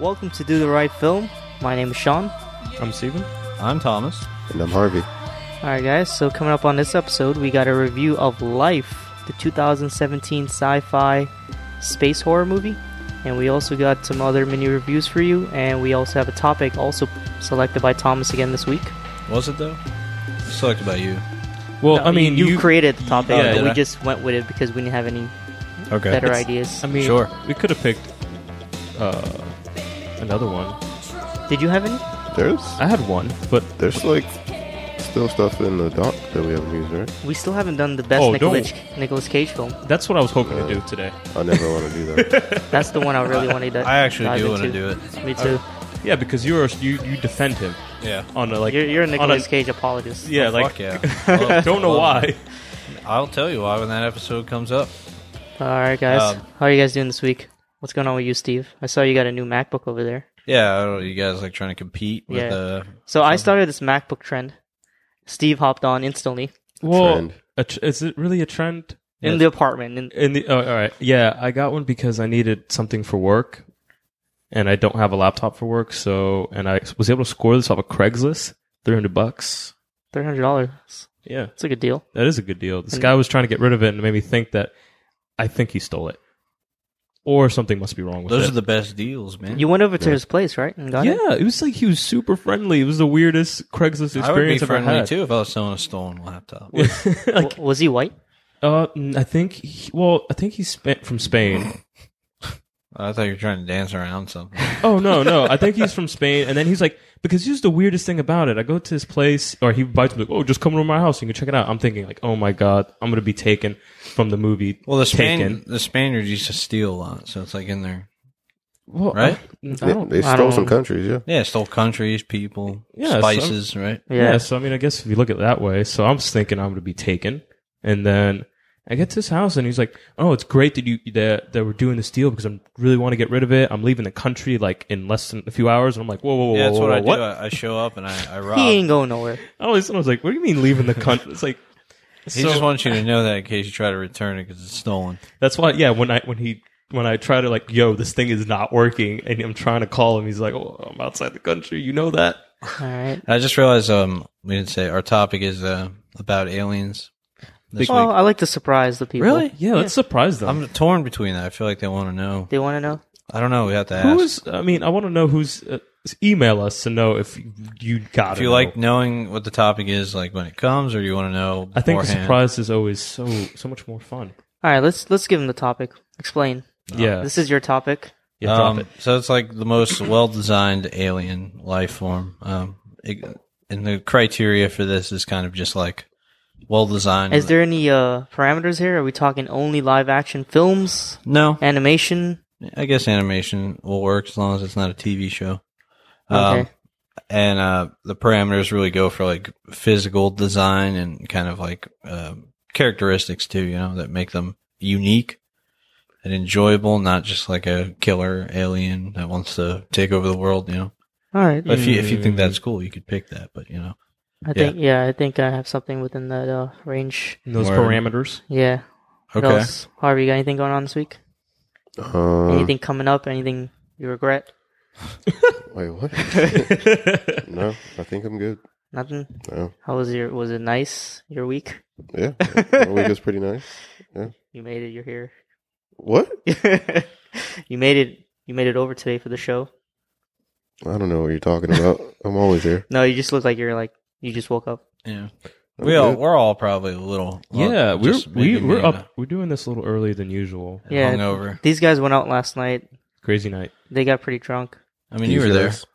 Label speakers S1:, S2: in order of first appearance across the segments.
S1: Welcome to Do the Right Film. My name is Sean.
S2: I'm Steven.
S3: I'm Thomas.
S4: And I'm Harvey.
S1: All right, guys. So coming up on this episode, we got a review of Life, the 2017 sci-fi space horror movie, and we also got some other mini reviews for you. And we also have a topic also selected by Thomas again this week.
S2: Was it though?
S3: Selected by you.
S2: Well,
S1: No,
S2: I mean,
S1: you, created the topic,
S2: Yeah,
S1: but
S2: did
S1: we
S2: I?
S1: just went with it because we didn't have any
S3: Okay.
S1: better
S2: It's-
S1: ideas.
S2: I mean,
S3: Sure.
S2: We could have picked uh, another one.
S1: Did you have any?
S4: There's
S2: I had one, but
S4: there's like still stuff in the dock that we haven't used, right?
S1: We still haven't done the best
S2: Oh,
S1: Nicolas, Nicolas Cage film.
S2: that's what I was hoping to do today.
S4: I never want to do that.
S1: That's the one I really wanted to.
S3: I actually
S1: dive
S3: do want to
S1: into.
S3: do it.
S1: Me too.
S2: Yeah, because you are you you defend him
S3: Yeah.
S2: on a like
S1: you're, you're a
S2: on
S1: Nicolas Cage apologist.
S2: Yeah, like
S3: Fuck yeah. Well,
S2: don't know
S3: well,
S2: why.
S3: I'll tell you why when that episode comes up.
S1: All right, guys.
S3: Um,
S1: How are you guys doing this week? What's going on with you, Steve? I saw you got a new MacBook over there.
S3: Yeah, I don't, you guys like trying to compete with
S1: Yeah.
S3: uh
S1: So
S2: Uh-huh.
S1: I started this MacBook trend. Steve hopped on instantly
S2: Well,
S4: Trend.
S2: a tr- is it really a trend?
S1: in the apartment. And
S2: In the oh, all right, yeah, I got one because I needed something for work, and I don't have a laptop for work. So, and I was able to score this off of Craigslist, three hundred bucks.
S1: three hundred dollars.
S2: Yeah,
S1: It's a good deal.
S2: that is a good deal. This
S1: And-
S2: guy was trying to get rid of it, and it made me think that I think he stole it, or something must be wrong with
S3: those
S2: it.
S3: are the best deals, man.
S1: You went over to his place, right? And got it.
S2: yeah, it was like he was super friendly. It was the weirdest Craigslist
S3: I would be
S2: experience I've ever
S3: friendly
S2: had.
S3: too if I was selling a stolen laptop.
S2: like,
S1: W- was he white?
S2: uh, I think. He, well, I think he's spa- from Spain.
S3: I thought you were trying to dance around something.
S2: Oh no, no. I think he's from Spain, and then he's like, because here's the weirdest thing about it. I go to his place, or he bites me like, oh, just come to my house, you can check it out. I'm thinking like, oh my god, I'm gonna be taken from the movie.
S3: Well, the
S2: Taken.
S3: Span- the Spaniards used to steal a lot, so it's like in there.
S2: Well,
S3: Right?
S2: I, I
S4: They,
S2: don't.
S4: they
S1: I
S4: stole
S1: don't-
S4: some countries, yeah.
S3: Yeah, stole countries, people,
S2: Yeah, so-
S3: spices, right?
S2: yeah. So I mean, I guess if you look at it that way, so I'm just thinking I'm gonna be taken, and then. I get to his house and he's like, "Oh, it's great that you that, that we're doing this deal because I am really want to get rid of it. I'm leaving the country like in less than a few hours." And I'm like, "Whoa, whoa, whoa,
S3: Yeah, that's
S2: whoa,
S3: what
S2: whoa,
S3: I do. uh, I, I show up and I, I rob.
S2: Um,
S1: He
S3: He,
S1: ain't going nowhere.
S2: I always I was like, "What do you mean leaving the country?" It's like so-
S3: just wants you to know that in case you try to return it because it's stolen.
S2: That's why, yeah. When I when he when I try to like, yo, this thing is not working, and I'm trying to call him, he's like, oh, I'm outside the country. You know that?
S1: All right.
S3: I just realized um we didn't say our topic is uh, about aliens. This
S1: Well,
S3: week.
S1: I like to surprise the people.
S2: Yeah, let's surprise them.
S3: I'm torn between that. I feel like they want to know.
S1: They want to know.
S3: I don't know. We have to ask.
S2: Who is? I mean, I want to know who's. Uh, email us to know if you got.
S3: if you like knowing what the topic is, like when it comes, or you want to know.
S2: I think the
S3: beforehand?
S2: surprise is always so so much more fun.
S1: All right. Let's let's give them the topic. Explain.
S2: yeah,
S1: This is your topic.
S2: yeah.
S3: Uh, Um,
S2: drop it.
S3: So it's like the most well-designed alien life form. Um, it, and the criteria for this is kind of just like well-designed.
S1: Is there any uh, parameters here? Are we talking only live action films,
S3: no?
S1: animation?
S3: I guess animation will work as long as it's not a TV show. Um,
S1: Okay.
S3: and uh, the parameters really go for like physical design and kind of like uh, characteristics too, you know, that make them unique and enjoyable, not just like a killer alien that wants to take over the world, you know.
S1: All right.
S3: But if you if you think
S2: Mm.
S3: that's cool, you could pick that, but you know,
S1: I think yeah, I think I have something within that uh, range.
S2: And those
S3: Word.
S2: parameters.
S1: Yeah. What
S3: okay.
S1: else? Harvey, you got anything going on this week?
S4: Um,
S1: anything coming up? Anything you regret?
S4: wait, what?
S2: yeah,
S4: no, I think I'm good.
S1: Nothing.
S4: No.
S1: How was your? Was it nice? Your week?
S4: Yeah. My week was pretty nice.
S1: You made it. You're here.
S4: What?
S1: you made it. You made it over today for the show.
S4: I don't know what you're talking about. I'm always here.
S1: No, you just look like you're like you just woke up.
S3: Yeah.
S4: I'm
S3: We all
S4: good.
S3: we're all probably a little uh,
S2: we're
S3: just
S2: we,
S3: maybe uh,
S2: we're
S3: made
S2: up. We're doing this a little earlier than usual.
S3: a-
S1: Yeah.
S3: hungover.
S1: These guys went out last night.
S2: Crazy night.
S1: They got pretty drunk.
S3: I mean, you were
S4: These
S3: there.
S4: guys.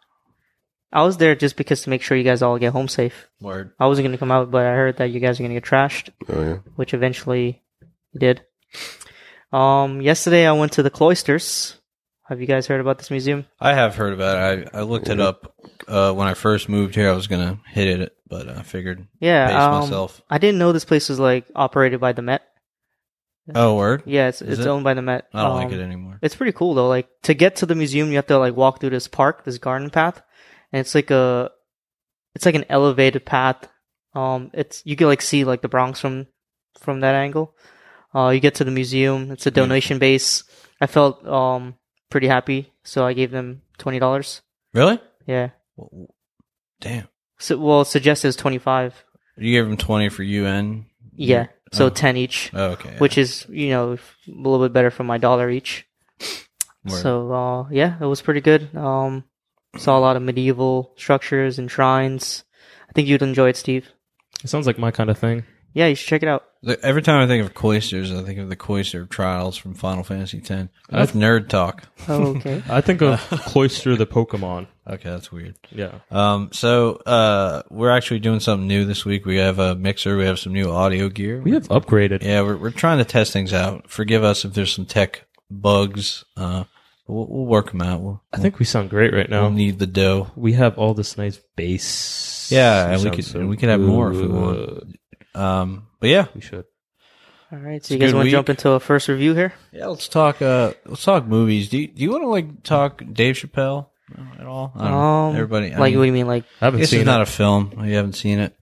S1: I was there just because to make sure you guys all get home safe.
S3: Word.
S1: I wasn't gonna come out, but I heard that you guys are gonna get trashed,
S4: Oh, yeah.
S1: which eventually you did. Um, yesterday I went to the cloisters. Have you guys heard about this museum?
S3: I have heard about it. I, I looked
S1: Mm-hmm.
S3: it up uh, when I first moved here. I was gonna hit it, but I figured pace
S1: Yeah, um,
S3: myself.
S1: I didn't know this place was like operated by the Met.
S3: Oh, word.
S1: Yeah, it's
S3: Is
S1: it's
S3: it?
S1: owned by the Met.
S3: I don't
S1: Um,
S3: like it anymore.
S1: It's pretty cool though. Like to get to the museum, you have to like walk through this park, this garden path, and it's like a, it's like an elevated path. Um, it's you can like see like the Bronx from, from that angle. Uh, you get to the museum. It's a donation base. I felt um pretty happy, so I gave them twenty dollars.
S3: Really?
S1: Yeah.
S3: W- Damn.
S1: So well, suggested is twenty five.
S3: You gave him 20 for UN?
S1: Yeah. So
S3: Oh.
S1: ten each,
S3: Oh, okay. yeah.
S1: which is you know f- a little bit better for my dollar each.
S3: Word.
S1: So uh, yeah, it was pretty good. Um, saw a lot of medieval structures and shrines. I think you'd enjoy it, Steve.
S2: It sounds like my kind of thing.
S1: Yeah, you should check it out.
S3: The- Every time I think of cloisters, I think of the cloister of trials from Final Fantasy X. That's
S2: That's-
S3: nerd talk.
S1: Oh, okay.
S2: I think of Cloister the Pokemon.
S3: Okay, that's weird.
S2: Yeah.
S3: Um, so uh, we're actually doing something new this week. We have a mixer. We have some new audio gear.
S2: We have upgraded.
S3: yeah, we're we're trying to test things out. Forgive us if there's some tech bugs. Uh, we'll, we'll work them out. We'll,
S2: I think we sound great right
S3: we'll
S2: now.
S3: need the dough.
S2: We have all this nice bass.
S3: Yeah, and we
S2: sound
S3: could- and we could have more if we want. Um, but yeah,
S2: We should.
S1: All right. So you
S3: It's a
S1: guys
S3: good
S1: want to jump
S3: week.
S1: into a first review here?
S3: yeah. Let's talk. Uh, let's talk movies. Do you, do you want to like talk Dave Chappelle at all? I don't know. everybody. I
S1: Um, like,
S3: mean-
S1: what do you mean? Like,
S2: I Um, haven't
S3: This
S2: seen
S3: is
S2: it.
S3: not a film. You haven't seen it.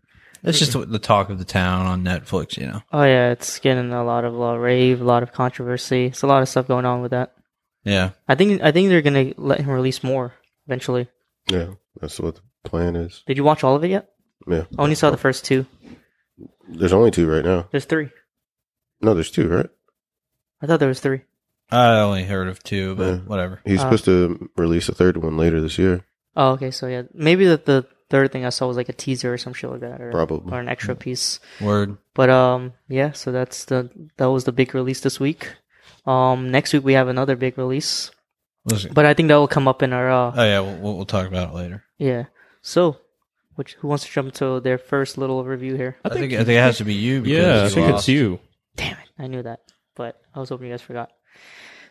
S3: It's just the, the talk of the town on Netflix. You know.
S1: oh yeah, it's getting a lot of uh, rave, a lot of controversy. It's a lot of stuff going on with that.
S3: Yeah.
S1: I think I think they're gonna let him release more eventually.
S4: Yeah, that's what the plan is.
S1: Did you watch all of it yet?
S4: Yeah,
S1: I only
S3: Oh.
S1: saw the first two.
S4: there's only two right now.
S1: There's three.
S4: No, there's two, right?
S1: I thought there was three.
S3: I only heard of two, but
S4: Yeah.
S3: whatever.
S4: He's
S1: Uh,
S4: supposed to release a third one later this year.
S1: Oh, okay. So yeah, maybe that the third thing I saw was like a teaser or some shit like that, or,
S4: Probably.
S1: or an extra piece.
S3: Word.
S1: But um, yeah. So that's the that was the big release this week. Um, next week we have another big release,
S3: Listen.
S1: but I think that will come up in our uh,
S3: Oh yeah, we'll, we'll talk about it later.
S1: Yeah. So, which who wants to jump into their first little review here?
S3: I think, I think it has to be you. Because
S2: Yeah, I
S3: you
S2: think it's
S3: lost.
S2: you.
S1: Damn it, I knew that, but I was hoping you guys forgot.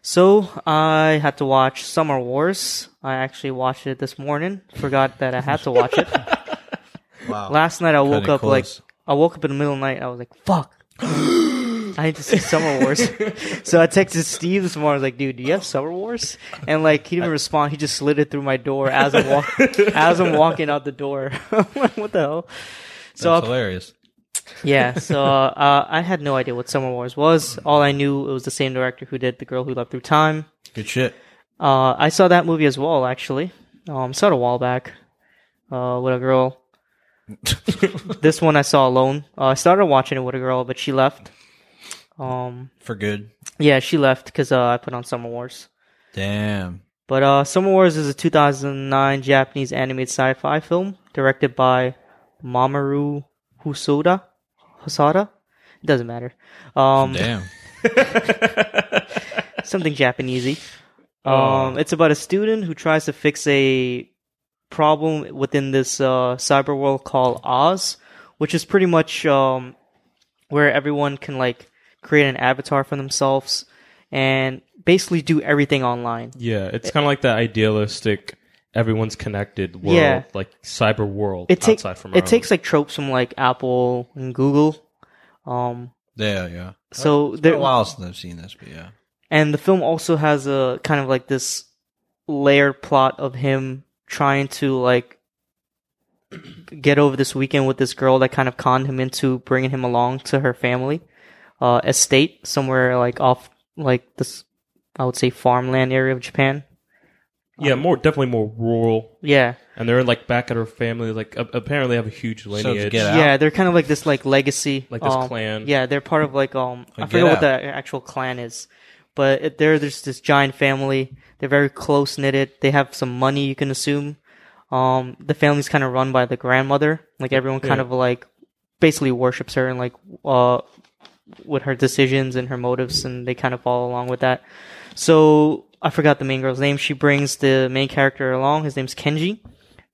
S1: So I had to watch Summer Wars. I actually watched it this morning. Forgot that I had to watch it.
S3: Wow.
S1: Last night I woke
S3: Kinda
S1: up like
S3: close.
S1: I woke up in the middle of the night. I was like, "Fuck." I need to see Summer Wars. so I texted Steve this morning. I was like, "Dude, do you have Summer Wars?" And like he didn't respond. He just slid it through my door as I'm walk- as I'm walking out the door. I'm like, what the hell? So
S3: That's
S1: I
S3: hilarious.
S1: yeah, so uh, uh, I had no idea what Summer Wars was. All I knew it was the same director who did The Girl Who Left Through Time.
S3: Good shit.
S1: Uh, I saw that movie as well, actually. Um, saw it a while back uh, with a girl. this one I saw alone. Uh, I started watching it with a girl, but she left. Um,
S3: For good.
S1: yeah, she left because uh, I put on Summer Wars.
S3: Damn.
S1: But uh, Summer Wars is a 2009 Japanese animated sci-fi film directed by Mamoru Hosoda. Hosoda? It doesn't matter. Um,
S3: Damn.
S1: something Japanesey.
S3: Oh.
S1: Um, it's about a student who tries to fix a problem within this uh, cyber world called Oz, which is pretty much um, where everyone can like create an avatar for themselves and basically do everything online.
S2: Yeah, it's kind of like that idealistic, everyone's connected world,
S1: Yeah.
S2: like cyber world
S1: it takes
S2: outside from our
S1: it takes
S2: own.
S1: like tropes from like Apple and Google. Um,
S3: Yeah, yeah.
S1: so
S3: It's been a
S1: there,
S3: while since I've seen this, but yeah.
S1: and the film also has a kind of like this layered plot of him trying to like get over this weekend with this girl that kind of conned him into bringing him along to her family uh, estate somewhere like off like this I would say farmland area of Japan.
S2: yeah, more definitely more rural,
S1: Yeah,
S2: and they're like back at her family. Like a- apparently have a huge
S3: it's
S2: lineage,
S3: Get Out?
S1: yeah, they're kind of like this like legacy,
S2: like this
S1: um,
S2: clan.
S1: Yeah, they're part of like um I forget
S3: Like, Get
S1: what the actual clan is, but it, they're there's this giant family. They're very close knitted. They have some money, you can assume. Um, the family's kind of run by the grandmother. Like everyone kind
S2: Yeah.
S1: of like basically worships her and like uh with her decisions and her motives, and they kind of follow along with that. So I forgot the main girl's name. She brings the main character along. His name's Kenji.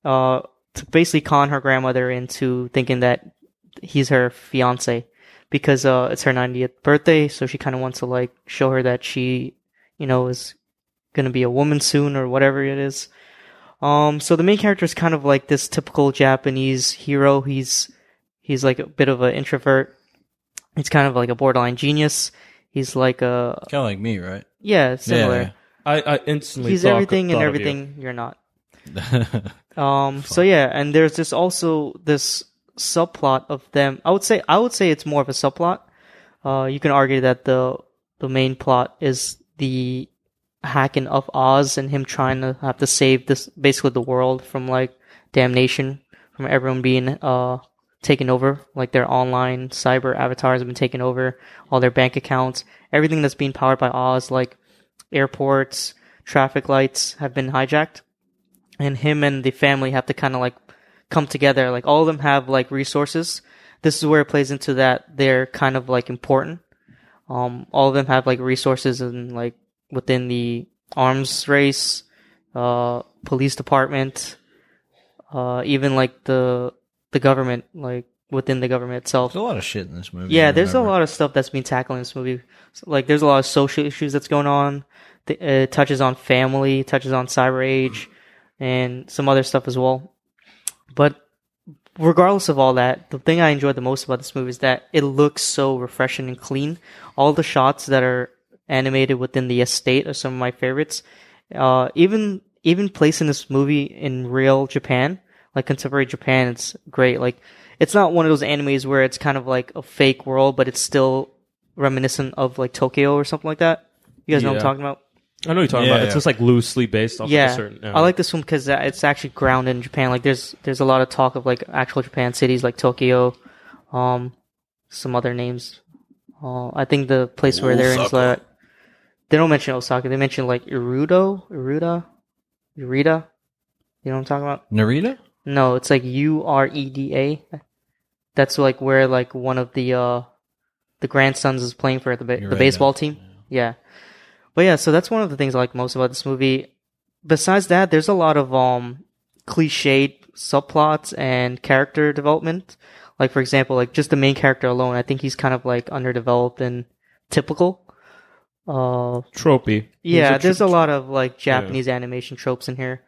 S1: Uh, to basically con her grandmother into thinking that he's her fiance because uh, it's her 90th birthday. So she kind of wants to like show her that she, you know, is gonna be a woman soon or whatever it is. Um, so the main character is kind of like this typical Japanese hero. He's he's like a bit of an introvert. He's kind of like a borderline genius. He's like a
S3: Kind of like me, right?
S1: yeah, similar.
S2: I, I instantly
S1: He's
S2: thought,
S1: everything and
S2: thought of
S1: everything you. are not.
S3: Yeah.
S1: Um so yeah, and there's this also this subplot of them. I would say I would say it's more of a subplot. Uh you can argue that the the main plot is the hacking of Oz and him trying to have to save this basically the world from like damnation from everyone being uh taken over like their online cyber avatars have been taken over all their bank accounts everything that's being powered by Oz like airports traffic lights have been hijacked and him and the family have to kind of like come together like all of them have like resources this is where it plays into that they're kind of like important um all of them have like resources and like within the arms race, uh, police department, uh, even like the the government, like within the government itself.
S3: There's a lot of shit in this movie.
S1: Yeah, there's a lot of stuff that's being tackled in this movie. So, like, there's a lot of social issues that's going on. Th- It touches on family, touches on cyber age, and some other stuff as well. But regardless of all that, the thing I enjoyed the most about this movie is that it looks so refreshing and clean. All the shots that are animated within the estate are some of my favorites. Uh, even even placing this movie in real Japan, like contemporary Japan, it's great. Like it's not one of those animes where it's kind of like a fake world, but it's still reminiscent of like Tokyo or something like that. You guys know what I'm
S2: Yeah.
S1: talking about?
S2: I know what you're talking
S3: Yeah,
S2: about. It's
S3: yeah.
S2: just like loosely based off of
S1: yeah,
S2: a certain. um,
S1: I like this one because it's actually grounded in Japan. Like, there's there's a lot of talk of like actual Japan cities like Tokyo, um, some other names. Uh, I think the place where they're in is
S3: Osaka.
S1: like they don't mention Osaka. They mention like Irudo, Iruda, Irida. You know what I'm talking about?
S3: Narita?
S1: No, it's like U R E D A. That's like where like one of the uh the grandsons is playing for the ba-
S3: You're
S1: the
S3: right,
S1: baseball
S3: yeah.
S1: team. Yeah. But yeah, so that's one of the things I like most about this movie. Besides that, there's a lot of um cliched subplots and character development. Like for example, like just the main character alone, I think he's kind of like underdeveloped and typical. Uh
S2: tropey.
S1: yeah,
S2: These are
S1: there's
S2: tr-
S1: a lot of like Japanese animation tropes in here.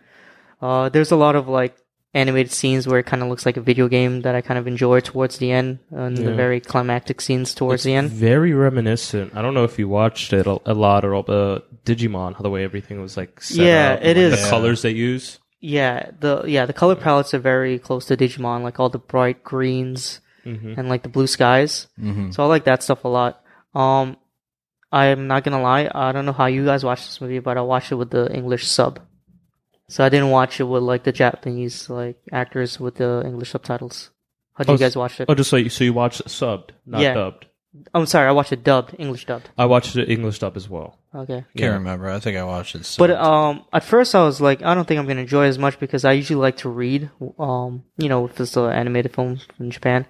S1: Uh, there's a lot of like animated scenes where it kind of looks like a video game that I kind of enjoy towards the end, and the
S2: Yeah.
S1: very climactic scenes towards the end.
S2: Very reminiscent. I don't know if you watched it a, a lot or all- uh, Digimon, how the way everything was like. Set
S1: Yeah,
S2: up and,
S1: it
S2: like,
S1: is.
S2: The colors they use.
S1: Yeah, the yeah the color palettes are very close to Digimon, like all the bright greens
S2: Mm-hmm.
S1: and like the blue skies.
S3: Mm-hmm.
S1: So I like that stuff a lot. Um, I'm not gonna lie, I don't know how you guys watched this movie, but I watched it with the English sub. So I didn't watch it with like the Japanese like actors with the English subtitles. How did
S2: Oh,
S1: you guys watch it?
S2: Oh, just so you, so you watched it subbed, not
S1: Yeah.
S2: dubbed.
S1: I'm sorry, I watched it dubbed, English dubbed.
S2: I watched it English dub as well.
S1: Okay.
S3: Can't remember. I think I watched it.
S1: But
S3: subbed.
S1: um, at first I was like, I don't think I'm gonna enjoy it as much because I usually like to read. Um, you know, if it's an animated film from Japan,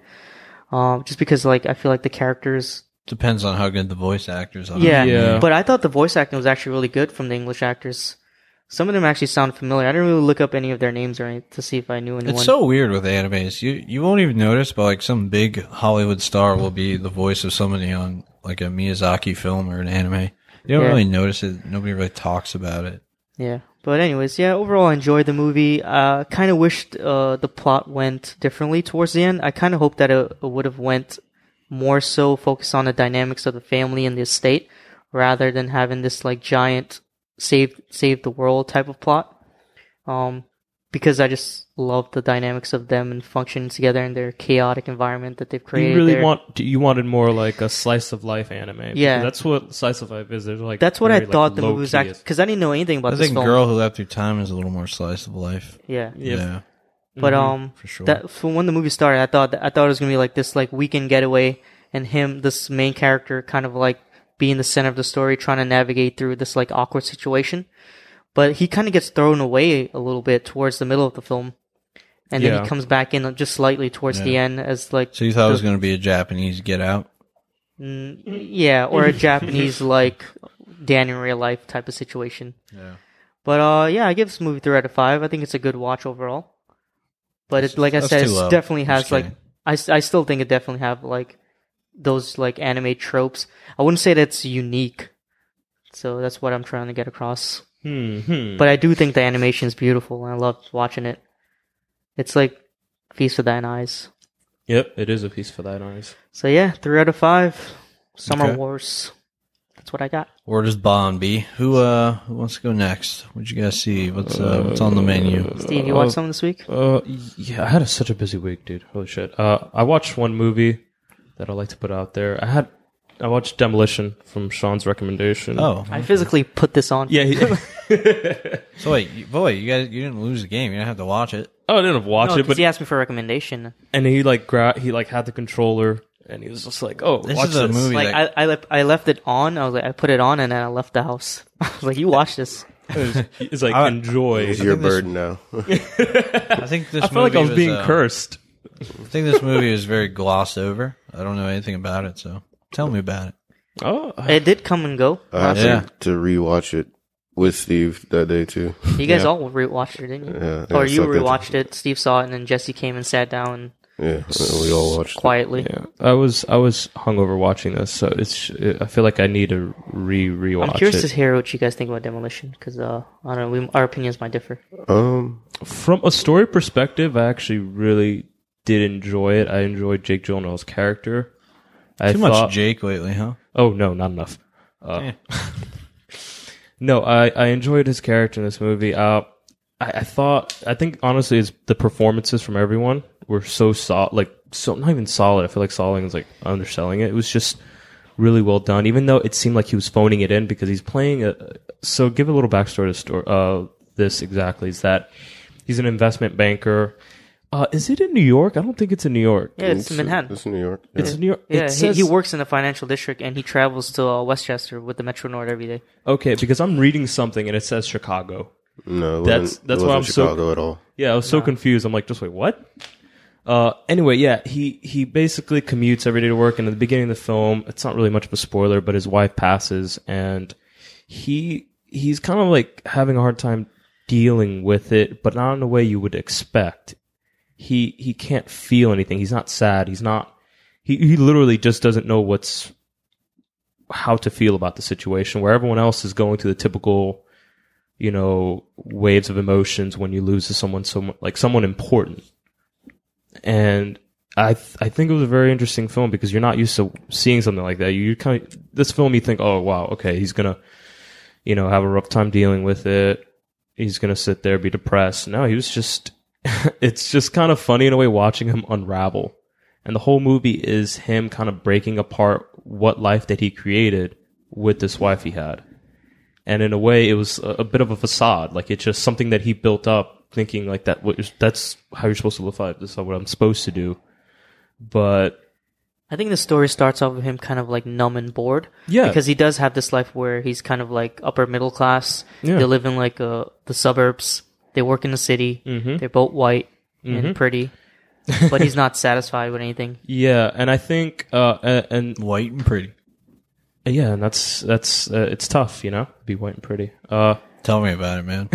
S1: um, just because like I feel like the characters
S3: depends on how good the voice actors are.
S1: Yeah,
S2: Yeah.
S1: but I thought the voice acting was actually really good from the English actors. Some of them actually sound familiar. I didn't really look up any of their names or any, to see if I knew anyone.
S3: It's so weird with animes. You you won't even notice, but like some big Hollywood star will be the voice of somebody on like a Miyazaki film or an anime. You don't
S1: Yeah.
S3: really notice it. Nobody really talks about it.
S1: yeah, but anyways, yeah. Overall, I enjoyed the movie. Uh, kind of wished uh, the plot went differently towards the end. I kind of hoped that it, it would have went more so focused on the dynamics of the family and the estate, rather than having this like giant save save the world type of plot. Um, because I just love the dynamics of them and functioning together in their chaotic environment that they've created.
S2: You really
S1: there.
S2: want you wanted more like a slice of life anime. because
S1: Yeah.
S2: that's what slice of life is. There's like
S1: That's what
S2: very,
S1: I
S2: like,
S1: thought the movie
S2: low-key
S1: was
S2: is.
S1: actually because I didn't know anything about
S3: I
S1: this
S3: think
S1: film.
S3: Girl Who Left Through Time is a little more slice of life.
S1: yeah,
S2: Yeah.
S3: Yeah,
S1: but
S2: Mhm.
S1: um,
S3: Mm-hmm. for sure.
S1: that so when the movie started, I thought that, I thought it was gonna be like this like weekend getaway, and him this main character kind of like being the center of the story, trying to navigate through this like awkward situation. But he kind of gets thrown away a little bit towards the middle of the film, and then
S2: Yeah.
S1: he comes back in just slightly towards the
S3: Yeah.
S1: end as like
S3: so you thought it was going to be a Japanese Get Out?
S1: Mm, yeah, or a Japanese like Dan in real life type of situation.
S3: Yeah.
S1: But uh, yeah, I give this movie three out of five. I think it's a good watch overall. But
S3: That's-
S1: it, like I
S3: that's
S1: said,
S3: too low.
S1: it definitely
S3: I'm just
S1: has like
S3: kidding.
S1: I, s- I still think it definitely have like those like anime tropes. I wouldn't say that's unique. So that's what I'm trying to get across.
S2: Hmm, hmm.
S1: But I do think the animation is beautiful, and I love watching it. It's like feast of thine eyes.
S2: Yep, it is a piece for that eyes.
S1: So yeah, three out of five. Summer
S3: Okay.
S1: Wars. That's what I got.
S3: Where does Bond be? Who uh who wants to go next? What'd you guys see? What's uh, what's on the menu?
S1: Steve, you watched something this week?
S2: Uh, yeah, I had a, such a busy week, dude. Holy shit. Uh, I watched one movie that I like to put out there. I had I watched Demolition from Sean's recommendation.
S3: Oh,
S1: I physically put this on.
S2: yeah. He,
S3: so wait, you, boy, you guys, you didn't lose the game. You didn't have to watch it.
S2: oh, I didn't watch
S1: No,
S2: it,
S1: 'cause
S2: but
S1: he asked me for a recommendation.
S2: and he like gra- he like had the controller, and he was just like, "Oh,
S3: This
S2: watch
S3: is a
S2: this.
S3: movie.
S1: Like
S3: that-
S1: I, I, left, I left it on. I was like, I put it on, and then I left the house. I was like, you watch this?
S2: It's like
S3: I-
S2: enjoy.
S4: It's your
S3: think this-
S4: burden now.
S3: I think this.
S2: I felt like I was being
S3: cursed.
S2: cursed.
S3: I think this movie is very glossed over. I don't know anything about it, so tell me about it.
S2: Oh,
S1: It did come and go.
S4: I have
S3: Yeah.
S4: to, to rewatch it with Steve that day too.
S1: You guys
S3: Yeah.
S1: all rewatched it, didn't you?
S4: Yeah,
S1: or
S4: yeah,
S1: you
S4: so good.
S1: rewatched it. Steve saw it, and then Jesse came and sat down
S4: Yeah, we all watched. it.
S1: quietly.
S2: yeah. I was I was hungover watching this, so it's. I feel like I need to re rewatch
S1: I'm curious
S2: it.
S1: to hear what you guys think about Demolition because uh, I don't know, we, our opinions might differ.
S4: Um,
S2: From a story perspective, I actually really did enjoy it. I enjoyed Jake Gyllenhaal's character. I
S3: Too
S2: thought-
S3: much Jake lately, huh?
S2: Oh no, not enough. Uh, no, I, I enjoyed his character in this movie. Uh, I, I thought I think honestly, it's the performances from everyone were so solid, like so not even solid. I feel like solid is like underselling it. It was just really well done, even though it seemed like he was phoning it in because he's playing a. So give a little backstory to story. Uh, this exactly is that he's an investment banker. Uh, is it in New York? I don't think it's in New York.
S1: Yeah, it's, Manhattan.
S4: It's in New York.
S2: It's in New York. It
S1: yeah, he,
S2: says-
S1: he works in the financial district and he travels to uh, Westchester with the Metro North every day.
S2: Okay, because I'm reading something and it says Chicago.
S4: No, it
S2: That's-
S4: wasn't,
S2: that's
S4: it wasn't
S2: why I'm so-
S4: Chicago at all.
S2: Yeah, I was so confused. I'm like, just wait, what? Uh, anyway, yeah, he he basically commutes every day to work. And at the beginning of the film, it's not really much of a spoiler, but his wife passes, and he he's kind of like having a hard time dealing with it, but not in the way you would expect. He he can't feel anything. He's not sad. He's not. He he literally just doesn't know what's how to feel about the situation. Where everyone else is going through the typical you know waves of emotions when you lose to someone so mu- like someone important and i th- i think it was a very interesting film because you're not used to seeing something like that you kind of this film you think oh wow okay he's going to you know have a rough time dealing with it he's going to sit there be depressed no he was just it's just kind of funny in a way watching him unravel and the whole movie is him kind of breaking apart what life that he created with this wife he had and in a way it was a, a bit of a facade like it's just something that he built up thinking like that was that's how you're supposed to live life this is what i'm supposed to do but
S1: I think the story starts off with him kind of like numb and bored.
S2: Yeah.
S1: Because he does have this life where he's kind of like upper middle class.
S2: Yeah.
S1: They live in like uh, the suburbs. They work in the city.
S2: Mm-hmm.
S1: They're both white and pretty. but he's not satisfied with anything.
S2: yeah and i think uh a- and,
S3: White and pretty.
S2: yeah and that's that's uh, it's tough you know be white and pretty uh
S3: Tell me about it, man.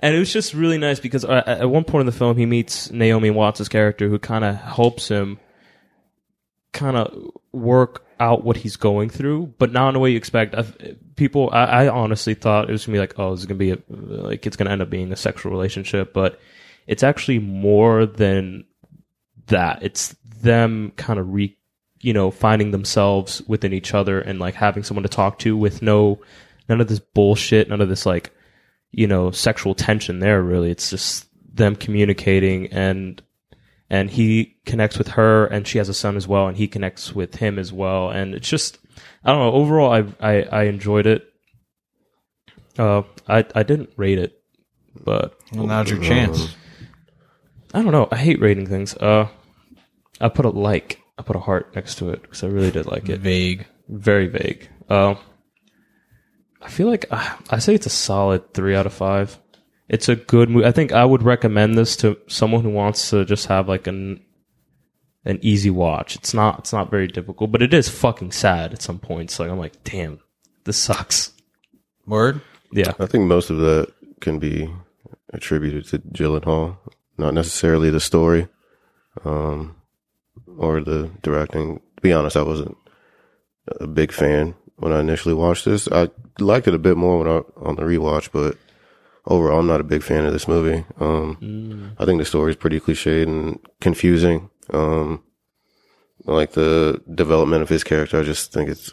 S2: and it was just really nice because uh, at one point in the film he meets Naomi Watts' character who kind of helps him kind of work out what he's going through, but not in a way you expect. i people, I, I honestly thought it was gonna be like, oh, it's gonna be a, like it's gonna end up being a sexual relationship, but it's actually more than that. It's them kind of re, you know, finding themselves within each other and like having someone to talk to with no, none of this bullshit, none of this like you know sexual tension there really it's just them communicating and and he connects with her and she has a son as well and he connects with him as well and it's just i don't know overall i i, I enjoyed it uh i i didn't rate it but
S3: Well, now's your chance.
S2: i don't know i hate rating things uh i put a like i put a heart next to it because i really did like it
S3: Vague.
S2: very vague uh, i feel like uh, i say it's a solid three out of five it's a good movie i think i would recommend this to someone who wants to just have like an an easy watch it's not it's not very difficult but it is fucking sad at some points like i'm like damn this sucks
S3: Word.
S2: yeah
S4: I think most of that can be attributed to Gyllenhaal, not necessarily the story, um, or the directing. To be honest, I wasn't a big fan when I initially watched this. I liked it a bit more when I on the rewatch, but overall, I'm not a big fan of this movie. Um,
S1: Mm.
S4: I think the story is pretty cliched and confusing. Um, like the development of his character, I just think it's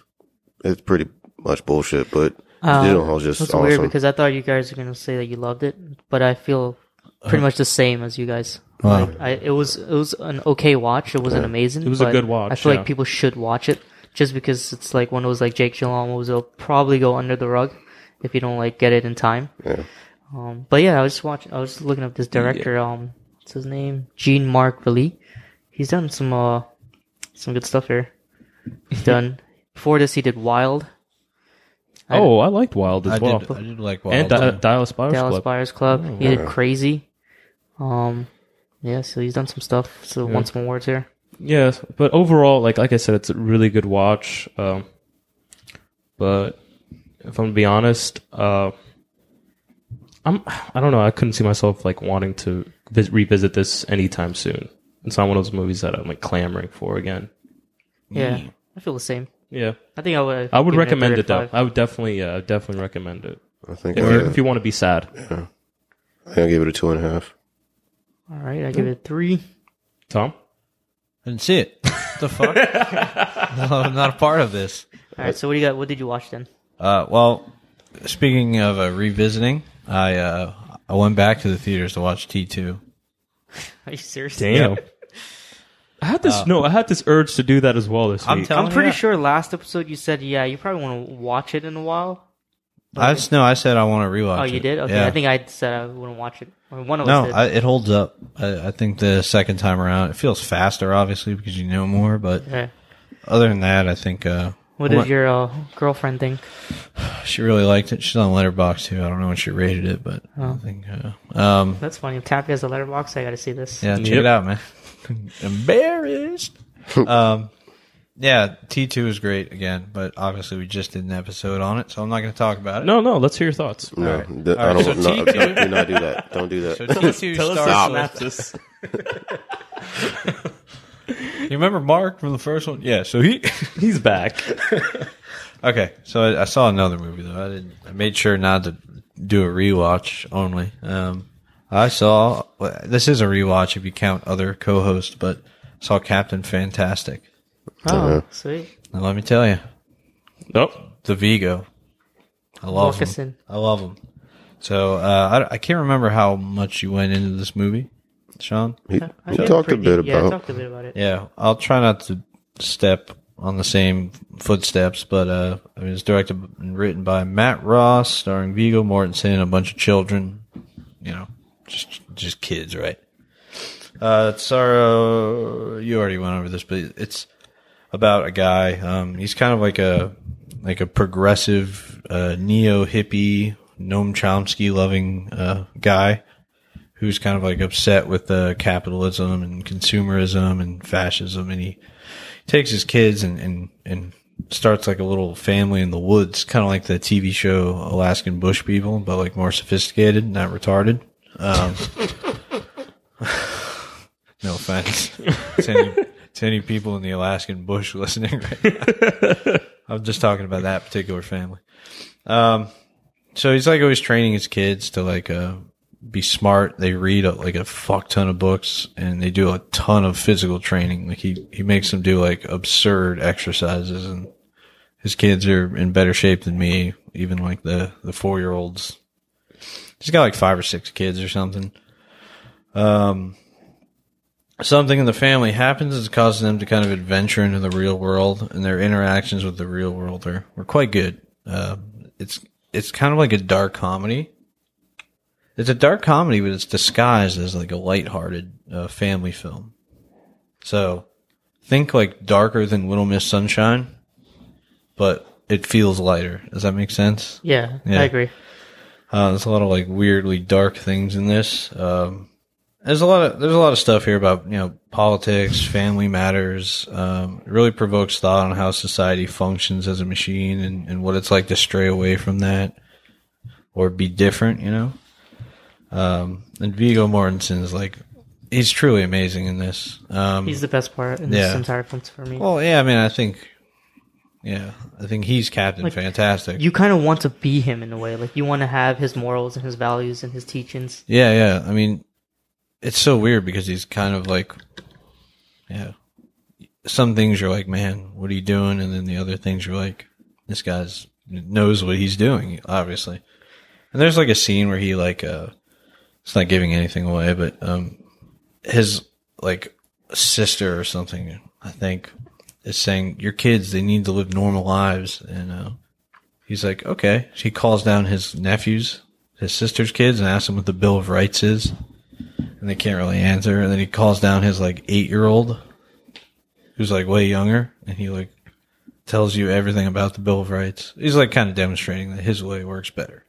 S4: it's pretty much bullshit. But
S1: Uh,
S4: Gyllenhaal's just
S1: That's
S4: awesome.
S1: weird because I thought you guys were going to say that you loved it, but I feel
S2: Uh,
S1: pretty much the same as you guys.
S3: Wow.
S1: Like, I, it was it was an okay watch. It wasn't amazing.
S2: It was a
S1: but
S2: good watch,
S1: I feel
S2: yeah.
S1: like people should watch it just because it's like one of those like Jake Gyllenhaal movies that'll probably go under the rug if you don't like get it in time.
S4: Yeah.
S1: Um, but yeah, I was just watching. I was just looking up this director. Um, what's his name? Jean Marc Vallee. He's done some uh some good stuff here. He's done before this. He did Wild, I-
S2: oh, I liked Wild as
S3: I
S2: well.
S3: did. I did like Wild.
S2: and uh,
S3: too.
S2: Di- Dallas Buyers
S1: Dallas
S2: Club.
S1: Buyers Club.
S2: Oh,
S1: he did
S4: wow.
S1: Crazy. Um, yeah. So he's done some stuff. So
S2: Yeah.
S1: once more words here.
S2: Yes, but overall, like like I said, it's a really good watch. Um, but if I'm to be honest, uh, I'm I don't know. I couldn't see myself like wanting to vis- revisit this anytime soon. It's not one of those movies that I'm like clamoring for again.
S1: Yeah,
S3: Mm.
S1: I feel the same.
S2: Yeah,
S1: I think I would.
S2: I would recommend it though. I would definitely, uh, definitely recommend it
S4: I think
S2: if,
S4: I,
S2: you, if you want to be sad.
S4: I think I gave it a two and a half.
S1: All right, I give it a three.
S2: Tom,
S3: I didn't see it. What the fuck? no, I'm not a part of this.
S1: All right. So what do you got? What did you watch then?
S3: Uh, well, speaking of uh, revisiting, I uh, I went back to the theaters to watch T2.
S1: Are you serious?
S2: damn. I had this no, I had this urge to do that as well this week.
S3: I'm telling
S1: I'm pretty
S3: you,
S1: sure last episode you said, yeah, you probably want to watch it in a while.
S3: I just no. I said I want to rewatch.
S1: Oh, you
S3: it.
S1: did? Okay,
S3: Yeah.
S1: I think I said I wouldn't watch it. Or one of
S3: no.
S1: us did.
S3: I, it holds up. I, I think the second time around, it feels faster, obviously, because you know more. But
S1: yeah.
S3: other than that, I think uh,
S1: What
S3: I
S1: did
S3: went-
S1: your uh, girlfriend think?
S3: she really liked it. She's on Letterbox too. I don't know when she rated it, but
S1: Oh.
S3: I think uh, um,
S1: That's funny. If Tappy has a letterbox, I got to see this.
S3: Yeah, check
S2: Yep.
S3: it out, man. Embarrassed. um, yeah, T two is great again, but obviously we just did an episode on it, so I'm not going to talk about it.
S2: no, no, let's hear your thoughts.
S4: No, that-
S3: All
S4: I
S3: right.
S4: don't.
S3: So
S4: no,
S3: T2
S4: don't, do not do that. Don't do that.
S3: So T two starts. With,
S2: synopsis.
S3: you remember Mark from the first one? Yeah. So he.
S2: He's back.
S3: okay. So I, I saw another movie though. I didn't. I made sure not to do a rewatch only. Um, I saw well, this is a rewatch if you count other co-hosts, but I saw Captain Fantastic.
S1: Oh,
S4: Uh-huh.
S1: sweet.
S3: Now let me tell you,
S2: Nope.
S3: the Vigo. I love
S1: Walk us
S3: him.
S1: in.
S3: I love him. So uh, I, I can't remember how much you went into this movie, Sean.
S4: He,
S1: I
S4: he
S1: feel
S4: talked a
S1: pretty-
S4: bit
S1: yeah, I
S4: about.
S1: talked a bit about it.
S3: Yeah, I'll try not to step on the same footsteps, but uh, I mean, it's directed and written by Matt Ross, starring Vigo Mortensen, and a bunch of children. You know, just just kids, right? Uh, it's our, uh, you already went over this, but it's about a guy. Um, he's kind of like a like a progressive, uh, neo hippie, Noam Chomsky loving uh, guy who's kind of like upset with uh, capitalism and consumerism and fascism, and he takes his kids and and and starts like a little family in the woods, kind of like the TV show Alaskan Bush People, but like more sophisticated, not retarded. Um, no offense to any, to any people in the Alaskan bush listening right now. I'm just talking about that particular family. Um, so he's like always training his kids to like uh, be smart. They read a, like a fuck ton of books and they do a ton of physical training. Like he he makes them do like absurd exercises and his kids are in better shape than me. Even like the the four year olds. He's got like five or six kids or something. Um, something in the family happens is causing them to kind of adventure into the real world, and their interactions with the real world are, are quite good. Uh, it's it's kind of like a dark comedy. It's a dark comedy, but it's disguised as like a lighthearted uh, family film. So think like darker than Little Miss Sunshine, but it feels lighter. Does that make sense?
S1: Yeah,
S3: Yeah.
S1: I agree.
S3: Uh, there's a lot of like weirdly dark things in this. Um, there's a lot of there's a lot of stuff here about you know politics, family matters. Um, it really provokes thought on how society functions as a machine and, and what it's like to stray away from that or be different. You know, um, and Vigo Mortensen is like he's truly amazing in this. Um,
S1: He's the best part in
S3: Yeah.
S1: this entire film for me.
S3: well, yeah, I mean, I think yeah, I think he's Captain Fantastic.
S1: you kind of want to be him in a way. Like you want to have his morals and his values and his teachings.
S3: Yeah, yeah. I mean, it's so weird because he's kind of like, yeah. Some things you're like, man, what are you doing? And then the other things you're like, this guy's knows what he's doing, obviously. And there's like a scene where he like, uh, it's not giving anything away, but um, his like sister or something, I think, is saying your kids they need to live normal lives, and uh, he's like, okay. So he calls down his nephews, his sister's kids, and asks them what the Bill of Rights is, and they can't really answer. And then he calls down his like eight year old, who's like way younger, and he like tells you everything about the Bill of Rights. He's like kind of demonstrating that his way works better.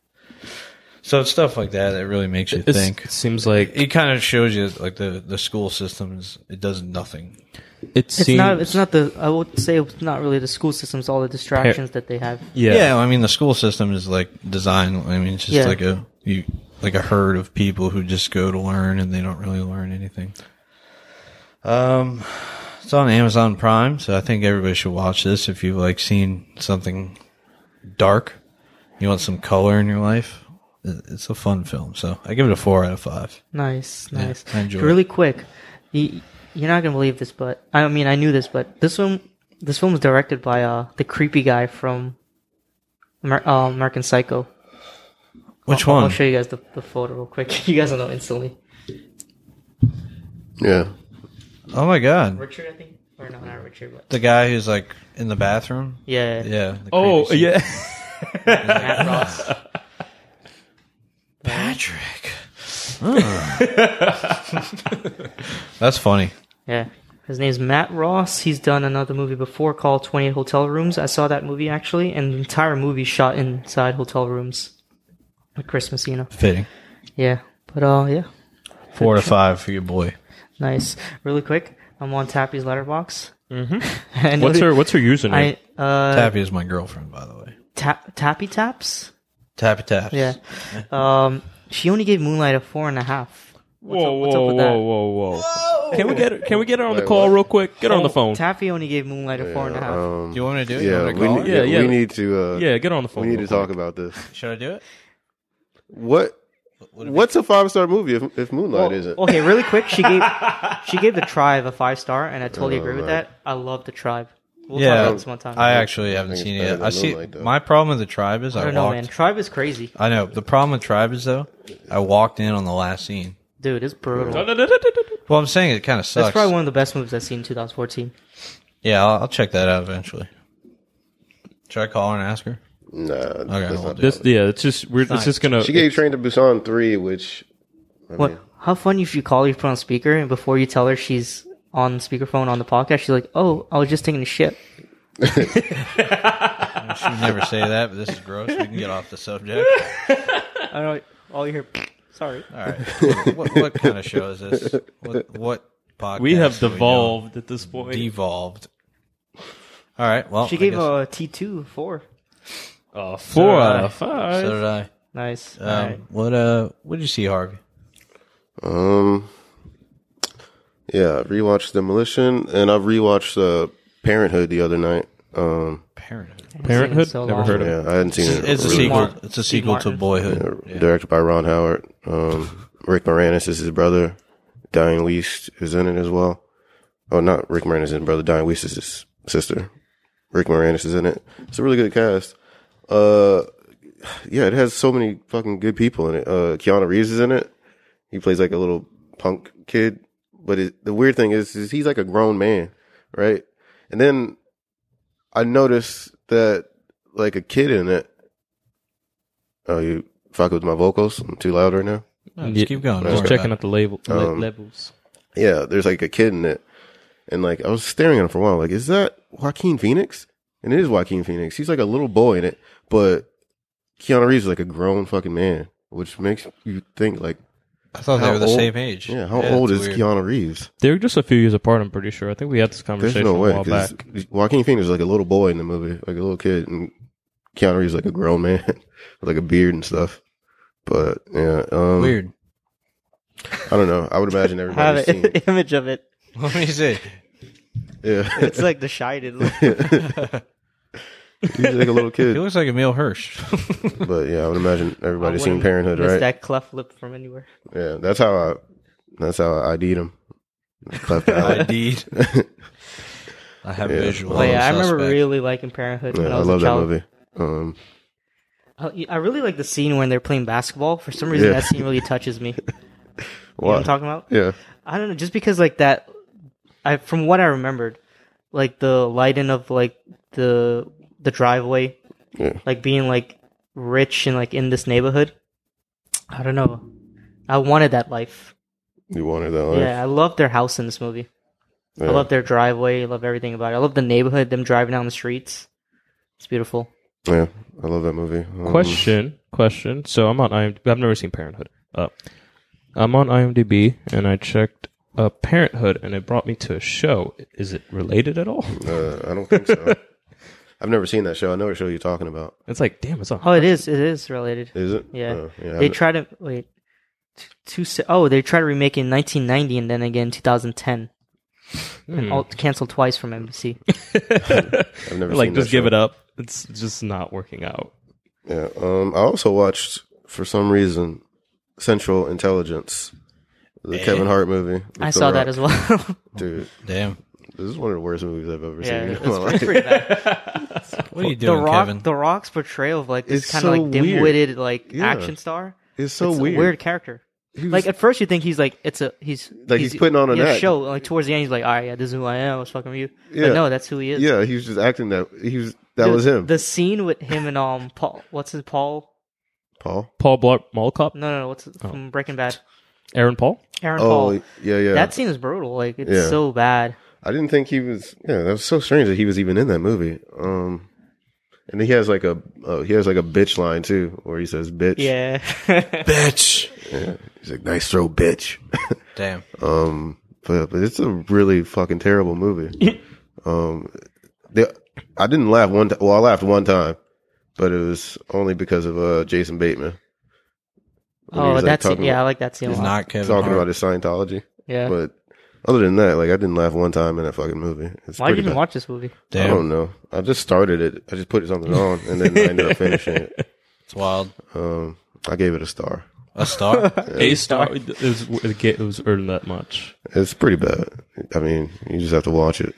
S3: So it's stuff like that that really makes you
S2: It's-
S3: think.
S2: It seems like
S3: It kind of shows you like the the school system is it does nothing.
S2: it
S1: It's
S2: seems
S1: not. It's not the. I would say it's not really the school systems. All the distractions that they have.
S2: yeah.
S3: Yeah, I mean the school system is like designed. I mean it's just
S1: Yeah.
S3: like a you like a herd of people who just go to learn and they don't really learn anything. Um, it's on Amazon Prime, so I think everybody should watch this if you've like seen something dark. You want some color in your life. it- It's a fun film, so I give it a four out of five.
S1: Nice,
S3: Yeah,
S1: nice.
S3: I enjoy
S1: really quick, you, you're not gonna believe this, but I mean, I knew this, but this one, this film was directed by uh the creepy guy from Amer- uh, American Psycho.
S3: Which
S1: I'll-
S3: one?
S1: I'll show you guys the, the photo real quick. You guys will know instantly.
S4: Yeah.
S3: Oh my god,
S1: Richard, I think, or no, not Richard, but
S3: the guy who's like in the bathroom.
S1: yeah,
S3: Yeah. the
S2: Oh
S3: creepy-
S2: yeah.
S1: Matt Ross.
S3: Patrick. That's funny.
S1: Yeah. His name's Matt Ross. He's done another movie before called 28 Hotel Rooms. I saw that movie actually, and the entire movie shot inside hotel rooms with Chris Messina.
S3: Fitting.
S1: Yeah. But, uh, yeah.
S3: Four to five for your boy.
S1: Nice. Really quick, I'm on Tappy's letterbox. Mm-hmm. and
S2: what's her What's her username?
S1: I, uh,
S3: Tappy is my girlfriend, by the way.
S1: Ta- Tappy Taps?
S3: Tappy taps.
S1: Yeah. Um, she only gave Moonlight a four and a half. What's up- what's up with that?
S2: whoa, whoa! Can we get her? Can we get her on the call real quick? Get her on the phone.
S1: Taffy only gave Moonlight a four and a half.
S3: Do you want me to do it? You
S4: um,
S3: want
S4: Yeah,
S3: me to
S4: we,
S3: call
S4: ne-
S3: her?
S2: Yeah,
S4: yeah,
S2: yeah.
S4: we need to. Uh,
S2: Yeah, get her on the phone.
S4: we need to
S2: real
S4: talk
S2: quick.
S4: about this.
S3: Should I do it?
S4: What? What's a five star movie if, if Moonlight isn't?
S1: Okay, really quick, she gave she gave the tribe a five star, and I totally agree with that. I love the tribe. We'll talk
S3: Yeah.
S1: about this one time.
S3: I actually haven't
S4: it's
S3: seen it
S4: better
S3: yet.
S4: than
S3: I see.
S4: Moonlight, though.
S3: my problem with the tribe is I,
S1: I don't
S3: walked.
S1: know, man. Tribe is crazy,
S3: I know. The problem with tribe is though, I walked in on the last scene.
S1: dude. It's brutal.
S3: Well, I'm saying it kind of
S1: That's
S3: sucks.
S1: probably one of the best movies I've seen in 2014.
S3: yeah, I'll, I'll check that out eventually. Should I call her and ask her?
S4: Nah,
S3: Okay,
S4: that's
S3: we'll
S4: not.
S3: do it.
S2: This, yeah, it's just we're. It's just gonna.
S4: She gave Train to Busan three, which
S1: What? How funny if you call her, you put on speaker, and before you tell her she's on speakerphone on the podcast, she's like, "Oh, I was just taking a shit."
S3: She would never say that, but this is gross. We can get off the subject.
S1: I don't. know, All you hear. Sorry.
S3: All right. what, what kind of show is this? What, what podcast?
S2: we have
S3: are doing?
S2: devolved at this point.
S3: devolved. All right. Well,
S1: She
S3: I
S1: gave
S3: guess-
S1: a T two four.
S2: Uh, four
S3: So did
S2: out
S3: I.
S2: of five.
S3: So did I.
S1: Nice.
S3: Um,
S1: All right.
S3: What uh? What did you see, Harvey?
S4: Um, yeah, I rewatched Demolition, and I rewatched uh, Parenthood the other night. Um,
S3: Parenthood.
S2: Parenthood.
S1: So
S2: Never
S1: long.
S2: heard of it.
S4: yeah, I hadn't seen it.
S3: It's a
S4: really-
S3: sequel.
S1: Martin.
S3: It's a sequel to
S1: Martin.
S3: Boyhood.
S4: Directed by Ron Howard. Um, Rick Moranis is his brother. Diane Weist is in it as well. Oh, not Rick Moranis is his brother. Diane Weist is his sister. Rick Moranis is in it. It's a really good cast. Uh, yeah, it has so many fucking good people in it. Uh, Keanu Reeves is in it. He plays like a little punk kid, but it, the weird thing is, is he's like a grown man, right? And then I noticed that like a kid in it. Oh, you fuck with my vocals? I'm too loud right now.
S3: No, just keep going. Don't
S2: Just
S3: worry
S2: checking
S3: about
S2: out the label le-
S4: Um,
S2: levels.
S4: Yeah, there's like a kid in it, and like I was staring at him for a while. Like, is that Joaquin Phoenix? And it is Joaquin Phoenix. He's like a little boy in it, but Keanu Reeves is like a grown fucking man, which makes you think like,
S3: it. I thought they
S4: How
S3: were the
S4: old-
S3: same age.
S4: yeah, how old
S3: it's
S4: is
S3: weird.
S4: Keanu Reeves?
S2: They're just a few years apart. I'm pretty sure. I think we had this
S4: There's
S2: conversation
S4: no way
S2: a while
S4: because
S2: back.
S4: Joaquin Phoenix is like a little boy in the movie, like a little kid, and Keanu Reeves is like a grown man with like a beard and stuff. But yeah, um,
S3: Weird.
S4: I don't know. I would imagine
S1: I have
S4: everybody's seen.
S1: an image of it.
S3: What do you say?
S4: Yeah,
S1: It's like the shited.
S4: he's like a
S3: He
S4: little kid.
S3: looks like Emil Hirsch.
S4: But yeah, I would imagine everybody's seen
S1: wouldn't
S4: Parenthood,
S1: miss
S4: right?
S1: that cleft lip from anywhere.
S4: Yeah, that's how I. That's how I ID'd him. Cleft palate.
S3: Indeed. I have
S4: Yeah.
S3: visual.
S1: But yeah, I remember
S3: suspect.
S1: really liking Parenthood
S4: Yeah,
S1: when I
S4: I
S1: was
S4: love
S1: a
S4: that
S1: child.
S4: movie. Um,
S1: I- I really like the scene when they're playing basketball. For some reason,
S4: Yeah.
S1: that scene really touches me. You know what
S4: why?
S1: I'm talking about?
S4: yeah,
S1: I don't know, just because like that. I from what I remembered, like the lighting of like the the driveway,
S4: Yeah.
S1: like being like rich and like in this neighborhood. I don't know. I wanted that life.
S4: You wanted that life.
S1: Yeah, I love their house in this movie.
S4: Yeah.
S1: I love their driveway. I love everything about it. I love the neighborhood. Them driving down the streets. It's beautiful.
S4: Yeah, I love that movie. Um,
S2: Question, question. So I'm on IMDb. I've never seen Parenthood. Uh, I'm on IMDb and I checked uh, Parenthood and it brought me to a show. Is it related at all?
S4: Uh, I don't think so. I've never seen that show. I know what show you're talking about.
S2: It's like, damn, it's on.
S1: Oh, it is. It is related.
S4: Is it?
S1: Yeah.
S4: Uh, yeah
S1: They
S4: I've-
S1: try to wait. t- Two se- oh, they tried to remake it in 1990 and then again 2010. And
S3: Hmm.
S1: all canceled twice from NBC.
S4: I've never
S2: like,
S4: seen
S2: just
S4: that
S2: give
S4: show.
S2: it up. It's just not working out.
S4: Yeah. Um, I also watched, for some reason, Central Intelligence, the Kevin Hart movie. with
S1: Eh. I
S4: The
S1: saw that
S4: Rock.
S1: as well.
S4: Dude,
S3: Damn.
S4: this is one of the worst movies I've ever
S1: yeah,
S4: seen.
S1: it's,
S4: in my life.
S1: it's pretty bad.
S3: What are you
S1: The
S3: doing,
S1: Rock,
S3: Kevin?
S1: the Rock's portrayal of like this
S4: It's
S1: kind of
S4: so
S1: like
S4: weird.
S1: dim-witted like
S4: Yeah.
S1: action star.
S4: It's so
S1: it's
S4: weird.
S1: A weird character.
S4: He was-
S1: Like at first you think he's like it's a he's
S4: Like, he's putting on an
S1: yeah,
S4: act.
S1: show. Like towards the end he's like, all right, yeah, this is who I am. I was fucking with you. But
S4: Yeah.
S1: no, that's who he is.
S4: yeah, he was just acting that. He was. That
S1: The-
S4: was him.
S1: The scene with him and um Paul. What's his Paul?
S4: Paul.
S2: Paul Blart Mall Cop?
S1: No, no, no. What's
S3: Oh.
S1: from Breaking Bad?
S2: Aaron Paul?
S1: Aaron
S4: Oh,
S1: Paul.
S4: yeah, yeah.
S1: That scene is brutal. Like it's
S4: Yeah.
S1: so bad.
S4: I didn't think he was. Yeah, that was so strange that he was even in that movie. Um, and he has like a uh, he has like a bitch line too, where he says bitch.
S1: Yeah.
S3: Bitch.
S4: he's like nice throw, bitch.
S3: Damn.
S4: um, but, but it's a really fucking terrible movie. um, the I didn't laugh one. T- well, I laughed one time, but it was only because of uh Jason Bateman. When he
S1: oh,
S4: was, like,
S1: that's
S4: talking
S1: yeah. I
S4: about-
S1: like that scene. a
S3: It's
S1: lot.
S3: not Kevin.
S4: talking
S3: Hart.
S4: about his Scientology.
S1: yeah.
S4: But other than that, like I didn't laugh one time in that fucking movie. It's
S1: Why did
S4: pretty
S1: you even
S4: bad.
S1: watch this movie?
S4: I
S3: Damn.
S4: don't know. I just started it. I just put something on, and then I ended up finishing it.
S3: It's wild.
S4: Um, I gave it a star.
S3: A star.
S4: Uh,
S2: A star. It was, it was earned that much.
S4: It's pretty bad. I mean, you just have to watch it.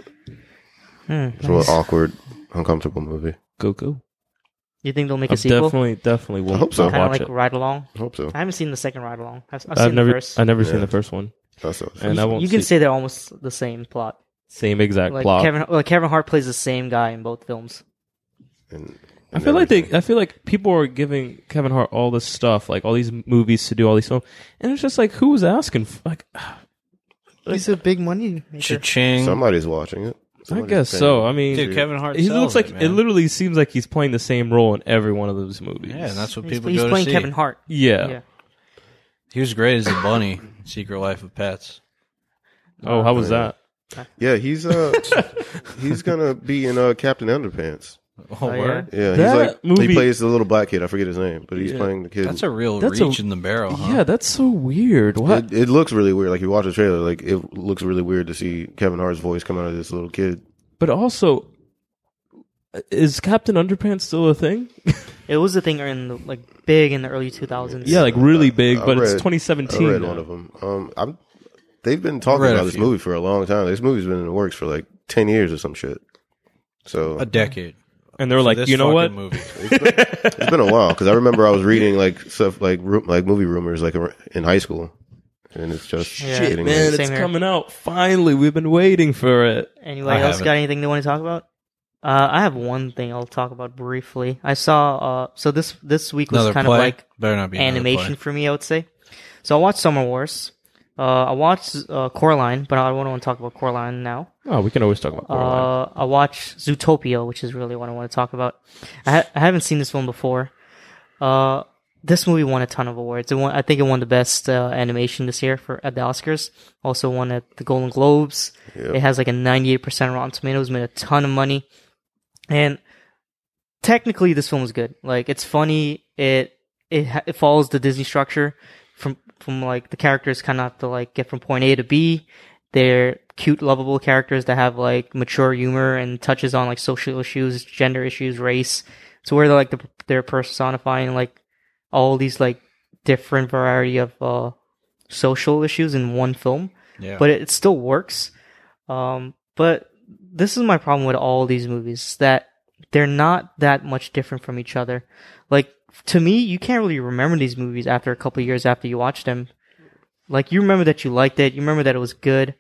S1: Hmm,
S4: It's a real awkward, uncomfortable movie.
S2: Go, go.
S1: You think they'll make a
S2: I
S1: sequel?
S2: definitely, definitely will
S4: I hope so.
S2: watch
S1: Kind of like
S2: it.
S1: ride along.
S4: I hope so.
S1: I haven't seen the second ride along. I've, I've,
S2: I've
S1: seen
S2: never,
S1: the first.
S2: I've never seen
S4: Yeah.
S2: the first one,
S4: That's what
S2: and I won't.
S1: you can
S2: see,
S1: say they're almost the same plot.
S2: same exact
S1: Like
S2: plot.
S1: Kevin, like Kevin Hart plays the same guy in both films.
S4: and,
S2: I feel like they. I feel like people are giving Kevin Hart all this stuff, like all these movies to do, all these films, and it's just like, who was asking? f- Like,
S1: He's a big money
S3: Cha-ching.
S4: somebody's watching it.
S2: I
S4: Somebody's
S2: guess
S4: paying
S2: so. I mean,
S4: Dude,
S3: Dude, Kevin Hart.
S2: he looks
S3: sells
S2: like
S3: it,
S2: it,
S3: man.
S2: literally seems like he's playing the same role in every one of those movies.
S3: Yeah, and that's what
S1: He's,
S3: people
S1: he's
S3: go
S1: playing
S3: to see.
S1: Kevin Hart.
S2: yeah.
S1: Yeah.
S3: He was great as a bunny. Secret Life of Pets.
S2: Oh, how was that?
S4: Yeah, he's uh, he's gonna be in uh, Captain Underpants.
S3: Oh,
S1: yeah?
S3: word.
S4: Yeah, he's
S2: That
S4: like
S2: movie-
S4: he plays the little black kid. I forget his name, but he's
S2: Yeah.
S4: playing the kid.
S3: That's a real
S2: That's a-
S3: reach in the barrel, huh?
S2: Yeah, that's so weird. What?
S4: It, it looks really weird. Like you watch the trailer, like it looks really weird to see Kevin Hart's voice come out of this little kid.
S2: but also, is Captain Underpants still a thing?
S1: It was a thing in the, like big in the early 2000s.
S2: Yeah, like really big,
S4: I
S2: but it's
S4: read- I
S2: 2017.
S4: read
S2: now.
S4: one of them. Um, I'm, they've been talking
S3: Read a
S4: about this
S3: few.
S4: movie for a long time. This movie's been in the works for like ten years or some shit. So
S3: A decade.
S2: And they're like,
S3: This
S2: you know
S3: fucking
S2: what?
S3: Movie.
S4: it's been a while because I remember I was reading like stuff like ru- like movie rumors like ar- in high school, and it's just
S1: Yeah.
S2: Shit,
S4: getting-
S2: man, it's
S1: Same here.
S2: coming out. Finally, we've been waiting for it.
S1: Anybody
S3: I
S1: else
S3: haven't.
S1: got anything they want to talk about? Uh, I have one thing I'll talk about briefly. I saw uh, so this this week was
S3: Another
S1: kind
S3: play.
S1: of like
S3: Better not be another
S1: animation
S3: play.
S1: for me, I would say. So I watched Summer Wars. Uh, I watched uh, Coraline, but I don't want to talk about Coraline now.
S2: Oh, we can always talk about Coraline.
S1: Uh, I watched Zootopia, which is really what I want to talk about. I, ha- I haven't seen this film before. Uh, this movie won a ton of awards. It won, I think it won the best uh, animation this year for at the Oscars. Also won at the Golden Globes. It has like a 98% Rotten Tomatoes, made a ton of money. And technically this film is good. Like it's funny. It it ha- it follows the Disney structure from from like the characters kind of have to like get from point A to B. They're cute, lovable characters that have like mature humor and touches on like social issues, gender issues, race. So where they're like the, they're personifying like all these like different variety of uh, social issues in one film
S3: Yeah.
S1: but it, it still works. Um, but this is my problem with all these movies that they're not that much different from each other. Like to me, you can't really remember these movies after a couple of years after you watch them. Like you remember that you liked it, you remember that it was good,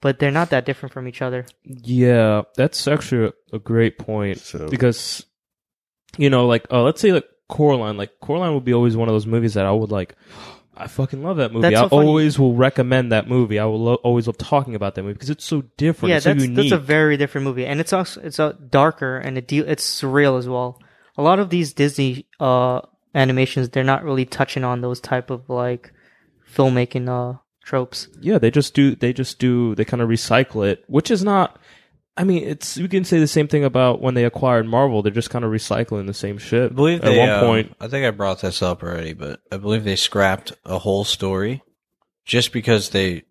S1: but they're not that different from each other.
S2: Yeah, that's actually a great point
S4: So
S2: because, you know, like uh, let's say like Coraline, like Coraline would be always one of those movies that I would like. I fucking love that movie.
S1: That's
S2: I
S1: so funny.
S2: always will recommend that movie. I will lo- always love talking about that movie because it's so different.
S1: yeah,
S2: it's so
S1: that's
S2: unique.
S1: that's a very different movie, and it's also it's a darker and it deal it's surreal as well. A lot of these Disney uh animations, they're not really touching on those type of like filmmaking uh tropes.
S2: yeah they just do they just do they kind of recycle it which is not i mean it's you can say the same thing about when they acquired marvel they're just kind of recycling the same shit
S3: I believe
S2: at
S3: they,
S2: one
S3: uh,
S2: point
S3: I think I brought this up already, but I believe they scrapped a whole story just because they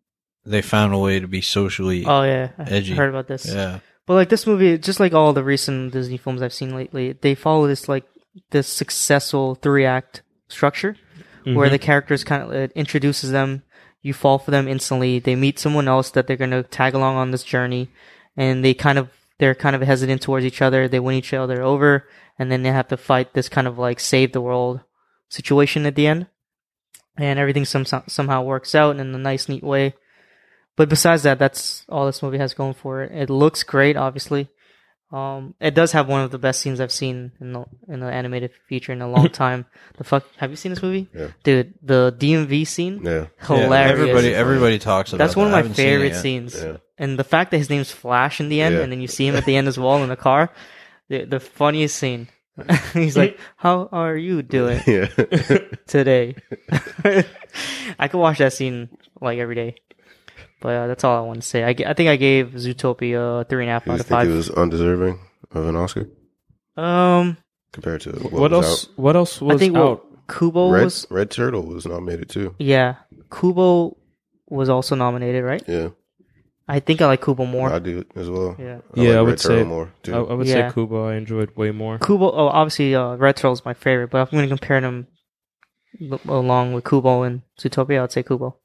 S3: they found a way to be socially.
S1: Oh yeah, I
S3: Edgy.
S1: heard about this.
S3: yeah,
S1: But like this movie, just like all the recent Disney films I've seen lately, they follow this like this successful three act structure
S3: Mm-hmm.
S1: where the characters kind of it introduces them, you fall for them instantly. They meet someone else that they're gonna tag along on this journey, and they kind of they're kind of hesitant towards each other. They win each other over, and then they have to fight this kind of like save the world situation at the end, and everything some, somehow works out in a nice, neat way. But besides that, that's all this movie has going for it. It looks great, obviously. Um, it does have one of the best scenes I've seen in the in the animated feature in a long time. The fuck, have you seen this movie,
S4: Yeah.
S1: dude? The DMV scene,
S4: yeah,
S1: hilarious.
S3: Everybody everybody talks about.
S1: That's one of
S3: that. I
S1: my
S3: haven't seen it
S1: favorite
S3: yet.
S1: scenes.
S4: Yeah.
S1: And the fact that his name's Flash in the end,
S4: Yeah.
S1: and then you see him at the end as well in the car, the, the funniest scene. He's like, "How are you doing
S4: yeah.
S1: today?" I could watch that scene like every day. But uh, that's all I want to say. I, g- I think I gave Zootopia a three and a half
S4: Do
S1: out
S4: you
S1: of
S4: think
S1: five.
S4: it was undeserving of an Oscar
S1: um,
S4: compared to what,
S2: what,
S4: was
S2: else
S4: Out?
S2: what else was
S1: I think well,
S2: out
S1: Kubo
S4: Red
S1: was
S4: Red Turtle was nominated too.
S1: yeah. Kubo was also nominated, right?
S4: Yeah,
S1: I think I like Kubo more.
S4: I do as well.
S1: yeah.
S2: Yeah, I
S4: Red
S2: would
S4: Turtle
S2: say-
S4: more too.
S2: I, I would
S1: Yeah.
S2: say kubo i enjoyed way more
S1: Kubo. Oh, obviously, uh, Red Turtle's my favorite, but if I'm going to compare them l- along with Kubo and Zootopia, I'd say Kubo.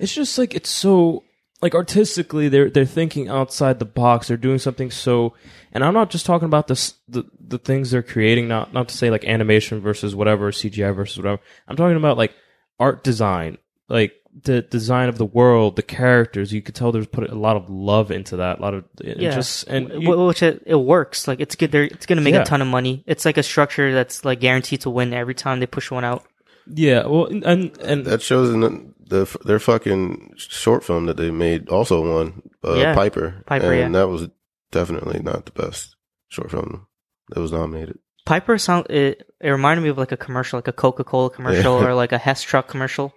S2: it's just like it's so like artistically they're they're thinking outside the box they're doing something so and i'm not just talking about this the the things they're creating not not to say like animation versus whatever cgi versus whatever i'm talking about like art design like the design of the world the characters you could tell there's put a lot of love into that a lot of it
S1: Yeah.
S2: just and
S1: W-
S2: you-
S1: Which it, it works. Like it's good. They're, it's going to make
S2: Yeah.
S1: a ton of money. It's like a structure that's like guaranteed to win every time they push one out.
S2: yeah well and and, and
S4: That shows in the, the their fucking short film that they made also won uh,
S1: Yeah.
S4: Piper.
S1: Piper,
S4: and
S1: yeah.
S4: that was definitely not the best short film that was nominated.
S1: Piper sound. It, it reminded me of like a commercial, like a Coca Cola commercial
S4: Yeah.
S1: or like a Hess truck commercial.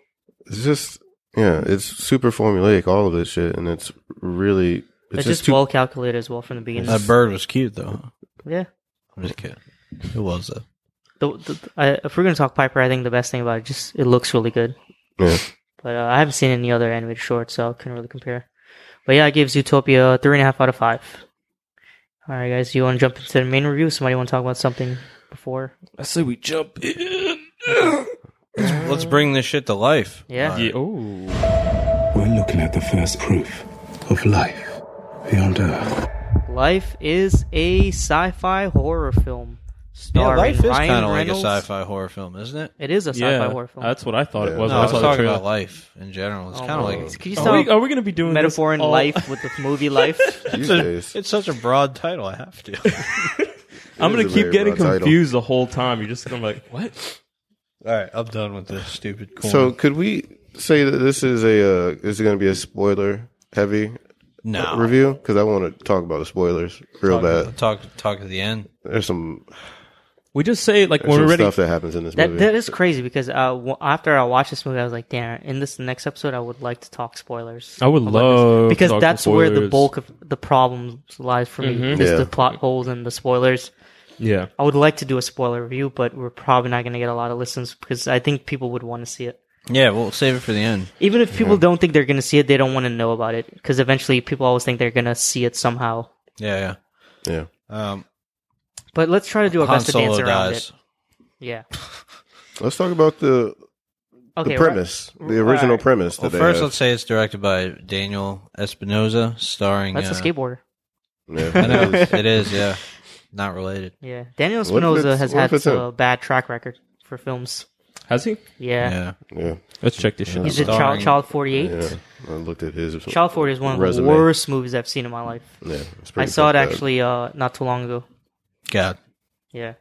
S4: It's just yeah, it's super formulaic all of this shit, and it's really it's,
S1: It's,
S4: just,
S1: just,
S4: too
S1: well calculated as well from the beginning.
S4: Uh,
S3: That bird was cute though.
S1: yeah.
S3: I'm just kidding. It was though.
S1: The, the, I, if we're going to talk Piper, I think the best thing about it just it looks really good.
S4: yeah.
S1: But uh, I haven't seen any other animated shorts, so I couldn't really compare. But yeah, I gave Zootopia a three and a half out of five. All right, guys, you want to jump into the main review? Somebody want to talk about something before?
S2: i say we jump in
S3: Let's, let's bring this shit to life.
S1: Yeah.
S2: yeah, oh
S5: We're looking at the first proof of life beyond Earth.
S1: Life is a sci-fi horror film
S3: Yeah,
S1: starring
S3: life is
S1: Ryan
S3: kind of like a
S1: Reynolds.
S3: sci-fi horror film, isn't it?
S1: It is a sci-fi
S2: yeah
S1: horror film.
S2: that's what i thought it
S4: Yeah.
S2: was
S3: No, I
S2: when I
S3: was
S2: saw the
S3: talking
S2: trailer.
S3: about life in general. It's
S1: Oh,
S3: kind of
S1: my
S3: like
S1: God. Can you
S2: are,
S1: stop
S2: we, are we gonna be doing this
S1: metaphor in
S2: all-
S1: life with the movie Life?
S4: These
S3: It's,
S4: days,
S3: a, it's such a broad title. I have to.
S2: I'm gonna
S4: is a
S2: keep
S4: very
S2: getting
S4: broad title.
S2: confused the whole time. You're just gonna be like, what?
S3: All right, I'm done with this stupid. Corn.
S4: so could we say that this is a uh, is going to be a spoiler heavy
S3: no,
S4: uh, review? Because I want to talk about the spoilers real bad.
S3: talk talk at the end.
S4: There's some,
S2: We just say like
S4: there's
S2: when
S4: some
S2: we're ready.
S4: stuff that happens in this
S1: that
S4: movie.
S1: that is crazy because uh, w- after I watched this movie, I was like, damn. In this next episode, I would like to talk spoilers.
S2: I would
S1: about
S2: love
S1: because
S2: to talk
S1: that's where the
S2: spoilers.
S1: bulk of the problem lies for me. Is
S4: Yeah.
S1: the plot holes and the spoilers.
S2: Yeah,
S1: I would like to do a spoiler review, but we're probably not going to get a lot of listens because I think people would want to see it.
S3: Yeah, we'll save it for the end.
S1: Even if people don't think they're going to see it, they don't want to know about it because eventually people always think they're going to see it somehow.
S3: Yeah,
S4: yeah,
S3: yeah. Um,
S1: But let's try to do our
S3: Han
S1: best to dance
S3: Solo
S1: around
S3: dies.
S1: it. Yeah.
S4: let's talk about the the
S1: Okay. right-
S4: premise, the original
S1: Alright.
S4: premise.
S3: Well,
S4: that
S3: first,
S4: they
S3: let's say it's directed by Daniel Espinosa, starring.
S1: That's a
S3: uh,
S1: skateboarder.
S4: have.
S3: I
S4: Yeah,
S3: know
S4: it is.
S3: it is. Yeah, not related.
S1: Yeah. Daniel
S4: What if
S1: Espinosa
S4: it's-
S1: has
S4: what if
S1: had
S4: it's him?
S1: a bad track record for films.
S2: Has he?
S1: Yeah.
S3: Yeah.
S4: Yeah,
S2: Let's check this shit.
S1: He's
S2: out.
S1: a child,
S3: Starring-
S1: child 48.
S4: yeah. I looked at his.
S1: Child 48 is one of
S4: Resume.
S1: the worst movies I've seen in my life.
S4: Yeah, it's
S1: I
S4: pretty
S1: saw it
S4: fucked up.
S1: actually uh, not too long ago.
S3: God.
S1: Yeah.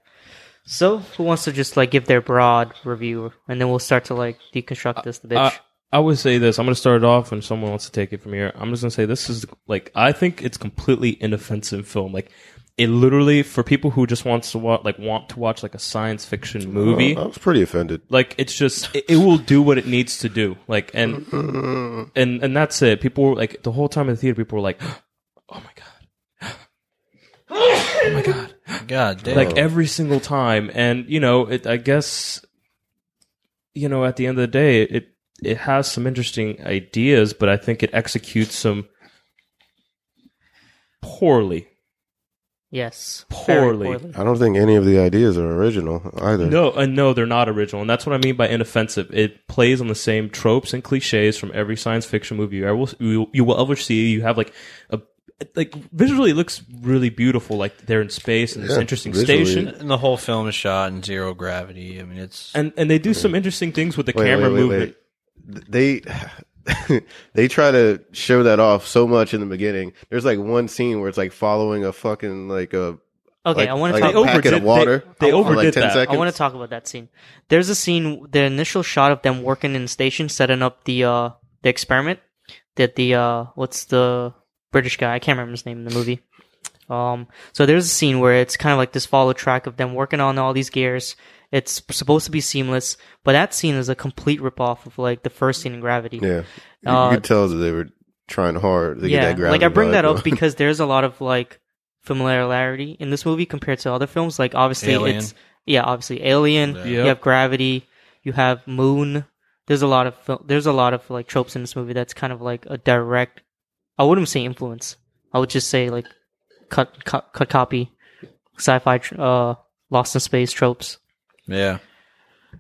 S1: So, who wants to just like give their broad review, and then we'll start to like deconstruct this bitch?
S2: I, I would say this. I'm going to start it off, and someone wants to take it from here. I'm just going to say this is like I think it's completely inoffensive film. Like it literally for people who just wants to watch like want to watch like a science fiction movie.
S4: Uh, I was pretty offended.
S2: Like it's just it, it will do what it needs to do. Like and and and that's it. People were like the whole time in the theater. People were like, oh my god.
S3: God damn.
S4: Oh.
S2: like every single time and you know it i guess you know at the end of the day it it has some interesting ideas but i think it executes some poorly
S1: yes. Very
S2: poorly.
S4: I don't think any of the ideas are original either.
S2: no and no they're not original and that's what i mean by inoffensive it plays on the same tropes and cliches from every science fiction movie you ever will, you, you will ever see you have like a like visually it looks really beautiful like they're in space and this
S4: Yeah,
S2: interesting
S4: visually.
S2: station
S3: and the whole film is shot in zero gravity. I mean, it's
S2: and and they do some interesting things with the
S4: Hmm. Wait,
S2: camera
S4: wait, wait,
S2: movement
S4: wait. They they try to show that off so much in the beginning. There's like one scene where it's like following a fucking like a
S1: Okay,
S4: like,
S1: I want to
S4: like
S1: talk.
S4: a packet of
S2: overdid-
S4: water.
S2: they- they
S4: for, like,
S2: overdid
S4: 10
S2: that. I
S1: I
S4: Seconds.
S1: want to talk about that scene. There's a scene, the initial shot of them working in the station, setting up the uh, the experiment that the uh, what's the British guy? I can't remember his name in the movie. Um, so there's a scene where it's kind of like this follow track of them working on all these gears. It's supposed to be seamless, but that scene is a complete ripoff of like the first scene in Gravity.
S4: Yeah, you,
S1: Uh,
S4: you could tell that they were trying hard to get that gravity.
S1: like I bring
S4: vibe
S1: that up
S4: going.
S1: because there's a lot of like familiarity in this movie compared to other films. Like obviously
S3: Alien.
S1: it's yeah, obviously Alien.
S3: Yeah.
S1: You have Gravity. You have Moon. There's a lot of fil- there's a lot of like tropes in this movie that's kind of like a direct. I wouldn't say influence. I would just say like cut cut, cut copy, sci-fi tr- uh Lost in Space tropes.
S3: yeah.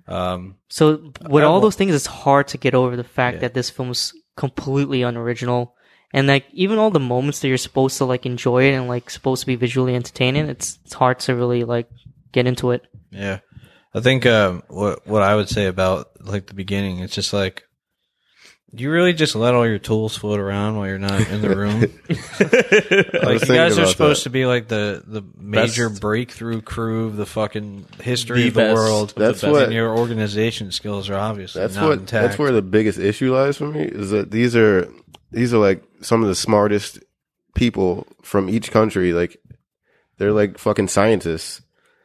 S3: Um,
S1: So with
S3: I
S1: all
S3: will-
S1: those things, it's hard to get over the fact
S3: Yeah.
S1: that this film is completely unoriginal, and like even all the moments that you're supposed to like enjoy it and like supposed to be visually entertaining, it's it's hard to really like get into it.
S3: Yeah, I think um, what what I would say about like the beginning, it's just like, do you really just let all your tools float around while you're not in the room?
S4: I
S3: like
S4: was
S3: you
S4: thinking
S3: guys are
S4: about
S3: supposed to
S4: that.
S3: be like the the major
S2: Best.
S3: breakthrough crew of the fucking history
S2: The
S3: of the
S2: best
S3: world.
S2: of the
S4: That's
S2: best.
S4: what-
S3: and your organization skills are obviously
S4: That's
S3: not
S4: what.
S3: intact.
S4: That's where the biggest issue lies for me is that these are these are like some of the smartest people from each country. Like they're like fucking scientists,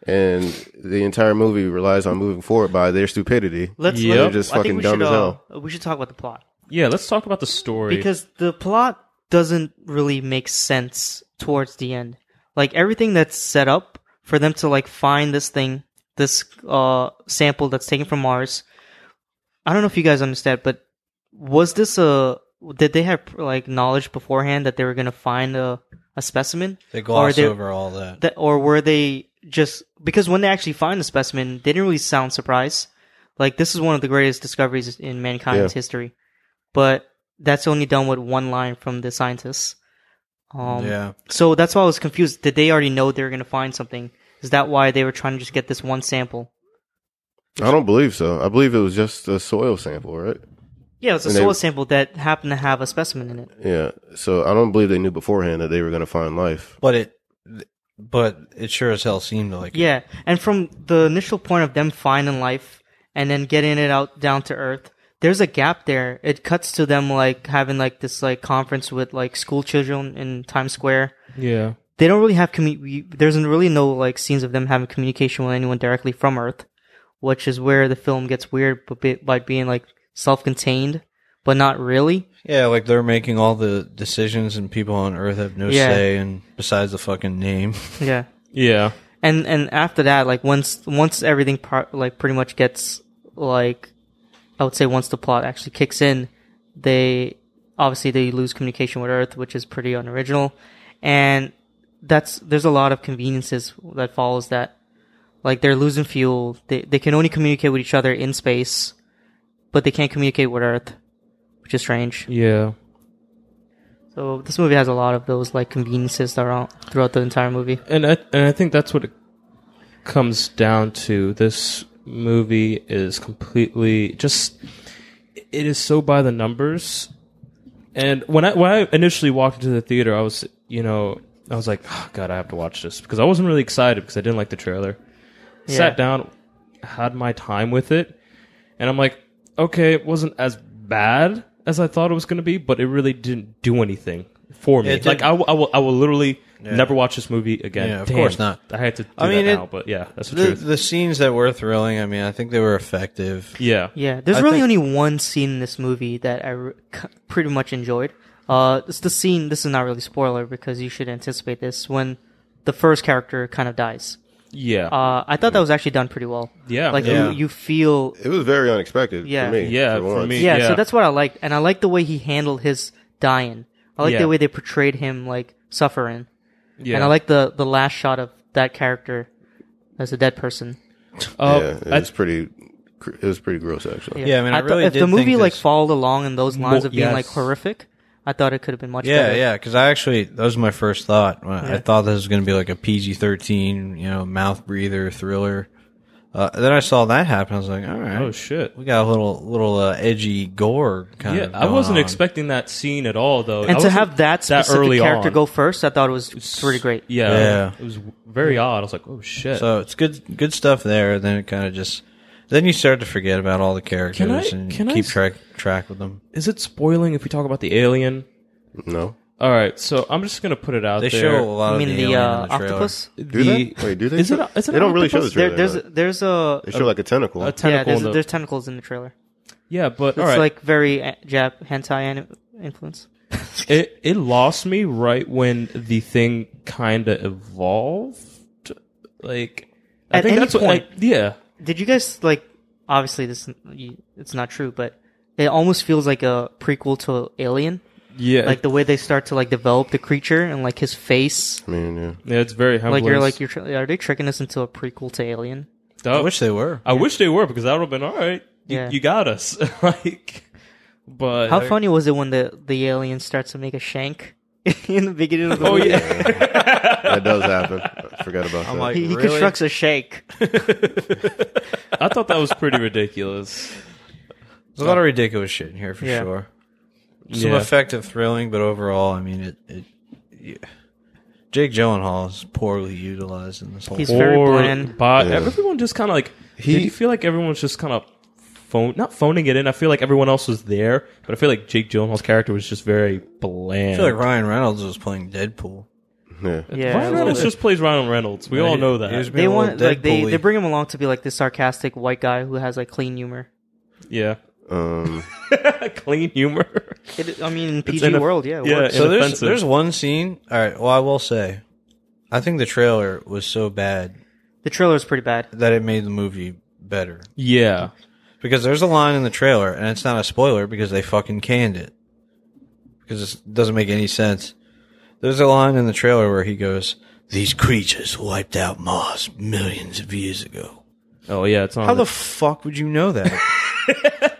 S4: and the entire movie relies on moving forward by their stupidity.
S1: Let's
S2: Yep.
S1: let-
S2: They're
S4: just
S1: I think
S4: fucking
S1: we
S4: dumb
S1: should,
S4: as
S1: uh, We should talk about the plot
S2: Yeah, let's talk about the story.
S1: because the plot doesn't really make sense towards the end. Like everything that's set up for them to like find this thing, this uh sample that's taken from Mars. I don't know if you guys understand, but was this a did they have like knowledge beforehand that they were gonna find a a specimen?
S3: they gloss
S1: they-
S3: over all that.
S1: that or were they just because when they actually find the specimen they didn't really sound surprised like this is one of the greatest discoveries in mankind's
S4: Yeah.
S1: history but that's only done with one line from the scientists um,
S3: yeah,
S1: so that's why i was confused did they already know they were going to find something is that why they were trying to just get this one sample
S4: I don't believe so. I believe it was just a soil sample, right?
S1: yeah it's a
S4: And they-
S1: soil sample that happened to have a specimen in it
S4: Yeah. So I don't believe they knew beforehand that they were going to find life.
S3: but it but it sure as hell seemed like it.
S1: Yeah, and from the initial point of them finding life and then getting it out down to earth, there's a gap there. It cuts to them like having like this like conference with like school children in Times Square.
S2: yeah,
S1: They don't really have commu- There's really no like scenes of them having communication with anyone directly from Earth, which is where the film gets weird, but be- by being like self-contained, but not really.
S3: Yeah, like they're making all the decisions, and people on Earth have no
S1: Yeah.
S3: say, and besides the fucking name.
S1: Yeah.
S2: yeah,
S1: and and after that like once once everything par- like pretty much gets like i would say once the plot actually kicks in they obviously they lose communication with earth which is pretty unoriginal and that's there's a lot of conveniences that follows that like they're losing fuel they, they can only communicate with each other in space but they can't communicate with earth which is strange
S2: yeah.
S1: so this movie has a lot of those like conveniences that are on- throughout the entire movie
S2: And I and I think that's what it comes down to. This movie is completely just it is so by the numbers. And when I when I initially walked into the theater, I was you know I was like, oh, God, I have to watch this because I wasn't really excited because I didn't like the trailer.
S1: Yeah.
S2: Sat down, had my time with it, and I'm like, okay, it wasn't as bad as I thought it was going to be, but it really didn't do anything for me.
S3: It
S2: like
S3: did-
S2: I, will- I will I will literally never watch this movie again.
S3: Yeah, of
S2: Damn,
S3: course not.
S2: I had to. Do
S3: I mean,
S2: that
S3: it-
S2: now, but yeah, that's the,
S3: The,
S2: truth.
S3: the scenes that were thrilling, I mean, I think they were effective.
S2: Yeah,
S1: Yeah, there's
S3: I
S1: really
S3: think-
S1: only one scene in this movie that I re- c- pretty much enjoyed. Uh, it's the scene. This is not really spoiler because you should anticipate this when the first character kind of dies.
S2: yeah,
S1: Uh, I thought that was actually done pretty well.
S2: Yeah.
S1: like
S3: Yeah.
S1: you, you feel.
S4: It was very unexpected
S1: Yeah.
S4: for me.
S2: Yeah, for
S4: once.
S2: me.
S1: Yeah,
S2: Yeah.
S1: so that's what I liked, and I liked the way he handled his dying. I like
S2: Yeah.
S1: the way they portrayed him like suffering,
S2: yeah.
S1: and I like the the last shot of that character as a dead person.
S2: Uh,
S4: yeah, it
S2: I-
S4: was pretty. cr- It was pretty gross, actually.
S3: Yeah, I mean, I
S1: thought-
S3: really
S1: if
S3: did
S1: the movie
S3: think
S1: like
S3: this-
S1: followed along in those lines
S2: Mo-
S1: of being
S2: yes.
S1: like horrific, I thought it could have been much
S3: Yeah,
S1: better.
S3: yeah, because I actually, that was my first thought. When I thought this was going to be like a PG 13, you know, mouth breather thriller. Uh, then I saw that happen. I was like, all right.
S2: oh shit.
S3: we got a little, little uh, edgy gore kind
S2: Yeah,
S3: of.
S2: I wasn't
S3: going on.
S2: expecting that scene at all, though. I
S1: And to
S2: wasn't
S1: have that specific
S2: early
S1: character
S2: on.
S1: go first, I thought it was pretty great.
S2: Yeah,
S3: Yeah.
S2: it was very odd. I was like, oh shit.
S3: So it's good, good stuff there. Then it kind of just, then you start to forget about all the characters
S2: Can I-
S3: and
S2: can I
S3: keep
S2: s-
S3: track track with them.
S2: Is it spoiling if we talk about the alien?
S4: No,
S2: All right, so I'm just gonna put it out
S3: They
S2: there.
S3: show a lot
S1: I
S3: of
S1: mean
S3: the,
S1: the,
S3: alien
S1: uh,
S3: in the trailer.
S1: octopus.
S4: do
S2: The-
S4: they? Wait, do they?
S2: Is
S4: show-
S2: it a- is it
S4: they
S2: an
S4: don't really show the
S2: octopus?
S1: There,
S4: trailer.
S1: there's
S4: though.
S1: there's a
S4: they show like a tentacle.
S2: a
S1: yeah,
S2: tentacle.
S1: there's,
S2: in the-
S1: there's tentacles in the trailer.
S2: yeah, but
S1: It's
S2: all right,
S1: like very uh, Jap hentai anim- influence.
S2: it it lost me right when the thing kind of evolved. Like I
S1: At
S2: think
S1: any
S2: that's what.
S1: point-
S2: Like, yeah,
S1: Did you guys like? Obviously, this you- it's not true, but it almost feels like a prequel to Alien.
S2: yeah,
S1: Like the way they start to like develop the creature and like his face.
S4: I mean, yeah.
S2: yeah, it's very humbling.
S1: Like you're like you're tr- are they tricking us into a prequel to Alien?
S3: I wish they were.
S2: I wish they were because that would have been all right. You,
S1: Yeah.
S2: you got us, like. But
S1: How funny was it when the the alien starts to make a shank in the beginning of the
S2: Oh
S1: movie?
S2: yeah,
S4: That does happen. I forgot about that.
S3: like-
S1: He, he
S3: Really?
S1: constructs a shake.
S2: I thought that was pretty ridiculous.
S3: There's a lot of ridiculous shit in here for
S1: Yeah.
S3: sure. Oh. Some
S2: Yeah.
S3: effective thrilling, but overall, I mean, it. it yeah. Jake Gyllenhaal is poorly utilized in this whole.
S1: He's very
S2: Or-
S1: bland.
S2: But
S4: Yeah.
S2: everyone just kind of like. did
S4: He-
S2: you feel like everyone's just kind of phone, not phoning it in? I feel like everyone else was there, but I feel like Jake Gyllenhaal's character was just very bland.
S3: I feel like Ryan Reynolds was playing Deadpool.
S4: yeah.
S1: Yeah,
S2: Ryan Reynolds just plays Ryan Reynolds. We all
S3: He-
S2: know
S3: he was
S2: that.
S3: being
S1: they
S3: a little
S1: want like they,
S3: Deadpool-y.
S1: they bring him along to be like this sarcastic white guy who has like clean humor.
S2: Yeah,
S4: Um,
S2: clean humor.
S1: It, I mean, in
S2: It's
S1: PG
S2: in a-
S1: world, yeah, it
S2: yeah,
S1: works.
S2: in
S3: so there's
S2: offensive.
S3: there's one scene. All right. Well, I will say, I think the trailer was so bad
S1: The trailer's pretty bad.
S3: that it made the movie better
S2: Yeah,
S3: because there's a line in the trailer, and it's not a spoiler because they fucking canned it because it doesn't make any sense. There's a line in the trailer where he goes, "These creatures wiped out Mars millions of years ago."
S2: Oh yeah, it's on.
S3: How
S2: the-
S3: the fuck would you know that?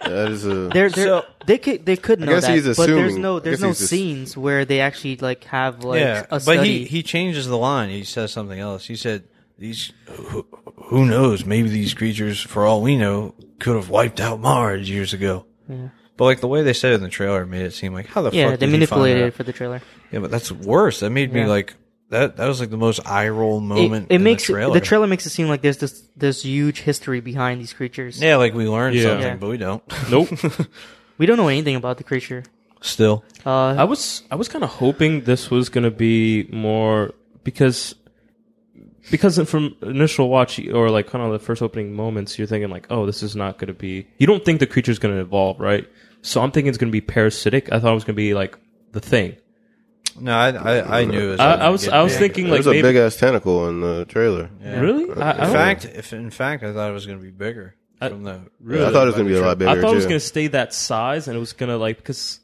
S4: that is a.
S1: They're, they're,
S3: So-
S1: they could they could know
S4: guess
S1: that,
S4: he's
S1: but there's
S4: assuming-
S1: no
S4: I
S1: there's
S4: guess
S1: no
S4: he's just-
S1: scenes where they actually like have like
S3: yeah,
S1: a
S3: but
S1: study.
S3: he he changes the line. He says something else. He said, "These who, who knows? Maybe these creatures, for all we know, could have wiped out Mars years ago."
S1: Yeah.
S3: But like the way they said it in the trailer made it seem like how the
S1: yeah,
S3: fuck
S1: they
S3: did you find
S1: manipulated
S3: that
S1: it for the trailer.
S3: Yeah, but that's worse. That made me
S1: Yeah.
S3: like that. That was like the most eye roll
S1: It,
S3: moment.
S1: it
S3: in
S1: makes
S3: the trailer.
S1: the trailer makes it seem like there's this this huge history behind these creatures.
S3: Yeah, like we learned
S2: Yeah.
S3: something,
S1: Yeah.
S3: but we don't.
S2: nope.
S1: We don't know anything about the creature.
S3: Still,
S1: Uh,
S2: I was I was kind of hoping this was gonna be more because because from initial watch or like kind of the first opening moments, you're thinking like, oh, this is not gonna be. You don't think the creature's gonna evolve, right? So I'm thinking it's gonna be parasitic. I thought it was gonna be like the thing.
S3: no, I I, I knew. It was
S2: I,
S3: gonna
S2: I was
S3: get
S2: I was
S3: big.
S2: thinking like
S4: there's a
S2: maybe
S4: big ass tentacle in the trailer.
S2: really. I, I
S3: In
S2: don't-
S3: fact, if in fact, I thought it was going to be bigger. From the,
S2: really?
S4: I thought it was gonna be a lot bigger.
S2: I thought it was
S4: too.
S2: gonna stay that size, and it was gonna like because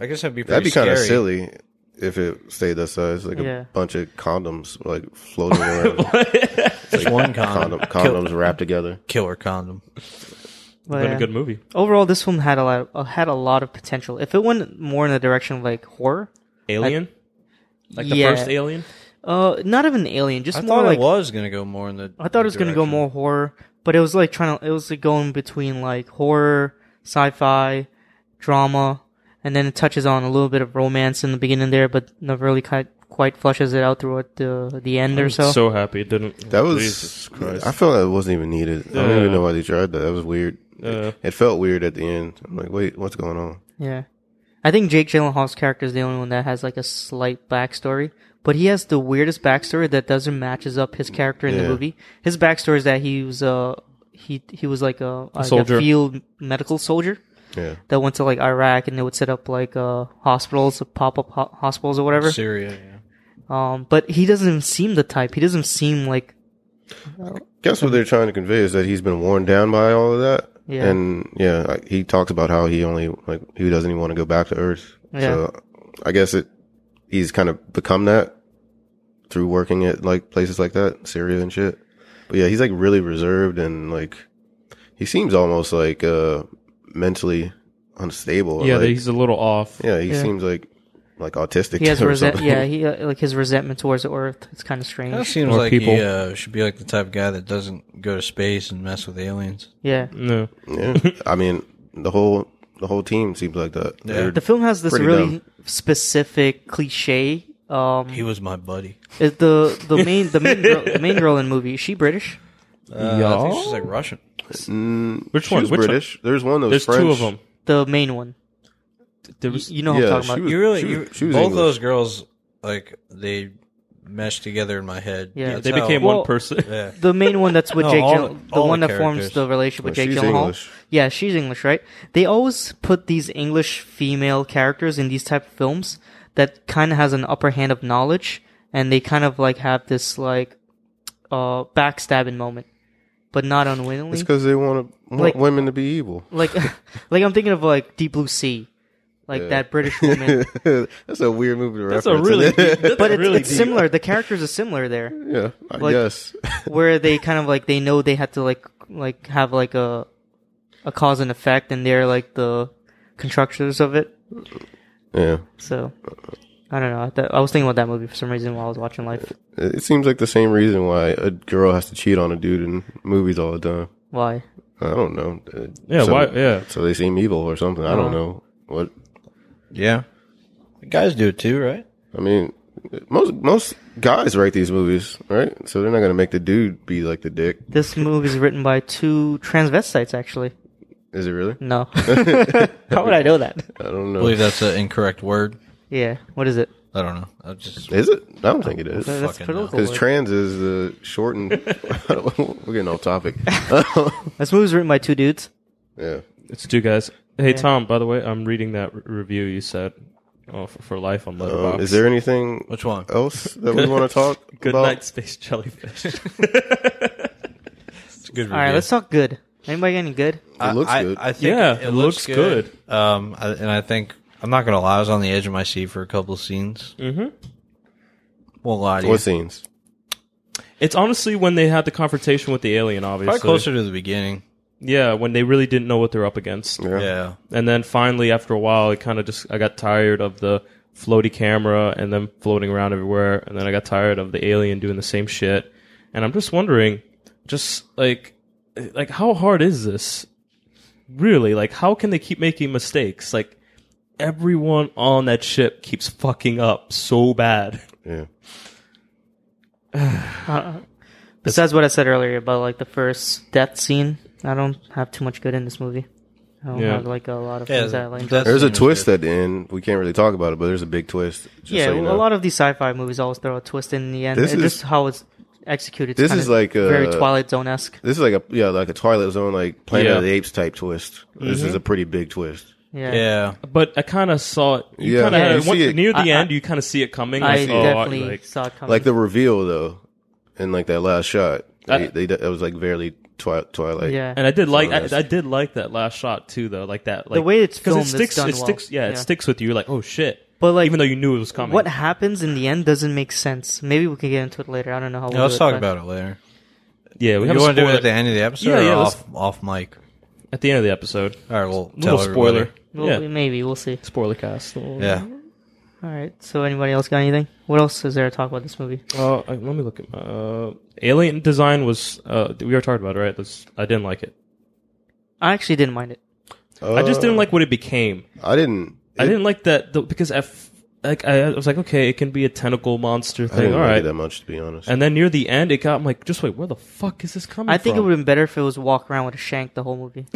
S3: I guess that'd be
S4: That'd
S3: pretty
S4: be kind of
S3: scary.
S4: silly if it stayed that size, like
S1: Yeah.
S4: a bunch of condoms like floating around.
S3: Just one condom,
S4: Condom, condoms wrapped together.
S3: killer condom.
S1: but,
S2: been
S1: Oh, yeah.
S2: a good movie.
S1: Overall, this film had a lot uh, had a lot of potential. If it went more in the direction of like horror,
S2: Alien, like the
S1: yeah.
S2: first Alien.
S1: uh, not even Alien, just
S3: I
S1: more
S3: thought
S1: like
S3: it was going to go more in the.
S1: I thought it was going to go more horror. but it was like trying to it was like going between like horror, sci-fi, drama, and then it touches on a little bit of romance in the beginning there, but never really quite quite flushes it out throughout the the end or so.
S2: so happy it didn't.
S4: That was.
S2: Jesus Christ.
S4: I felt that it wasn't even needed. I don't
S2: Yeah.
S4: even know why they tried that. That was weird.
S2: Yeah.
S4: It felt weird at the end. I'm like, wait, what's going on?
S1: yeah, I think Jake Gyllenhaal's character is the only one that has like a slight backstory, but he has the weirdest backstory that doesn't matches up his character in the
S4: Yeah.
S1: movie. His backstory is that he was uh he he was like a, like
S2: soldier.
S1: a field medical soldier.
S4: Yeah.
S1: that went to like Iraq and they would set up like uh hospitals, pop up ho- hospitals or whatever.
S3: Syria, yeah.
S1: Um, but he doesn't even seem the type. He doesn't seem like
S4: Guess what they're trying to convey is that he's been worn down by all of that.
S1: Yeah.
S4: And yeah, like, he talks about how he only like he doesn't even want to go back to Earth. So I guess it he's kind of become that through working at like places like that, Syria and shit. But yeah, he's like really reserved and like he seems almost like uh mentally unstable. or,
S2: yeah,
S4: like,
S2: he's a little off.
S4: yeah, he
S1: Yeah.
S4: seems like like autistic.
S1: he has
S4: or
S1: resent.
S4: something.
S1: Yeah, he uh, like his resentment towards the Earth. It's kind of
S3: That
S1: strange.
S3: seems
S2: Or
S3: like
S2: people.
S3: he uh, should be like the type of guy that doesn't go to space and mess with aliens.
S1: Yeah,
S2: No.
S4: Yeah. I mean, the whole the whole team seems like that. They're-
S1: the film has this
S4: Pretty
S1: really specific cliche. Um,
S3: He was my buddy.
S1: is the the main the main girl, the main girl in the movie is she British?
S3: Uh,
S4: Oh.
S3: I think she's like Russian.
S4: Mm,
S2: Which
S4: she
S2: one?
S4: was
S2: Which one?
S4: British. There's one that was
S2: There's
S4: French.
S2: two of them.
S1: The main one.
S2: There
S1: You,
S2: was
S1: you know who
S4: Yeah,
S1: I'm talking
S4: she
S1: about.
S4: was-
S3: You really,
S4: she
S3: you,
S4: was- she was
S3: both
S4: English.
S3: those girls, like they meshed together in my head.
S1: Yeah.
S3: That's
S2: they
S3: how-
S2: became
S1: Well-
S2: one person.
S3: Yeah,
S1: the main one that's with
S3: No,
S1: Jake,
S3: all
S1: Gyllen-
S3: the-
S1: the
S3: all the
S1: one that forms
S3: characters.
S1: the relationship with
S4: Well,
S1: Jake
S4: Oh, she's
S1: Gyllenhaal.
S4: English.
S1: Yeah, she's English, right? They always put these English female characters in these type of films that kind of has an upper hand of knowledge, and they kind of like have this like uh backstabbing moment, but not
S4: It's
S1: unwittingly.
S4: because they want, to, want
S1: Like-
S4: women to be evil.
S1: Like, like I'm thinking of like Deep Blue Sea, like that British woman.
S4: That's a weird movie to
S2: That's
S4: reference.
S2: a really,
S4: isn't it?
S2: deep, that's
S1: But
S2: a
S1: it's,
S2: really
S1: it's
S2: deep-
S1: similar. The characters are similar there.
S4: yeah. I
S1: Like-
S4: guess.
S1: where they kind of like they know they had to like like have like a a cause and effect and they're like the constructors of it
S4: yeah.
S1: so i don't know I, th- I was thinking about that movie for some reason while i was watching life
S4: It it seems like the same reason why a girl has to cheat on a dude in movies all the time.
S1: why
S4: I don't know. Uh,
S2: Yeah,
S4: so,
S2: why? Yeah,
S4: So they seem evil or something. I
S1: Uh-huh.
S4: don't know what.
S3: yeah. The guys do it too, right?
S4: I mean, most most guys write these movies, right? So they're not gonna make the dude be like the dick.
S1: this movie is written by two transvestites actually
S4: Is it really?
S1: no how would i know that
S4: I don't
S3: I
S4: know.
S3: believe that's an incorrect word.
S1: yeah what is it
S3: I don't know. I just
S4: Is it? I don't think it is.
S1: that's
S3: Fucking
S1: political
S4: Because
S1: word.
S4: trans is the shortened. We're getting off topic.
S1: this movie was written by two dudes
S4: yeah.
S2: it's two guys. Hey Tom, by the way, I'm reading that re- review you said oh, for, for life on Letterboxd.
S4: Um, is there anything
S3: which one?
S4: else that we want to talk
S2: Good
S4: about?
S2: night, space jellyfish.
S3: It's a good.
S1: all right
S3: review.
S1: let's talk good anybody got any good
S4: It looks
S3: I,
S4: good.
S3: I, I think
S2: Yeah,
S3: it,
S2: it
S3: looks,
S2: looks
S3: good. Um, I, and I think I'm not gonna lie. I was on the edge of my seat for a couple of scenes. Mm-hmm. Won't lie to you.
S4: What scenes?
S2: it's honestly when they had the confrontation with the alien,
S3: Probably
S2: obviously.
S3: closer to the beginning.
S2: Yeah, when they really didn't know what they're up against.
S4: Yeah.
S3: Yeah.
S2: And then finally, after a while, it kind of just I got tired of the floaty camera and then floating around everywhere, and then I got tired of the alien doing the same shit. And I'm just wondering, just like, like how hard is this? Really, like how can they keep making mistakes? Like everyone on that ship keeps fucking up so bad.
S4: Yeah.
S1: besides what i said earlier about like the first death scene i don't have too much good in this movie I don't
S2: Yeah.
S1: have like a lot of
S3: Yeah,
S1: things that I like.
S3: that's-
S4: There's a
S3: Scene was
S4: twist
S3: good.
S4: at the end. We can't really talk about it, but there's a big twist. Just
S1: yeah,
S4: so you
S1: well,
S4: know.
S1: a lot of these sci-fi movies always throw a twist in the end.
S4: This
S1: It's
S4: is-
S1: just how it's executed. It's
S4: this
S1: kinda
S4: is like, uh,
S1: very Twilight Zone esque.
S4: this is like a yeah, like a Twilight Zone, like Planet
S2: Yeah.
S4: of the Apes type twist. This is a pretty big twist.
S1: Yeah,
S3: Yeah.
S2: But I kind of saw it. You
S4: Yeah.
S2: kind
S4: Yeah,
S2: of
S4: you see it.
S2: near the
S1: I- I-
S2: end, you kind of see it coming.
S1: I
S2: like, oh,
S1: definitely
S2: like-
S1: saw it coming.
S4: Like the reveal though, in like that last shot, they,
S2: Uh,
S4: they that was like barely twi- Twilight.
S1: yeah,
S2: And I did like
S4: that's-
S2: I, I did like that last shot too, though. Like that, like,
S1: way it's
S2: 'cause
S1: filmed, it's
S2: it sticks.
S1: done
S2: it
S1: well.
S2: sticks. Yeah,
S1: Yeah.
S2: it sticks with you. Like, oh shit!
S1: But, like,
S2: even though you knew it was coming,
S1: what happens in the end doesn't make sense. Maybe we can get into it later. I don't know how.
S3: Yeah, let's talk about it later.
S2: Yeah, we
S3: You
S2: have a
S3: want to do it
S2: spoiler
S3: at the end of the episode?
S2: Yeah,
S3: or
S2: yeah, let's-
S3: off off mic.
S2: at the end of the episode.
S3: All right, we'll tell
S2: Little spoiler.
S3: everybody.
S1: Well,
S2: yeah,
S1: Maybe we'll see.
S3: Mm-hmm.
S2: spoiler cast.
S3: Yeah.
S1: All right. So anybody else got anything? What else is there to talk about this movie?
S2: Uh, I- let me look at my, uh, Alien Design was uh, we were talking about it, right? Let's, I didn't like it.
S1: I actually didn't mind it.
S2: I just didn't like what it became.
S4: I didn't.
S3: Uh,
S2: I didn't like that the, because I f- like I, I was like, okay, it can be a tentacle monster
S4: I
S2: thing.
S4: didn't
S2: All
S4: like
S2: right,
S4: it that much to be honest.
S2: and then near the end, it got I'm like, just wait, where the fuck is this coming?
S1: I think it
S2: from?
S1: would have been better if it was walk around with a shank the whole movie.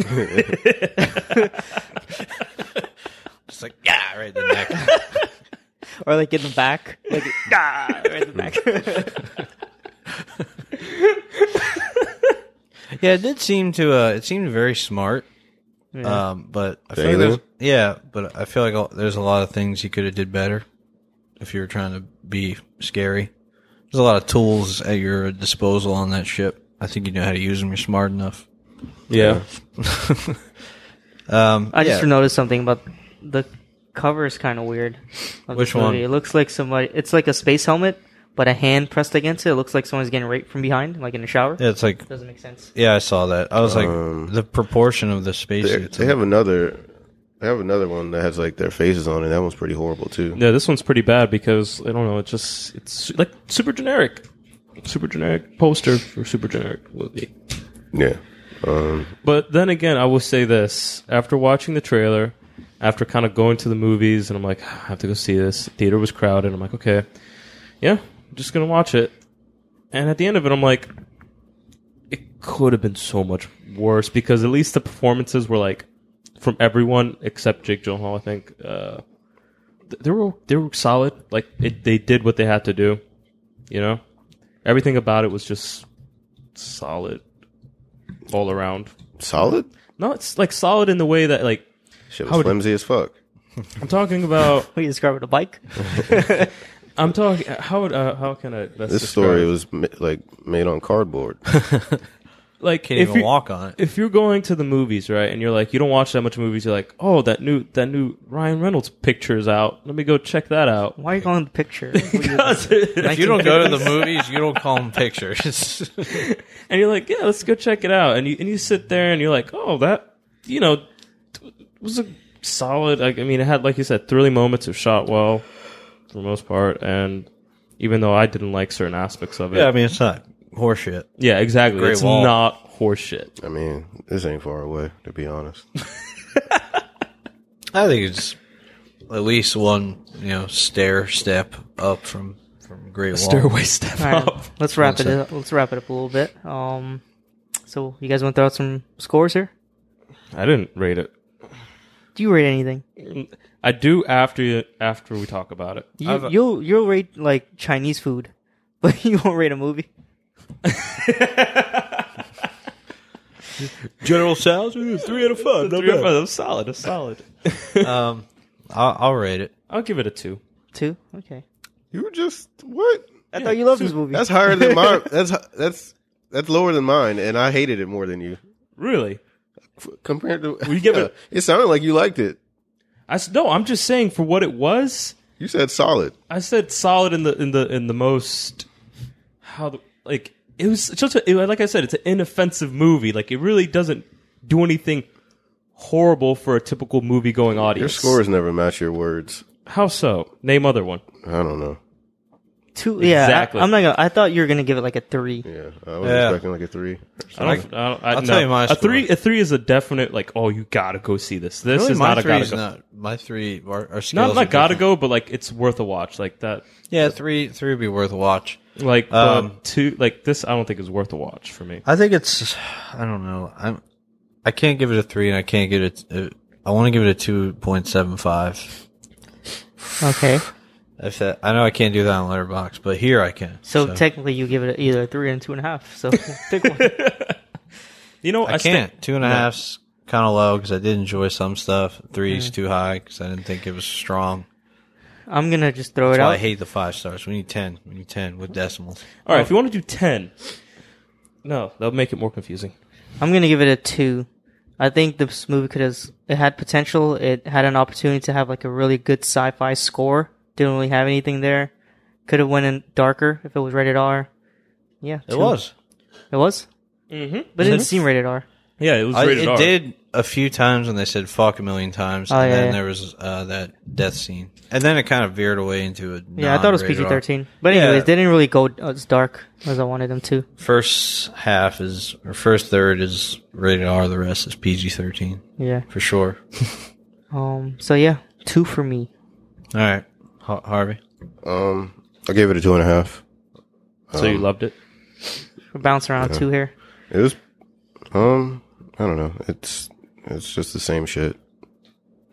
S3: Just like, yeah, right in the neck.
S1: or like in the back. Like, ah, right in the back.
S3: yeah, it did seem to, uh, it seemed very smart. Um, but I feel like
S4: Alien?
S3: there's, yeah, but I feel like a- there's a lot of things you could have did better if you were trying to be scary. There's a lot of tools at your disposal on that ship. I think you know how to use them. You're smart enough.
S2: yeah.
S3: Um,
S1: I just
S3: yeah.
S1: noticed something about the cover is kind of weird. of
S3: Which
S1: this movie.
S3: one?
S1: It looks like somebody. It's like a space helmet, but a hand pressed against it. It looks like someone's getting raped from behind, like in the shower.
S3: Yeah, it's like
S1: Doesn't make sense.
S3: yeah, I saw that. I was
S4: Um,
S3: like the proportion of the
S4: they,
S3: spacesuits.
S4: they have another. They have another one that has like their faces on it. That one's pretty horrible too.
S2: Yeah, this one's pretty bad because I don't know. It just it's like super generic, super generic poster for super generic movie.
S4: Yeah. Um,
S2: But then again, I will say this: after watching the trailer, after kind of going to the movies, and I'm like, I have to go see this. theater was crowded. I'm like, okay, yeah, just gonna watch it. And at the end of it, I'm like, it could have been so much worse because at least the performances were like from everyone except Jake Gyllenhaal. I think uh, th- they were they were solid. Like it, they did what they had to do. You know, everything about it was just solid all around.
S4: solid.
S2: No, it's like solid in the way that like
S4: Shit
S2: How
S4: was
S2: would-
S4: flimsy as fuck.
S2: I'm talking about.
S1: What you describe it, a bike?
S2: I'm talking. How would uh, how can I? Best
S4: This
S2: describe
S4: story
S2: it?
S4: was ma- like made on cardboard.
S2: like
S3: Can't
S2: if
S3: even
S2: you-
S3: walk on it.
S2: If you're going to the movies, right, and you're like you don't watch that much movies, you're like, oh, that new that new Ryan Reynolds picture is out. Let me go check that out.
S1: Why are you calling the picture? What are you-
S3: If you don't go to the movies, you don't call them pictures.
S2: and you're like, yeah, let's go check it out. And you and you sit there and you're like, oh, that you know t- was a solid. Like, I mean, it had like you said, thrilling moments. It shot well for the most part, and even though I didn't like certain aspects of it,
S3: yeah, I mean it's not horseshit.
S2: Yeah, exactly.
S3: Great
S2: it's
S3: Wall.
S2: not horseshit.
S4: I mean, this ain't far away to be honest.
S3: I think it's at least one you know stair step up from from Great Wall.
S2: step
S1: All right, let's wrap it up. Let's wrap it up a little bit. Um, so you guys want to throw out some scores here?
S2: I didn't rate it.
S1: Do you rate anything?
S2: I do after after we talk about it.
S1: You, you'll you'll rate like Chinese food, but you won't rate a movie.
S3: General Sal's three out of five.
S2: Three out of five. That's solid. That's solid.
S3: Um, I'll, I'll rate it.
S2: I'll give it a two.
S1: Two. Okay.
S4: You just what?
S1: I thought Uh, you loved this movie.
S4: That's higher than mine. That's hi- that's that's lower than mine, and I hated it more than you.
S2: Really?
S4: Compared to
S2: We give it-
S4: It sounded like you liked it.
S2: I s- no. I'm just saying for what it was.
S4: You said solid.
S2: I said solid in the in the in the most how the like it was just a, it- like I said. It's an inoffensive movie. Like it really doesn't do anything horrible for a typical movie going
S4: Your
S2: audience.
S4: scores never match your words.
S2: How so? Name other one.
S4: I don't know.
S1: Two. Yeah.
S2: Exactly.
S1: I, am not gonna. I thought you were gonna give it like a three.
S4: Yeah, I was
S3: Yeah.
S4: expecting like a three.
S2: I don't, I don't, I,
S3: I'll
S2: no.
S3: tell you my
S2: a
S3: score.
S2: three. A three is a definite. Like, oh, you gotta go see this. This
S3: Really,
S2: is
S3: my
S2: not a
S3: three
S2: gotta
S3: is
S2: go. Not,
S3: not my three. Are, are scales
S2: not
S3: are
S2: gotta
S3: different.
S2: go, but like it's worth a watch. Like that.
S3: Yeah, three three would be worth a watch.
S2: Like
S3: Um,
S2: the two. Like this, I don't think is worth a watch for me.
S3: I think it's. I don't know. I'm. I can't give it a three, and I can't give it. A, I want to give it a two point seven five.
S1: Okay.
S3: If that, I know I can't do that on Letterbox, but here I can.
S1: So, technically, you give it either a three and two and a half. So pick one.
S2: You know,
S3: I
S2: stand-
S3: can't. Two and a half's kind of low because I did enjoy some stuff. Three
S2: Mm.
S3: is too high because I didn't think it was strong.
S1: I'm gonna just throw
S3: That's
S1: it
S3: why
S1: out.
S3: I hate the five stars. We need ten. We need ten with decimals.
S2: All right, if you want to do ten, no, that'll make it more confusing.
S1: I'm gonna give it a two. I think this movie could have it had potential. It had an opportunity to have like a really good sci-fi score. Didn't really have anything there. Could have went in darker if it was rated R. Yeah,
S3: It
S1: two.
S3: was. Mm-hmm.
S1: It was,
S2: Mm-hmm.
S1: but it didn't seem rated R.
S2: Yeah, it was
S3: I,
S2: rated
S3: it
S2: R.
S3: did. a few times when they said "fuck" a million times,
S1: Oh,
S3: and
S1: yeah,
S3: then
S1: yeah.
S3: there was uh, that death scene, and then it kind of veered away into a
S1: Yeah, I thought it was PG
S3: non-rated R.
S1: thirteen, but
S3: Yeah.
S1: anyways, they didn't really go as dark as I wanted them to.
S3: First half is or first third is rated R. The rest is PG thirteen
S1: Yeah.
S3: for sure.
S1: Um. So yeah, two for me.
S3: All right, Har Harvey.
S4: Um, I gave it a two and a half.
S2: So
S3: Um,
S2: you loved it?
S1: We're bouncing around two here.
S4: It was, um, I don't know. It's it's just the same shit,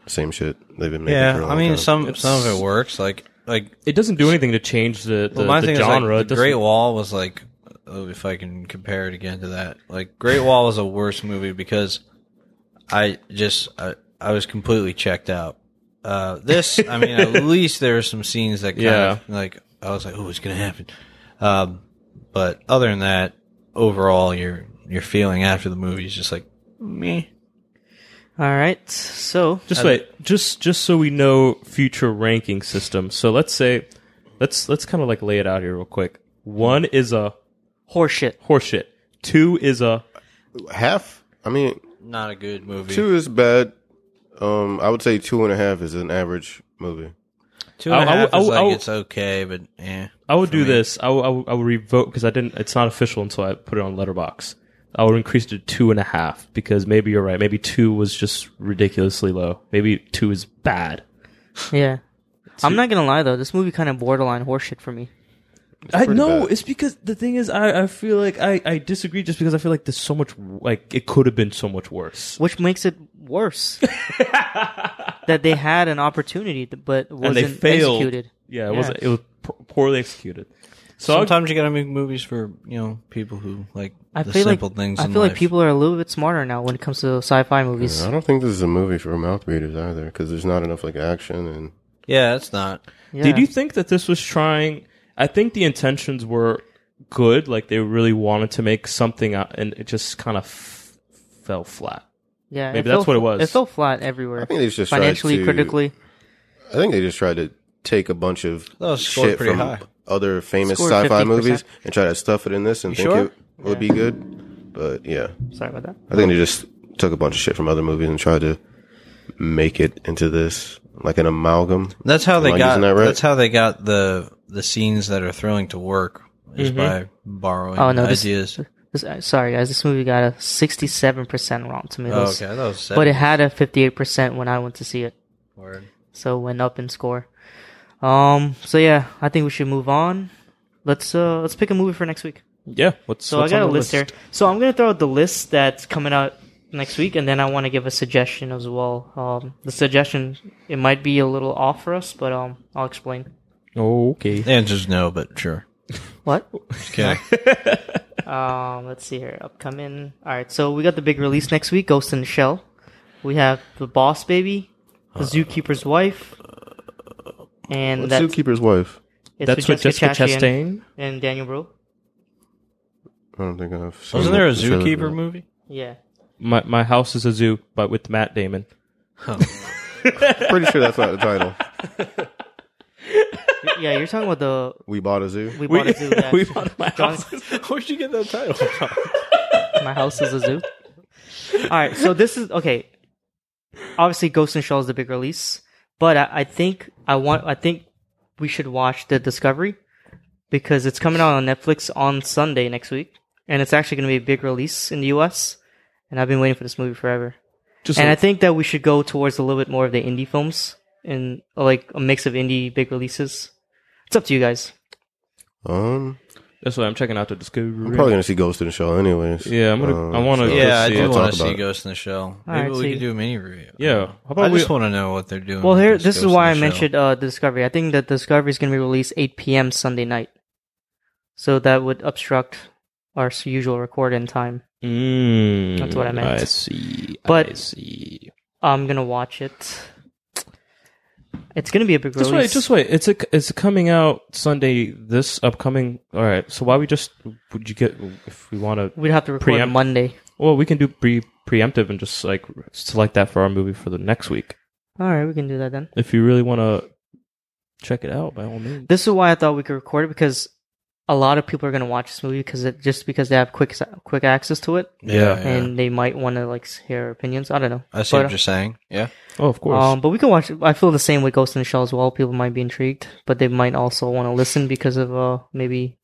S4: same shit they've been making.
S3: Yeah,
S4: for a
S3: I
S4: long
S3: mean
S4: time.
S3: some some of it works. Like like
S2: It doesn't do anything to change the, the,
S3: well, my
S2: the
S3: thing
S2: genre.
S3: is like, the
S2: It doesn't-
S3: Great Wall was like oh, if I can compare it again to that. Like Great Wall was a worse movie because I just I, I was completely checked out. Uh, this I mean at least there were some scenes that kind
S2: Yeah.
S3: of like I was like oh it's gonna happen. Um, but other than that, overall your your feeling after the movie is just like meh.
S1: All right. So
S2: Just wait, just just so we know future ranking system. So let's say, let's let's kind of like lay it out here real quick. One is a
S1: horseshit.
S2: horseshit. Two is a
S4: half. I mean,
S3: Not a good movie.
S4: two is bad. Um, I would say two and a half is an average movie.
S3: Two and a
S2: I- I
S3: half
S2: would-
S3: is
S2: I would- I
S3: like
S2: would-
S3: it's okay, but eh.
S2: I would
S3: for
S2: do
S3: me.
S2: this. I would, I would, I would revote because I didn't. It's not official until I put it on Letterbox. I would increase it to two and a half because maybe you're right. Maybe two was just ridiculously low. Maybe two is bad.
S1: Yeah. I'm not gonna lie though, this movie kind of borderline horseshit for me.
S2: I
S4: pretty
S2: know
S4: bad.
S2: it's because the thing is, I, I feel like I, I disagree just because I feel like there's so much like it could have been so much worse.
S1: which makes it worse that they had an opportunity th- but
S2: and
S1: wasn't
S2: they failed.
S1: executed.
S2: Yeah, it
S1: Yeah.
S2: wasn't. It was p- poorly executed. So I'll-
S3: Sometimes you gotta make movies for you know people who like
S1: I
S3: the
S1: feel
S3: simple
S1: like
S3: things.
S1: I
S3: in
S1: feel like
S3: life.
S1: people are a little bit smarter now when it comes to sci-fi movies.
S4: I don't think this is a movie for mouth readers either because there's not enough like action and
S3: Yeah, it's not.
S1: Yeah.
S2: Did you think that this was trying? I think the intentions were good. Like they really wanted to make something out, and it just kind of f- fell flat.
S1: yeah,
S2: maybe
S1: fell
S2: that's what it
S1: fl-
S2: was.
S1: It fell flat everywhere.
S4: I think they just tried
S1: financially,
S4: to-
S1: critically.
S4: I think they just tried to take a bunch of
S3: That was scored
S4: shit
S3: pretty
S4: from
S3: high.
S4: other famous
S1: Scored
S4: sci-fi
S1: 50%.
S4: movies and try to stuff it in this and
S3: You
S4: think
S3: sure?
S4: it would be good. But yeah,
S1: Sorry about that.
S4: I think they just took a bunch of shit from other movies and tried to make it into this like an amalgam.
S3: That's how they
S4: I
S3: got.
S4: using that right?
S3: That's how they got the the scenes that are thrilling to work is by borrowing
S1: Mm-hmm. Oh, no, this-
S3: ideas.
S1: This, uh, sorry guys, this movie got a 67% Rotten
S3: oh,
S1: Tomatoes,
S3: okay, that was sad.
S1: but it had a 58% when I went to see it,
S3: Word.
S1: so it went up in score. Um, so yeah, I think we should move on. Let's uh, let's pick a movie for next week.
S2: Yeah. What's
S1: So
S2: what's
S1: I got a
S2: on the
S1: list, here. So I'm gonna throw out the list that's coming out next week, and then I want to give a suggestion as well. Um, the suggestion it might be a little off for us, but um, I'll explain.
S2: Oh, Okay.
S3: The answer's no, but sure.
S1: What?
S3: Okay.
S1: Um, let's see here. Upcoming. All right. So we got the big release next week. Ghost in the Shell. We have the Boss Baby, the Zookeeper's Wife, and
S4: What's
S1: that's,
S4: Zookeeper's wife?
S1: it's
S2: That's
S1: with
S2: what Jessica Chastain.
S1: and Daniel Bro.
S4: I don't think I've. Seen
S3: Wasn't there a
S4: the trailer for
S3: zookeeper
S4: that.
S3: movie?
S1: Yeah.
S2: My my house is a zoo, but with Matt Damon.
S4: Pretty sure that's not the title.
S1: Yeah, you're talking about the
S4: We bought a zoo.
S1: we bought a zoo. Yeah.
S2: we bought my
S1: John-
S2: house.
S3: Where'd you get that title? from?
S1: My house is a zoo. All right, so this is okay. Obviously, Ghost and Shell is the big release, but I, I think I want. I think we should watch the Discovery because it's coming out on Netflix on Sunday next week, and it's actually going to be a big release in the U.S. And I've been waiting for this movie forever.
S2: Just
S1: And I
S2: like-
S1: think that we should go towards a little bit more of the indie films and like a mix of indie big releases. It's up to you guys.
S4: Um,
S2: that's why I'm checking out the discovery.
S4: I'm probably gonna see Ghost in the Shell anyways.
S2: Yeah, I'm gonna-
S4: Um,
S2: I wanna go
S4: Let's
S3: yeah, I
S2: see
S3: do
S4: We'll
S2: it.
S4: talk
S3: want to see
S4: about it.
S3: Ghost in the Shell.
S1: All
S3: Maybe
S1: right,
S3: we
S1: so you-
S3: could do a mini review.
S2: yeah. How
S3: I
S2: about we?
S3: just want to know what they're doing.
S1: Well,
S3: with
S1: here this is
S3: Ghost in
S1: why
S3: the
S1: I
S3: Shell.
S1: mentioned uh, the Discovery. I think that the Discovery is going to be released 8 p.m. Sunday night, so that would obstruct our s- usual recording time.
S2: Mm,
S1: That's what I meant.
S2: I see. I
S1: But-
S2: see.
S1: I'm gonna watch it. It's gonna be a big
S2: Just
S1: release.
S2: wait, just wait. It's a, it's coming out Sunday. This upcoming. All right. So why we just would you get if we want to?
S1: We'd have to record
S2: Preempt-
S1: Monday.
S2: Well, we can do pre preemptive and just like select that for our movie for the next week.
S1: All right, we can do that then.
S2: If you really want to check it out, by all means.
S1: This is why I thought we could record it because a lot of people are going to watch this movie because it, just because they have quick quick access to it
S2: Yeah.
S1: and they might want to like hear our opinions. I don't know.
S3: I see
S1: But,
S3: what you're saying. Yeah.
S2: Oh, of course.
S1: Um, but we can watch. it. I feel the same with Ghost in the Shell as well. People might be intrigued, but they might also want to listen because of uh maybe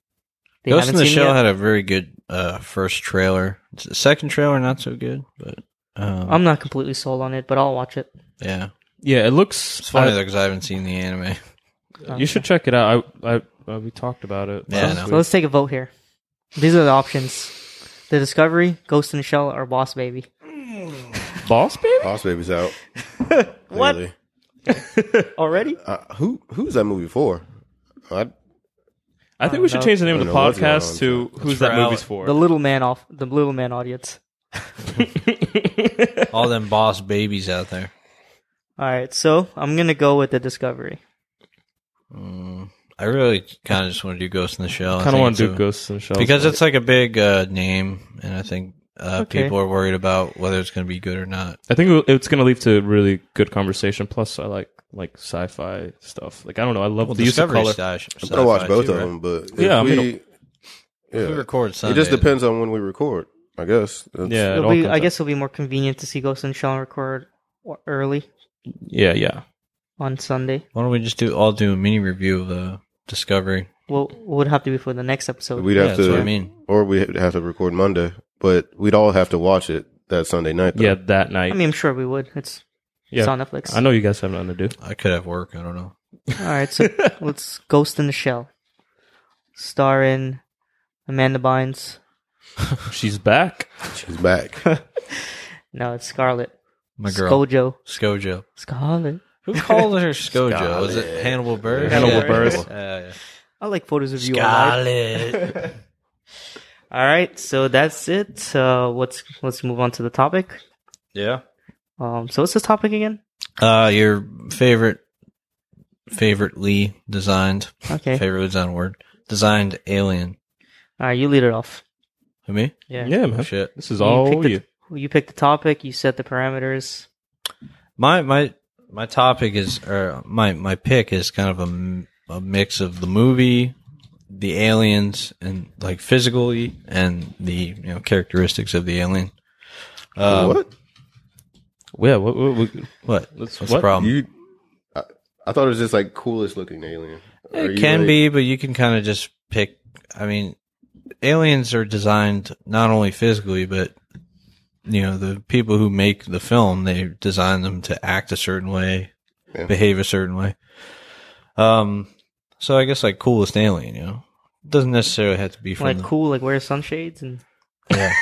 S1: they
S3: Ghost in
S1: haven't
S3: the
S1: seen it
S3: Shell
S1: yet.
S3: had a very good uh, first trailer. S- Second trailer, not so good, but um,
S1: I'm not completely sold on it, but I'll watch it.
S3: yeah,
S2: yeah, it looks.
S3: it's funny
S2: I-
S3: though because I haven't seen the anime.
S2: you should check it out. I, I, uh, we talked about it.
S3: Yeah, I
S2: last
S3: know.
S1: So let's take a vote here. These are the options: The Discovery, Ghost in the Shell, or Boss Baby.
S2: week. Boss baby.
S4: Boss Baby's out.
S1: What?
S4: Clearly.
S1: Already?
S4: Uh, who who's that movie for? I,
S2: I think we should
S1: know.
S2: change the name
S4: I
S2: of the
S4: don't know what's going
S2: podcast
S4: on.
S2: to "Who's That
S3: for
S2: Movie's
S3: Alex.
S2: For."
S1: The little man off the little man audience.
S3: All them boss babies out there.
S1: All right, so I'm gonna go with the Discovery.
S3: Mm, I really kind of just want to do Ghost in the Shell. I
S2: kind of
S3: think
S2: want
S3: it's
S2: to do
S3: a-
S2: Ghosts and Shells
S3: because it's like a big uh, name, and I think uh,
S1: Okay.
S3: people are worried about whether it's going to be good or not.
S2: I think it- it's going to lead to really good conversation. Plus, I like like sci-fi stuff. Like I don't know, I love
S3: Well,
S2: the use of
S3: Discovery
S2: color.
S3: Stash.
S4: I'm gonna watch both of them, but if
S2: Yeah, I mean,
S4: we,
S3: If we
S4: yeah,
S3: record
S4: it
S3: Sunday.
S4: just depends on when we record. I guess. That's-
S2: Yeah, it
S1: It'll
S2: all
S1: be,
S2: comes
S1: I
S2: out.
S1: guess it'll be more convenient to see Ghost in the Shell and record o- early
S2: Yeah, yeah.
S1: on Sunday.
S3: Why don't we just do? I'll do a mini review of the Discovery.
S1: Well, would have to be for the next episode.
S4: We'd
S3: Yeah,
S4: have
S3: that's what I
S4: to,
S3: mean.
S4: or we'd have to record Monday, but we'd all have to watch it that Sunday night. Though.
S2: Yeah, that night.
S1: I mean, I'm sure we would. It's it's
S2: yeah.
S1: on Netflix.
S2: I know you guys have nothing to do.
S3: I could have work. I don't know.
S1: All right, so let's Ghost in the Shell, starring Amanda Bynes.
S2: She's back.
S4: she's back.
S1: No, it's Scarlet.
S3: My girl,
S1: Skojo.
S3: Skojo.
S1: Scarlet.
S3: Who called her Skojo? Was it Hannibal Buress?
S2: Hannibal
S3: Yeah.
S2: Buress.
S3: Yeah,
S1: I like photos of you. online.
S3: yeah.
S1: All right, so that's it. Uh, let's let's move on to the topic.
S3: yeah.
S1: Um, so what's this topic again?
S3: Uh, your favorite, favorite Lee designed,
S1: Okay.
S3: favorite design word, designed alien.
S1: All right, you lead it off.
S3: Who me?
S1: Yeah.
S2: Yeah, man.
S3: Shit.
S2: This is
S1: You picked
S2: all
S1: the-
S2: you.
S1: You pick the topic. You set the parameters.
S3: My my my topic is, or my my pick is kind of a, m- a mix of the movie, the aliens, and like physically, and the you know characteristics of the alien. Um,
S4: what?
S2: Yeah. What, what, what-
S3: What?
S2: Let's-
S3: What's the
S2: what?
S3: problem?
S4: You? I, I thought it was just like coolest looking alien. Are
S3: It
S4: you,
S3: can
S4: like-
S3: be, but you can kind of just pick. I mean, aliens are designed not only physically, but you know the people who make the film they design them to act a certain way,
S4: Yeah.
S3: behave a certain way. Um, so I guess like coolest alien, you know, doesn't necessarily have to be from
S1: like
S3: the-
S1: cool. Like wear sunshades and
S3: yeah.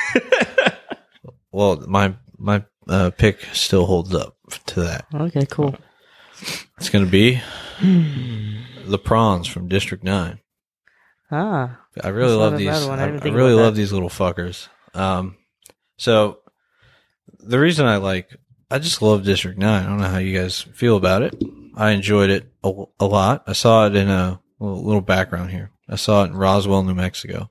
S3: well, my my uh, pick still holds up to that.
S1: okay,
S2: Uh-huh.
S1: cool.
S3: It's gonna be
S1: Hmm.
S3: the prawns from District Nine.
S1: Ah,
S3: I really
S1: That's not
S3: love
S1: a
S3: these.
S1: bad one. I
S3: I,
S1: didn't
S3: I
S1: think
S3: really
S1: about
S3: love
S1: that.
S3: these little fuckers. Um, so the reason I like, I just love District Nine. I don't know how you guys feel about it. I enjoyed it a, a lot. I saw it in a little, little background here. I saw it in Roswell, New Mexico.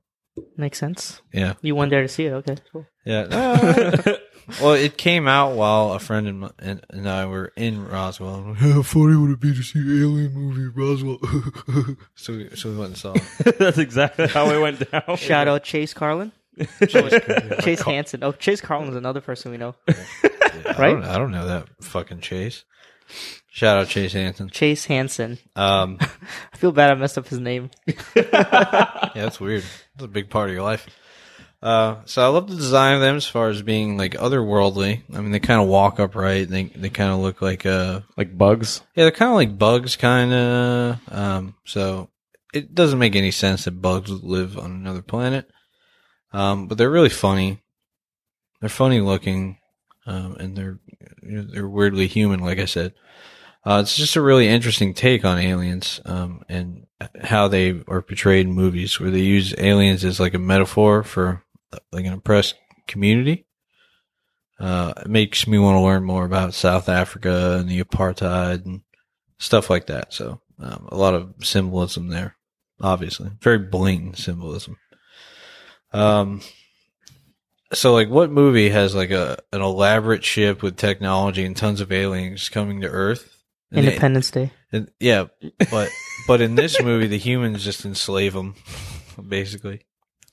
S1: makes sense.
S3: Yeah,
S1: You went there to see it. Okay, cool.
S3: yeah. well, it came out while a friend and, my, and, and I were in Roswell. And How funny would it be to see an alien movie in Roswell? so, we, so we went and saw it.
S2: That's exactly how it went down.
S1: Shout out Chase Carlin. Chase Hansen. Oh, Chase Carlin's another person we know.
S3: I
S1: Right?
S3: don't, I don't know that fucking Chase. Shout out Chase Hansen.
S1: Chase Hansen.
S3: Um,
S1: I feel bad I messed up his name.
S3: yeah, that's weird. That's a big part of your life. Uh, so I love the design of them as far as being like otherworldly. I mean, they kind of walk upright. They they kind of look like uh,
S2: Like bugs.
S3: yeah, they're kind of like bugs, kind of. Um, so it doesn't make any sense that bugs would live on another planet. Um, but they're really funny. They're funny looking, um, and they're you know, they're weirdly human. Like I said, uh, it's just a really interesting take on aliens um, and how they are portrayed in movies, where they use aliens as like a metaphor for like an oppressed community uh, it makes me want to learn more about South Africa and the apartheid and stuff like that. So um, a lot of symbolism there, obviously, very blatant symbolism. Um, so like, what movie has like a an elaborate ship with technology and tons of aliens coming to Earth? And they-
S1: Independence Day.
S3: and- yeah, but but in this movie, the humans just enslave them. basically.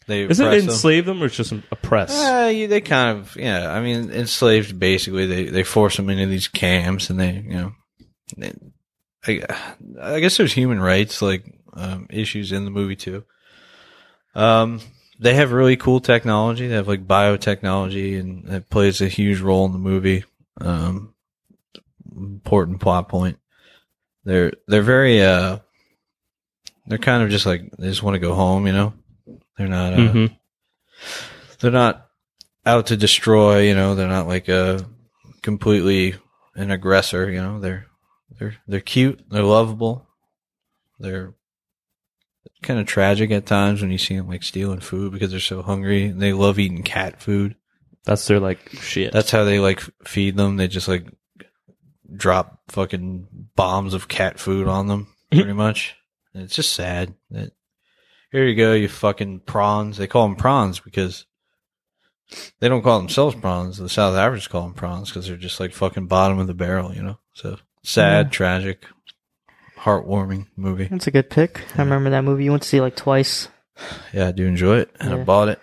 S3: They
S2: Is it
S3: oppressed them.
S2: enslave them or it's just oppress?
S1: Ah.
S3: Uh, you- they kind of, yeah. I mean, enslaved. Basically, they they force them into these camps, and they, you know, they, I, I guess there's human rights like um, issues in the movie too. Um, they have really cool technology. They have like biotechnology, and that plays a huge role in the movie. Um, important plot point. They're they're very uh, they're kind of just like they just want to go home. You know, they're not. Uh,
S2: hmm
S3: they're not out to destroy, you know, they're not like a completely an aggressor, you know. They're they're they're cute, they're lovable. They're kind of tragic at times when you see them like stealing food because they're so hungry and they love eating cat food.
S2: That's their like shit.
S3: That's how they like feed them. They just like drop fucking bombs of cat food on them, pretty much. And it's just sad that here you go, you fucking prawns. They call them prawns because they don't call themselves prawns. The South Africans call them prawns because they're just like fucking bottom of the barrel, you know. So sad, tragic, heartwarming movie.
S1: That's a good pick. I remember that movie. You went to see it like twice.
S3: Yeah, I do enjoy it, and I
S1: Yeah.
S3: bought it.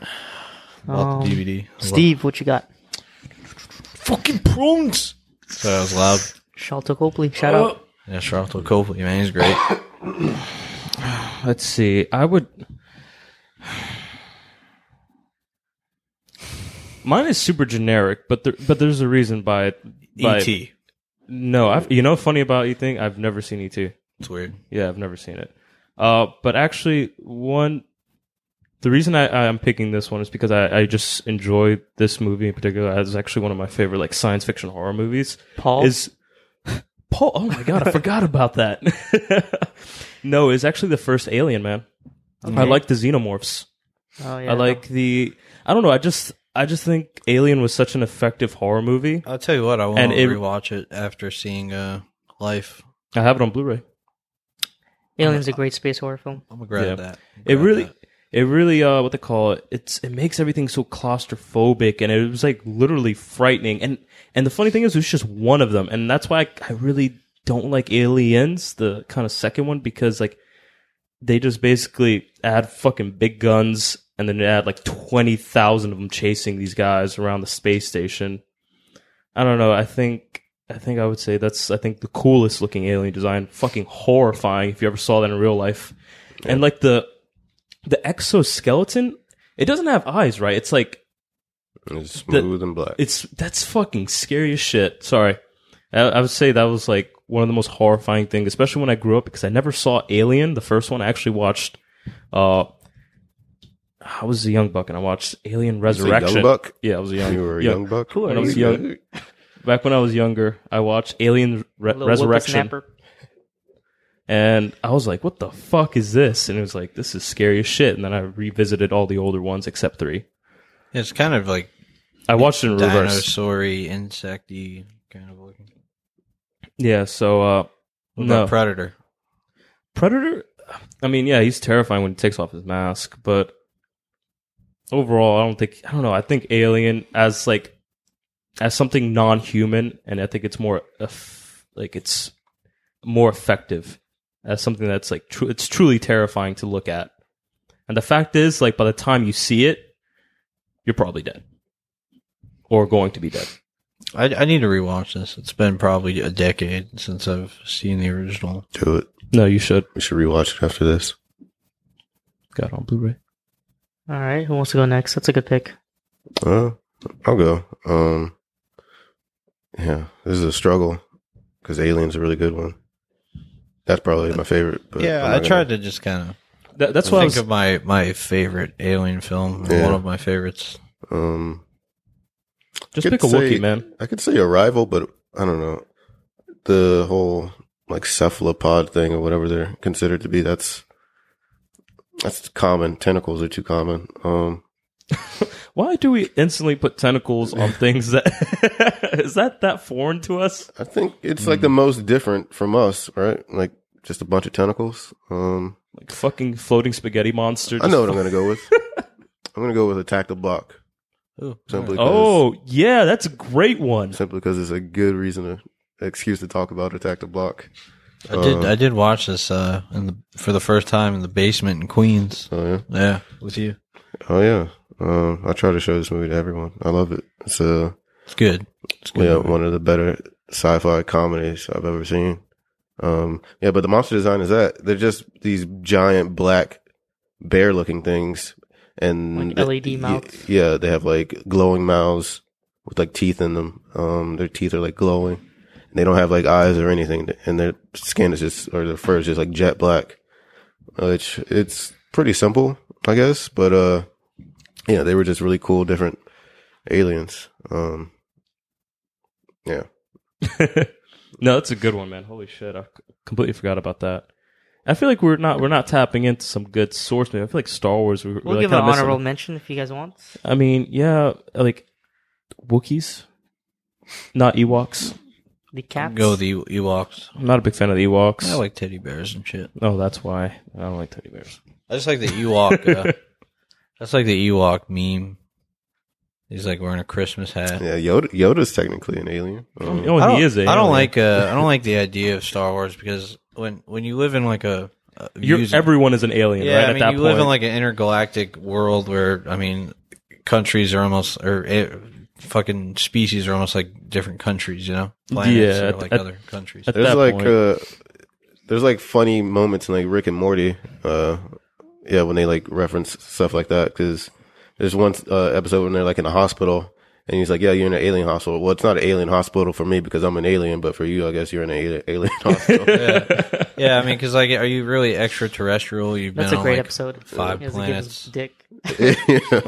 S3: Bought
S1: Um,
S3: the DVD. I love-
S1: Steve, what you got?
S3: fucking prawns. So I was loud.
S1: Shalto Copley, shout out.
S3: Yeah, Charlton Copley, man, he's great.
S2: Let's see. I would. Mine is super generic, but there, but there's a reason by it. by-
S3: E.T.
S2: No, I've, you know, funny about you thing. I've never seen ET.
S3: It's weird.
S2: Yeah, I've never seen it. Uh, but actually, one the reason I, I'm picking this one is because I, I just enjoy this movie in particular. It's actually one of my favorite like science fiction horror movies.
S1: Paul?
S2: is Paul. Oh my god, I forgot about that. no, it's actually the first Alien man. I like the xenomorphs.
S1: Oh, yeah.
S2: I like the. I don't know. I just I just think Alien was such an effective horror movie.
S3: I'll tell you what, I want
S2: And
S3: to
S2: it-
S3: rewatch it after seeing uh, Life.
S2: I have it on Blu-ray.
S1: Alien's a great space horror film.
S3: I'm gonna grab
S2: Yeah.
S3: that.
S2: it
S3: Grab
S2: really
S3: that.
S2: it really uh what they call it it's it makes everything so claustrophobic and it was like literally frightening and and the funny thing is it was just one of them and that's why I, I really don't like aliens the kind of second one because like they just basically add fucking big guns and then they add like 20,000 of them chasing these guys around the space station I don't know I think I think I would say that's I think the coolest looking alien design fucking horrifying if you ever saw that in real life and like the the exoskeleton it doesn't have eyes right it's like
S4: It's smooth and black.
S2: it's that's fucking scary as shit sorry I, I would say that was like one of the most horrifying things especially when i grew up because i never saw alien the first one i actually watched uh i was a young buck and i watched alien
S4: a young
S2: resurrection
S4: buck?
S2: yeah i was a young
S4: you were a young buck.
S2: When I was young- back when i was younger i watched alien Re-
S1: Little
S2: resurrection
S1: whippersnapper.
S2: and I was like, "What the fuck is this?" And it was like, "This is scary as shit." And then I revisited all the older ones except three.
S3: It's kind of like
S2: I watched it in reverse.
S3: dinosaury, insecty kind of looking.
S2: Yeah. So uh,
S3: What
S2: no
S3: about Predator?
S2: Predator. I mean, yeah, he's terrifying when he takes off his mask, but overall, I don't think I don't know. I think Alien as like as something non-human, and I think it's more eff- like it's more effective as something that's like tru- it's truly terrifying to look at. And the fact is, like by the time you see it, you're probably dead or going to be dead.
S3: I, I need to rewatch this. It's been probably a decade since I've seen the original.
S4: Do it.
S2: No, you should
S4: We should rewatch it after this.
S2: got it on Blu-ray.
S1: All right, who wants to go next? That's a good pick.
S4: Uh, I'll go. Um, yeah, this is a struggle because Alien's a really good one. That's probably my favorite. But I'm
S3: yeah,
S4: not
S3: I tried
S4: gonna-
S3: to just kind of
S2: That, that's what I
S3: think
S2: was.
S3: of my, my favorite alien film,
S4: Yeah.
S3: one of my favorites.
S4: Um,
S2: just
S4: could
S2: pick a
S4: say-
S2: Wookiee, man.
S4: I could say Arrival, but I don't know the whole like cephalopod thing or whatever they're considered to be. That's that's common. Tentacles are too common. Um,
S2: Why do we instantly put tentacles on things that is that that foreign to us?
S4: I think it's like
S2: Hmm.
S4: the most different from us, right? Like just a bunch of tentacles. Um,
S2: Like fucking floating spaghetti monster.
S4: I
S2: just
S4: know what I'm
S2: fu-
S4: gonna go with. I'm gonna go with Attack the Block.
S3: Ooh,
S4: Simply because,
S2: Oh yeah, that's a great one.
S4: simply because it's a good reason to excuse to talk about Attack the Block.
S3: I did. I did watch this uh, in the, for the first time in the basement in Queens.
S4: Oh yeah.
S3: Yeah, with you.
S4: Oh yeah. Um, I try to show this movie to everyone. I love it. It's uh,
S3: It's good. It's good.
S4: yeah,
S3: movie.
S4: one of the better sci-fi comedies I've ever seen. Um, yeah, but the monster design is that they're just these giant black bear-looking things, and
S1: Like LED mouths?
S4: Yeah, they have like glowing mouths with like teeth in them. Um, their teeth are like glowing. And they don't have like eyes or anything, and their skin is just or their fur is just like jet black. Which it's pretty simple, I guess, but uh, yeah, they were just really cool, different aliens. Um, yeah.
S2: no, that's a good one, man. Holy shit, I c- completely forgot about that. I feel like we're not we're not tapping into some good source material. I feel like Star Wars. We're,
S1: We'll
S2: we're
S1: give
S2: like
S1: an
S2: kinda missing-
S1: honorable mention if you guys want.
S2: I mean, yeah, like Wookiees, not Ewoks.
S1: The cats.
S3: Go with the Ewoks.
S2: I'm not a big fan of the Ewoks.
S3: I like teddy bears and shit.
S2: oh, that's why I don't like teddy bears.
S3: I just like the Ewok. Uh, that's like the Ewok meme. He's like wearing a Christmas hat.
S4: Yeah, Yoda, Yoda's technically an alien. Um,
S3: I
S2: Oh, and
S3: don't,
S2: he is. a
S3: I don't
S2: alien.
S3: like. Uh, I don't like the idea of Star Wars because when when you live in like a, a
S2: You're,
S3: user-
S2: everyone is an alien,
S3: yeah,
S2: right?
S3: I
S2: at
S3: mean
S2: that
S3: you
S2: point,
S3: live in like an intergalactic world where I mean countries are almost or eh, fucking species are almost like different countries. You know, planets
S2: Yeah,
S3: are
S2: at-
S3: like
S2: at-
S3: other countries.
S2: at
S4: there's
S2: that
S4: like
S2: point.
S4: uh, there's like funny moments in like Rick and Morty. Uh, yeah, when they like reference stuff like that because there's one uh, episode when they're like in a hospital and he's like, "Yeah, you're in an alien hospital." Well, it's not an alien hospital for me because I'm an alien, but for you, I guess you're in an ali- alien hospital.
S3: yeah, I mean, because like, are you really extraterrestrial? You've
S1: That's a
S3: been on,
S1: great
S3: like,
S1: episode.
S3: Five
S1: He has to give his
S3: planets.
S1: Dick.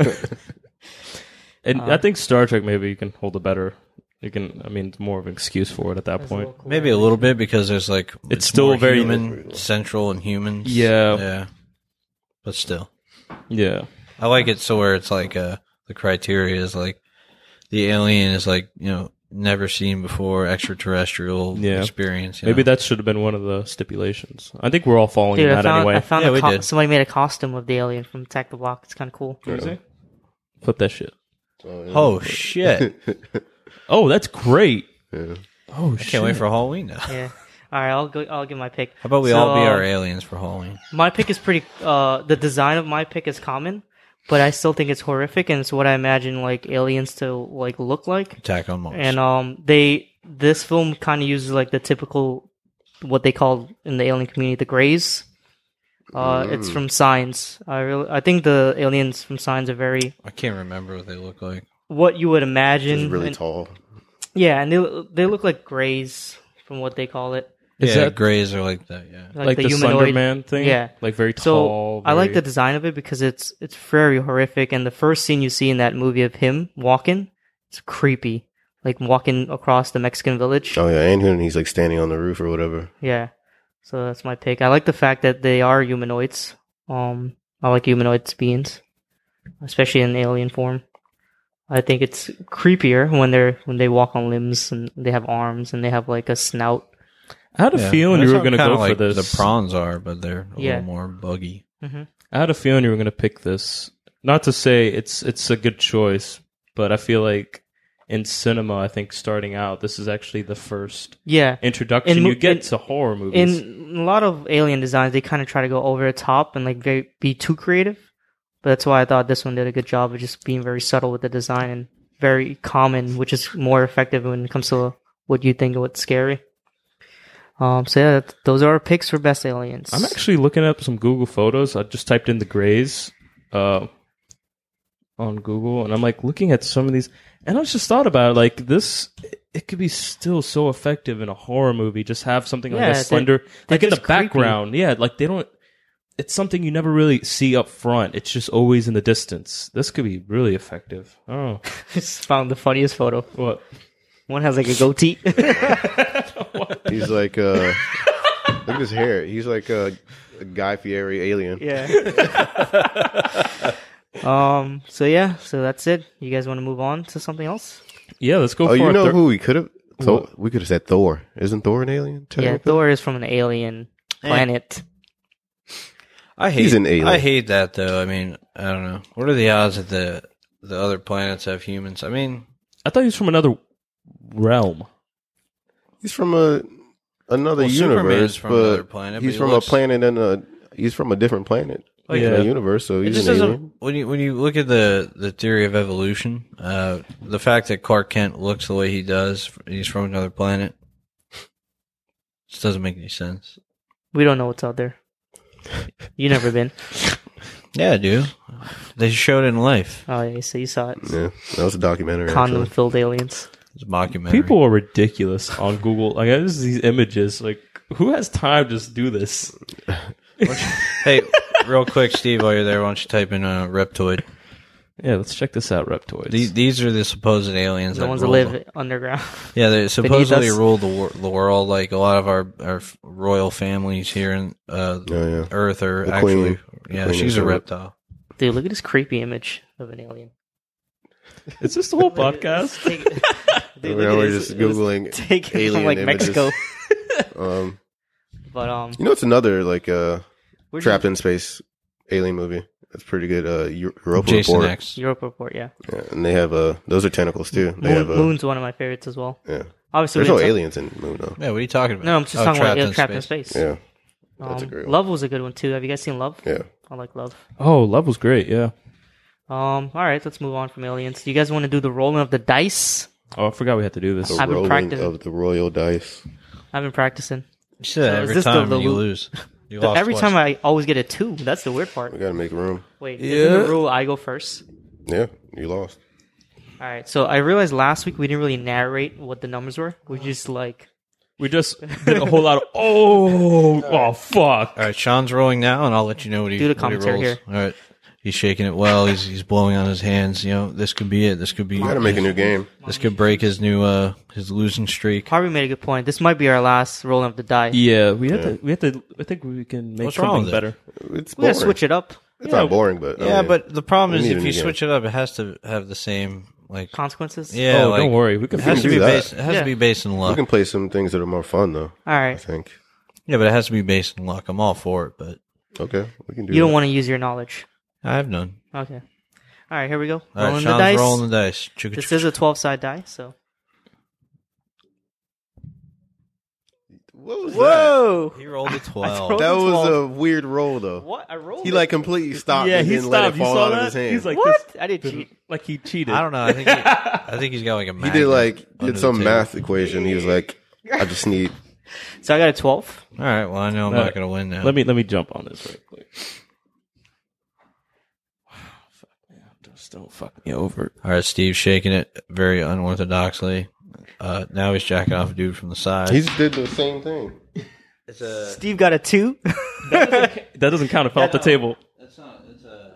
S2: and
S1: Uh,
S2: I think Star Trek maybe you can hold a better. You can. I mean, it's more of an excuse for it at that point.
S3: Maybe a little bit because there's like it's,
S2: still
S3: more
S2: very-
S3: human central and humans.
S2: Yeah.
S3: yeah, but still,
S2: Yeah.
S3: I like it so where it's like uh the criteria is like the alien is like you know never seen before extraterrestrial
S2: Yeah.
S3: experience. you
S2: Maybe
S3: know?
S2: that should have been one of the stipulations. I think we're all falling
S1: Dude,
S2: in
S1: I
S2: that
S1: found,
S2: anyway.
S1: I found
S3: Yeah,
S1: a
S3: we
S1: co-
S3: did.
S1: somebody made a costume of the alien from Attack the Block. It's kind of cool.
S2: Flip that shit.
S3: oh shit!
S2: Oh, that's great.
S4: Yeah.
S2: Oh
S3: I
S2: shit.
S3: can't wait for Halloween. Now. How
S1: Yeah. All right, I'll go. I'll give my pick. How
S3: about we all
S1: uh,
S3: be our aliens for Halloween?
S1: My pick is pretty. Uh, the design of my pick is common, but I still think it's horrific, and it's what I imagine like aliens to like look like.
S3: Attack on Mars.
S1: And um, they this film kind of uses like the typical what they call in the alien community the grays. Uh, it's
S4: Mm.
S1: from Signs. I really, I think the aliens from Signs are very
S3: I can't remember what they look like.
S1: what you would imagine.
S4: He's really
S1: and-
S4: tall.
S1: Yeah, and they they look like grays from what they call it,
S2: Is
S3: yeah,
S2: that
S3: grays are like that. Yeah,
S1: like,
S2: like
S1: the,
S2: the, Slender
S1: humanoid.
S2: Man thing?
S1: Yeah.
S2: Like very
S1: So
S2: tall.
S1: I like the
S2: very-
S1: design of it because it's it's very horrific, and the first scene you see in that movie of him walking, it's creepy, like walking across the Mexican village.
S4: Oh yeah, and he's like standing on the roof or whatever.
S1: Yeah. So that's my pick. I like the fact that they are humanoids. Um I like humanoid beings, especially in alien form. I think it's creepier when they're when they walk on limbs and they have arms and they have like a snout.
S2: I had a
S3: Yeah.
S2: feeling you
S3: That's
S2: were
S3: how
S2: going to
S3: kinda
S2: go
S3: like
S2: for this.
S3: The prawns are, but they're a
S1: Yeah.
S3: little more buggy.
S2: I had a feeling you were going to pick this. Not to say it's it's a good choice, but I feel like in cinema, I think starting out, this is actually the first
S1: Yeah.
S2: introduction
S1: In mo-
S2: you get
S1: in-
S2: to horror movies.
S1: In a lot of alien designs, they kind of try to go over the top and like very, be too creative. But that's why I thought this one did a good job of just being very subtle with the design and very common, which is more effective when it comes to what you think of what's scary. Um, so yeah, that, those are our picks for best aliens.
S2: I'm actually looking up some Google photos. I just typed in the grays uh, on Google, and I'm like looking at some of these, and I just thought about it, like this. It could be still so effective in a horror movie. Just have something
S1: Yeah,
S2: like a
S1: they're-
S2: slender,
S1: they're
S2: like in the
S1: just creepy.
S2: background. Yeah, like they don't. It's something you never really see up front. It's just always in the distance. This could be really effective. Oh,
S1: just found the funniest photo.
S2: what?
S1: One has like a goatee.
S4: He's like uh, look at his hair. He's like a, a Guy Fieri alien.
S1: yeah. um. So yeah. So that's it. You guys want to move on to something else?
S2: Yeah, let's go.
S4: Oh,
S2: for
S4: you
S2: our
S4: know
S2: third-
S4: who we could have? Thor, we could have said Thor. Isn't Thor an alien?
S1: Yeah.
S4: technically?
S1: Thor is from an alien planet.
S3: I hate.
S4: He's an alien.
S3: I hate that though. I mean, I don't know. What are the odds that the the other planets have humans? I mean,
S2: I thought he was from another realm.
S4: He's from a another
S3: Well, Superman's
S4: universe,
S3: from
S4: but
S3: another planet,
S4: he's
S3: but he
S4: from
S3: looks- Oh,
S4: a planet and a he's from a different planet.
S2: Like,
S4: in
S2: yeah.
S4: a universe, so
S3: It
S4: he's
S3: just
S4: an
S3: doesn't.
S4: alien.
S3: When you when you look at the the theory of evolution, uh, the fact that Clark Kent looks the way he does, he's from another planet. Just doesn't make any sense.
S1: We don't know what's out there. You never been?
S3: Yeah, I do. They showed it in life.
S1: Oh yeah, so you saw it.
S4: Yeah, that was a documentary.
S1: Condom
S4: Actually.
S1: filled aliens.
S3: It's a mockumentary.
S2: People are ridiculous on Google. Like, this is these images. Like, who has time to just do this?
S3: hey, real quick, Steve, while you're there, why don't you type in uh, reptoid?
S2: Yeah, let's check this out, Reptoids.
S3: These these are the supposed aliens.
S1: The ones that
S3: rule
S1: live
S3: the-
S1: underground.
S3: Yeah, they supposedly
S1: us.
S3: rule the, wor- the world. Like a lot of our, our royal families here in uh,
S4: Oh yeah,
S3: Earth are
S4: The
S3: actually.
S4: queen. The
S3: Yeah,
S4: queen
S3: she's
S4: is
S3: a
S4: a rep-
S3: reptile.
S1: Dude, look at this creepy image of an alien.
S2: is this the whole podcast?
S1: Take it. Dude,
S4: Now
S1: look at
S4: we're
S1: this.
S4: just
S1: It was
S4: Googling
S1: taken from
S4: alien
S1: like
S4: images.
S1: Mexico.
S4: Um,
S1: But um,
S4: you know, it's another like uh,
S1: we're
S4: trapped
S1: trapped
S4: in space alien movie. That's pretty good. Uh, Eu- Europa
S3: Jason
S4: Report,
S3: X.
S1: Europa Report. Yeah,
S4: Yeah, and they have uh, those are tentacles too. They
S1: Moon,
S4: have uh,
S1: Moon's one of my favorites as well.
S4: Yeah,
S1: Obviously,
S4: there's
S1: we didn't
S4: no
S1: talk-
S4: aliens in Moon though.
S3: Yeah, what are you talking about?
S1: No, I'm just
S3: Oh,
S1: talking about yeah, trapped in space.
S4: Yeah,
S1: um,
S4: a great one.
S1: Love was a good one too. Have you guys seen Love?
S4: yeah.
S1: I like Love.
S2: oh, Love was great. Yeah.
S1: Um, all right, let's move on from aliens. Do you guys want to do the rolling of the dice?
S2: Oh, I forgot we had to do this.
S4: The
S1: I've been
S4: rolling
S1: practicing.
S4: of the royal dice.
S1: I've been practicing.
S3: You said
S1: So
S3: that
S1: is
S3: every
S1: this the-
S3: time
S1: the
S3: and you
S1: loop?
S3: lose. You
S1: The-
S3: lost
S1: every
S3: twice.
S1: time I always get a two. That's the weird
S4: We
S1: part.
S4: gotta make room.
S1: Wait, isn't
S2: Yeah.
S1: the rule I go first?
S4: Yeah, you lost.
S1: All right. So I realized last week we didn't really narrate what the numbers were. We just like
S2: We just did a whole lot of oh, oh fuck.
S3: All right, Sean's rolling now, and I'll let you know what he
S1: Do the
S3: what he
S1: commentary
S3: rolls.
S1: here.
S3: All right, he's shaking it well. He's he's blowing on his hands. You know, this could be it. This could be.
S4: You gotta make a new game.
S3: This could break his new uh his losing streak.
S1: Harvey made a good point. This might be our last rolling of the die.
S2: Yeah, we have to. We have to. I think we can make
S3: What's wrong
S2: something
S3: with it?
S2: better.
S4: It's
S1: We
S4: boring.
S1: gotta switch it up.
S4: It's not boring, but I
S3: Yeah,
S4: mean,
S3: but the problem
S4: We
S3: is
S4: Oh, need
S3: if
S4: a
S3: you
S4: new game.
S3: switch it up, it has to have the same like.
S1: Consequences.
S3: Yeah,
S2: oh,
S3: like,
S2: don't worry. We can
S3: It has
S2: fix
S3: to
S4: do
S3: be
S2: it.
S4: that.
S3: based. It has
S1: Yeah.
S3: to be based in
S4: we
S3: luck.
S4: can play some things that are more fun though.
S1: All
S4: I
S1: right.
S4: think.
S3: yeah, but it has to be based in luck. I'm all for it, but
S4: Okay, we can do.
S1: You don't
S4: that.
S1: want to use your knowledge.
S3: I have none.
S1: Okay. All right. Here we go.
S3: All right,
S1: rolling
S3: Sean's
S1: the dice.
S3: rolling the dice. Chugga
S1: This
S3: chugga
S1: is a twelve side die. So.
S4: What was
S1: Whoa.
S3: chugga. He rolled a
S1: I
S3: twelve.
S1: rolled-
S4: That was
S1: 12.
S4: a weird roll though.
S1: What? I rolled.
S4: He like completely stopped.
S2: Yeah,
S4: and
S2: he
S4: didn't Let
S2: stopped.
S4: it
S2: You
S4: fall
S2: saw
S4: out
S2: that?
S4: Of his hand.
S2: He's like
S1: what?
S2: this.
S1: I did cheat.
S2: Like he cheated.
S3: I don't know. I think he, I think he's got like a.
S4: he
S3: Magnet
S4: did like
S3: under
S4: did
S3: the
S4: some
S3: table.
S4: math equation. He was like, I just need.
S1: So I got a twelve.
S3: All right. Well, I know I'm
S2: All
S3: not
S2: right.
S3: going to win now.
S2: Let me let me jump on this right quick. Wow, fuck man, just don't fuck me over.
S3: All right, Steve shaking it very unorthodoxly. Uh, now he's jacking off a dude from the side.
S4: He just did the same thing.
S3: it's a.
S1: Steve got a two. Oh,
S2: That doesn't count if off the table.
S3: It's not. It's a.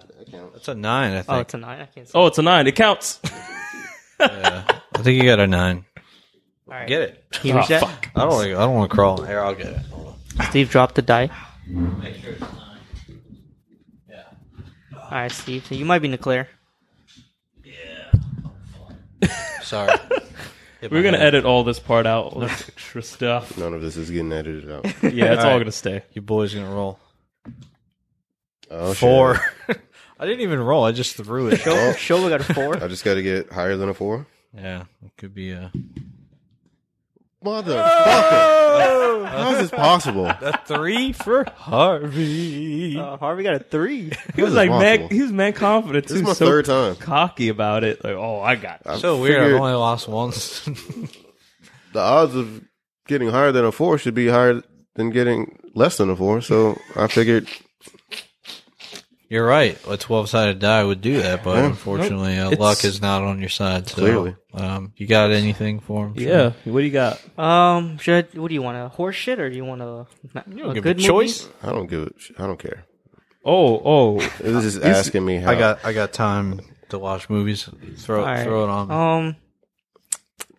S3: It's a nine. I
S1: oh,
S3: think.
S1: it's a nine. I can't see.
S2: Oh, it's a nine. It counts.
S3: I think you got a nine.
S1: All right.
S3: Get it.
S1: He reached that.
S2: Oh, fuck.
S3: I don't. Like, I don't want to crawl. Here, I'll get it.
S1: Steve dropped the die.
S3: Make sure it's nine.
S1: All right, Steve. So you might be in the clear.
S3: Sorry. Hit my
S2: We're gonna
S3: head.
S2: edit all this part out. All this extra stuff.
S4: None of this is getting edited out.
S2: Yeah, it's all,
S3: right.
S2: gonna stay.
S3: Your boy's gonna roll
S4: Oh, shit.
S3: four. I didn't even roll. I just threw it.
S1: Show,
S4: Oh.
S1: show we got a four.
S4: I just got to get higher than a four.
S3: yeah, it could be a.
S4: Motherfucker! How is this possible?
S3: A three for Harvey.
S1: Uh, Harvey got a three.
S2: He was
S4: is
S2: like man.
S4: possible?
S2: He was man confident.
S4: This
S2: too,
S4: is my
S2: so
S4: third time.
S2: cocky about it. Like, oh, I got it.
S4: I
S3: so weird. I've
S4: figured
S3: only lost once.
S4: The odds of getting higher than a four should be higher than getting less than a four. So I figured
S3: You're right. A 12 sided die would do that, but
S4: Yeah.
S3: unfortunately, uh,
S2: It's-
S3: luck is not on your side. So,
S4: Clearly.
S3: um, you got anything for him?
S2: Yeah. What do you got?
S1: Um, should I, what do you want? A horse shit or do you want a, a
S3: give
S1: good
S3: a choice.
S4: I don't give a sh- I don't care.
S2: Oh, oh.
S4: This is asking me how
S3: I got I got time to watch movies. Throw
S1: All right.
S3: throw it on.
S1: Um,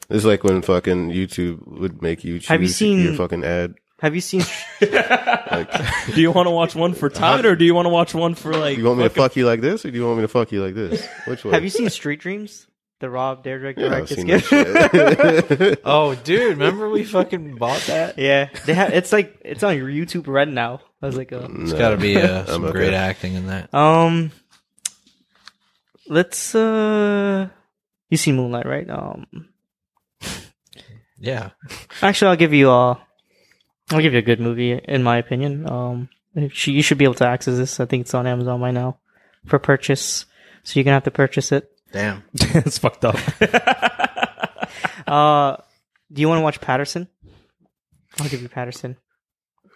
S4: It's like when fucking YouTube would make you choose
S1: Have you seen-
S4: your fucking ad.
S1: have you seen?
S2: Do you want to watch one for Todd or do you want to watch one for like?
S4: Do you want me to fuck you like this, or do you want me to fuck you like this? Which one?
S1: have you seen Street Dreams? The Rob Dyrdek
S4: Yeah, I've
S1: directed
S4: seen
S1: skit?
S4: that shit.
S3: Oh, dude, remember we fucking bought that?
S1: yeah, they have. It's like it's on your YouTube Red now. I was like, uh,
S4: Mm.
S3: It's got to be uh, some
S4: okay.
S3: great acting in that.
S1: um, let's uh, you see Moonlight, right? Um,
S3: Yeah.
S1: actually, I'll give you uh, I'll give you a good movie, in my opinion. Um, you should- you should be able to access this. I think it's on Amazon by now for purchase. So you're gonna have to purchase it.
S3: Damn.
S2: it's fucked up.
S1: Uh, do you want to watch Patterson? I'll give you Patterson.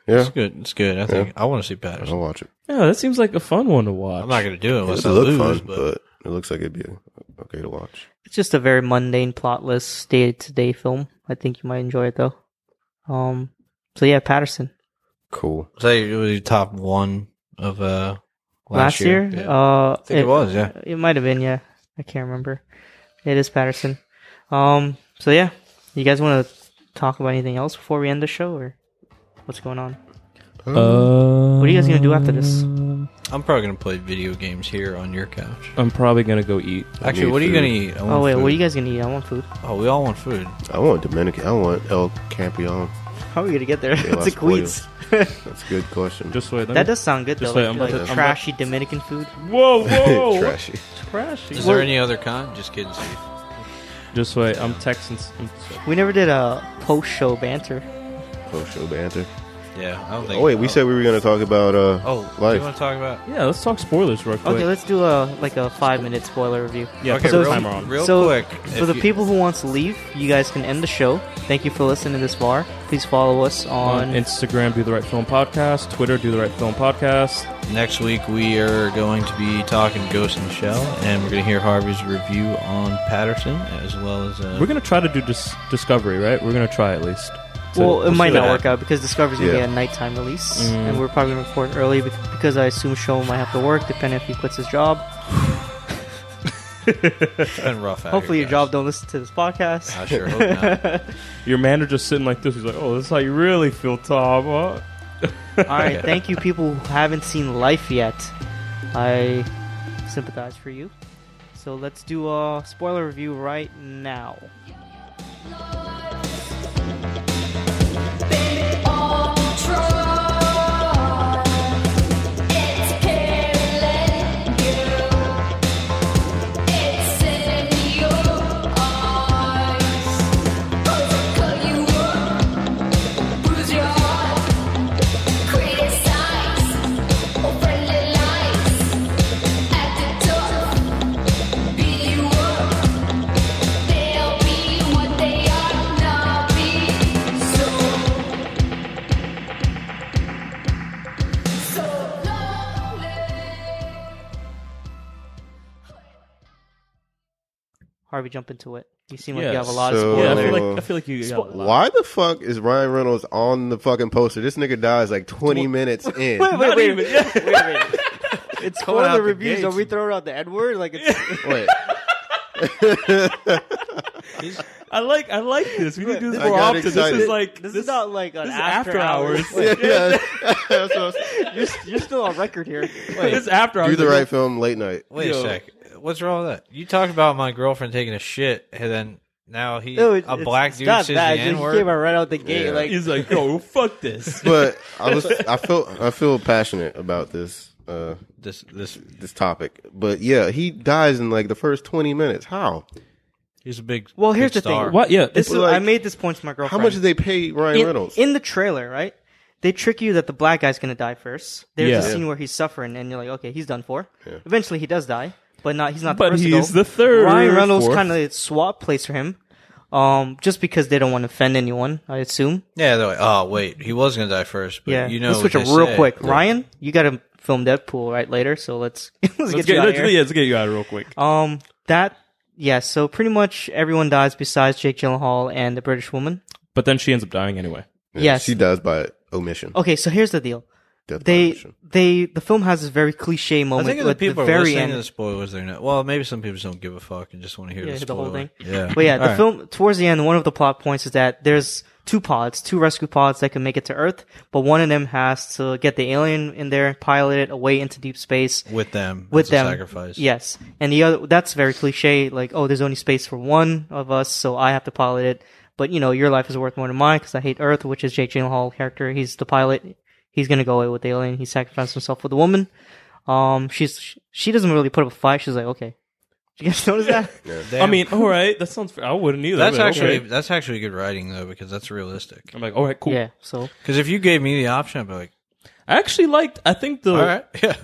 S4: Yeah,
S3: It's good. It's good. I think I want to see Patterson.
S4: I'll watch it.
S2: yeah, that seems like a fun one to watch.
S3: I'm not going to do it unless
S4: It
S3: I
S4: look
S3: lose.
S4: fun,
S3: but,
S4: but it looks like it'd be okay to watch.
S1: It's just a very mundane, plotless, day-to-day film. I think you might enjoy it though. Um, so yeah, Patterson.
S4: Cool.
S3: say it was your top one of uh
S1: Last, year,
S3: Yeah.
S1: uh,
S3: I think it, was. Yeah.
S1: It might have been, yeah. I can't remember. It is Patterson. Um, so yeah, you guys want to talk about anything else before we end the show, or what's going on?
S2: Uh,
S1: What are you guys gonna do after this?
S2: Mm,
S3: I'm probably going to play video games here on your couch.
S2: I'm probably gonna go eat.
S3: Actually,
S4: need
S3: what are you
S4: food.
S3: going to eat? I want
S1: Oh wait,
S3: food.
S1: what are you guys gonna eat? I want food.
S3: Oh, we all want food.
S4: I want Dominican. I want El Campeon.
S1: How are we gonna get there?
S4: It's
S1: It's
S4: a
S1: a
S4: that's Queens.
S1: Queens.
S4: That's a good question.
S2: Just wait.
S1: That does sound good though.
S2: Just
S1: Like,
S2: wait, I'm
S1: like
S2: about to- I'm
S1: trashy Dominican food.
S2: Whoa, whoa, what's
S4: trashy.
S2: trashy?
S3: Is there any other kind? Just kidding, Steve.
S2: Just wait. I'm texting. s- I'm sorry.
S1: We never did a post-show banter.
S4: Post show banter.
S3: Yeah, I don't think.
S4: Oh wait, we said we were gonna talk about uh
S3: Oh, do you
S4: life.
S3: want to talk about?
S2: Yeah, let's talk spoilers real quick.
S1: Okay, let's do a like a five-minute spoiler review.
S2: yeah,
S3: Okay,
S2: put the
S1: so-
S2: timer on.
S3: Real
S1: so
S3: quick,
S1: for
S3: if
S1: the
S3: you-
S1: people who wants to leave, you guys can end the show. Thank you for listening this far. Please follow us
S2: On
S1: on.
S2: Instagram, do the right film podcast. Twitter, do the right film podcast.
S3: Next week we are going to be talking Ghost in the Shell, and we're going to hear Harvey's review on Patterson as well as. Uh,
S2: We're gonna try to do dis- Discovery, right? We're gonna try at least. to-
S1: Well, it
S2: to
S1: might
S2: see
S1: not
S2: that.
S1: work out because Discovery's gonna
S4: Yeah.
S1: be a nighttime release,
S2: Mm.
S1: and we're probably gonna record early bec- because I assume Show might have to work, depending if he quits his job.
S3: it's been rough. Out
S1: Hopefully,
S3: here,
S1: your job
S3: guys.
S1: don't listen to this podcast.
S3: I sure hope not.
S2: Your manager's sitting like this. He's like, "Oh, this is how you really feel, Tom." Huh?
S1: All right, thank you, people who haven't seen Life yet. I sympathize for you. So let's do a spoiler review right now.
S6: They'll be what they are not be so so lonely.
S1: Harvey, jump into it. You seem like
S2: Yeah,
S1: you have a lot
S4: so-
S1: of
S2: Yeah, I
S1: spoilers.
S2: feel
S4: Spoiler.
S2: like I feel like you. Got a lot.
S4: Why the fuck is Ryan Reynolds on the fucking poster? This nigga dies like 20 minutes in.
S1: wait, wait, wait,
S2: even-
S1: wait, wait. It's
S3: Calling out
S1: spoiler
S3: the
S1: reviews. Are
S3: gates.
S1: we throwing out the N word? Like, it's,
S4: Wait,
S2: I like I like this. We need to do this
S4: I
S2: more
S4: got
S2: often. This
S4: excited.
S2: is like
S1: this, is not like an
S2: this is
S1: after,
S2: after
S1: hours.
S2: hours.
S1: Wait,
S4: yeah, that's what I was-
S1: you're, you're still on record here.
S2: this after hours.
S4: do the right film late night.
S3: Wait
S2: Yo.
S3: a sec. What's wrong with that? You talked about my girlfriend taking a shit, and then now he
S1: No, it-
S3: a
S1: it's-
S3: black
S1: it's
S3: dude
S1: not
S3: says
S1: that.
S3: the
S1: It's just
S3: N
S1: you
S3: word.
S1: Came out right out the gate.
S4: Yeah.
S1: Like,
S2: He's like, "Yo, fuck this."
S4: But I was, I feel, I feel passionate about this, uh,
S3: this this
S4: this topic. But yeah, he dies in like the first 20 minutes. How?
S3: he's a big
S1: Well, here's
S3: big
S1: the thing.
S3: star.
S2: What? Yeah.
S1: this is,
S4: like-
S1: I made this point to my girlfriend.
S4: How much did they pay Ryan
S1: in,
S4: Reynolds?
S1: in the trailer, right? They trick you that the black guy's gonna die first. There's a
S2: Yeah.
S1: scene where he's suffering, and you're like, okay, he's done for. Eventually, he does die, but not he's not. The
S2: But
S1: first to
S2: he's
S1: go.
S2: the third,
S1: Ryan Reynolds
S2: fourth.
S1: kind of swap place for him, um, just because they don't want to offend anyone. I assume.
S3: Yeah, they're like, oh wait, he was gonna die first, but
S1: yeah,
S3: you know,
S1: let's switch
S3: what
S1: it
S3: they
S1: real
S3: say.
S1: quick. Ryan, you got to film Deadpool right later, so let's let's,
S2: Let's
S1: get, you
S2: get,
S1: out
S2: let's,
S1: here.
S2: yeah, let's get you Uh, out real quick.
S1: Um, that yeah. So pretty much everyone dies besides Jake Gyllenhaal and the British woman.
S2: But then she ends up dying anyway.
S4: Yeah,
S1: yes.
S4: she dies by omission.
S1: Okay, so here's the deal.
S4: Death by
S1: They
S4: omission.
S1: they the film has this very cliche
S3: I
S1: moment
S3: think if the
S1: at the
S3: people are
S1: very
S3: listening
S1: end.
S3: to the spoilers, they're not. Well, maybe some people just don't give a fuck and just want to hear
S1: Yeah,
S3: the
S1: the whole
S3: spoiler.
S1: thing.
S3: Yeah,
S1: But yeah, the
S3: All right.
S1: film towards the end, one of the plot points is that there's two pods, two rescue pods that can make it to Earth, but one of them has to get the alien in there, pilot it away into deep space,
S3: with them,
S1: with
S3: it's a
S1: them.
S3: sacrifice.
S1: Yes, and the other that's very cliche. Like, oh, there's only space for one of us, so I have to pilot it. But you know, your life is worth more than mine because I hate Earth, which is Jake Gyllenhaal character. He's the pilot. He's gonna go away with the alien. He sacrificed himself for the woman. Um, she's she doesn't really put up a fight. She's like, okay, Did you guys notice that?
S2: I mean, all right, that sounds. fair. I wouldn't either.
S3: that's
S2: but
S3: actually
S2: okay.
S3: that's actually good writing though because that's realistic.
S2: I'm like, all right, cool.
S1: Yeah. So
S3: Because if you gave me the option, I'd be like,
S2: I actually liked. I think the
S3: all right, yeah,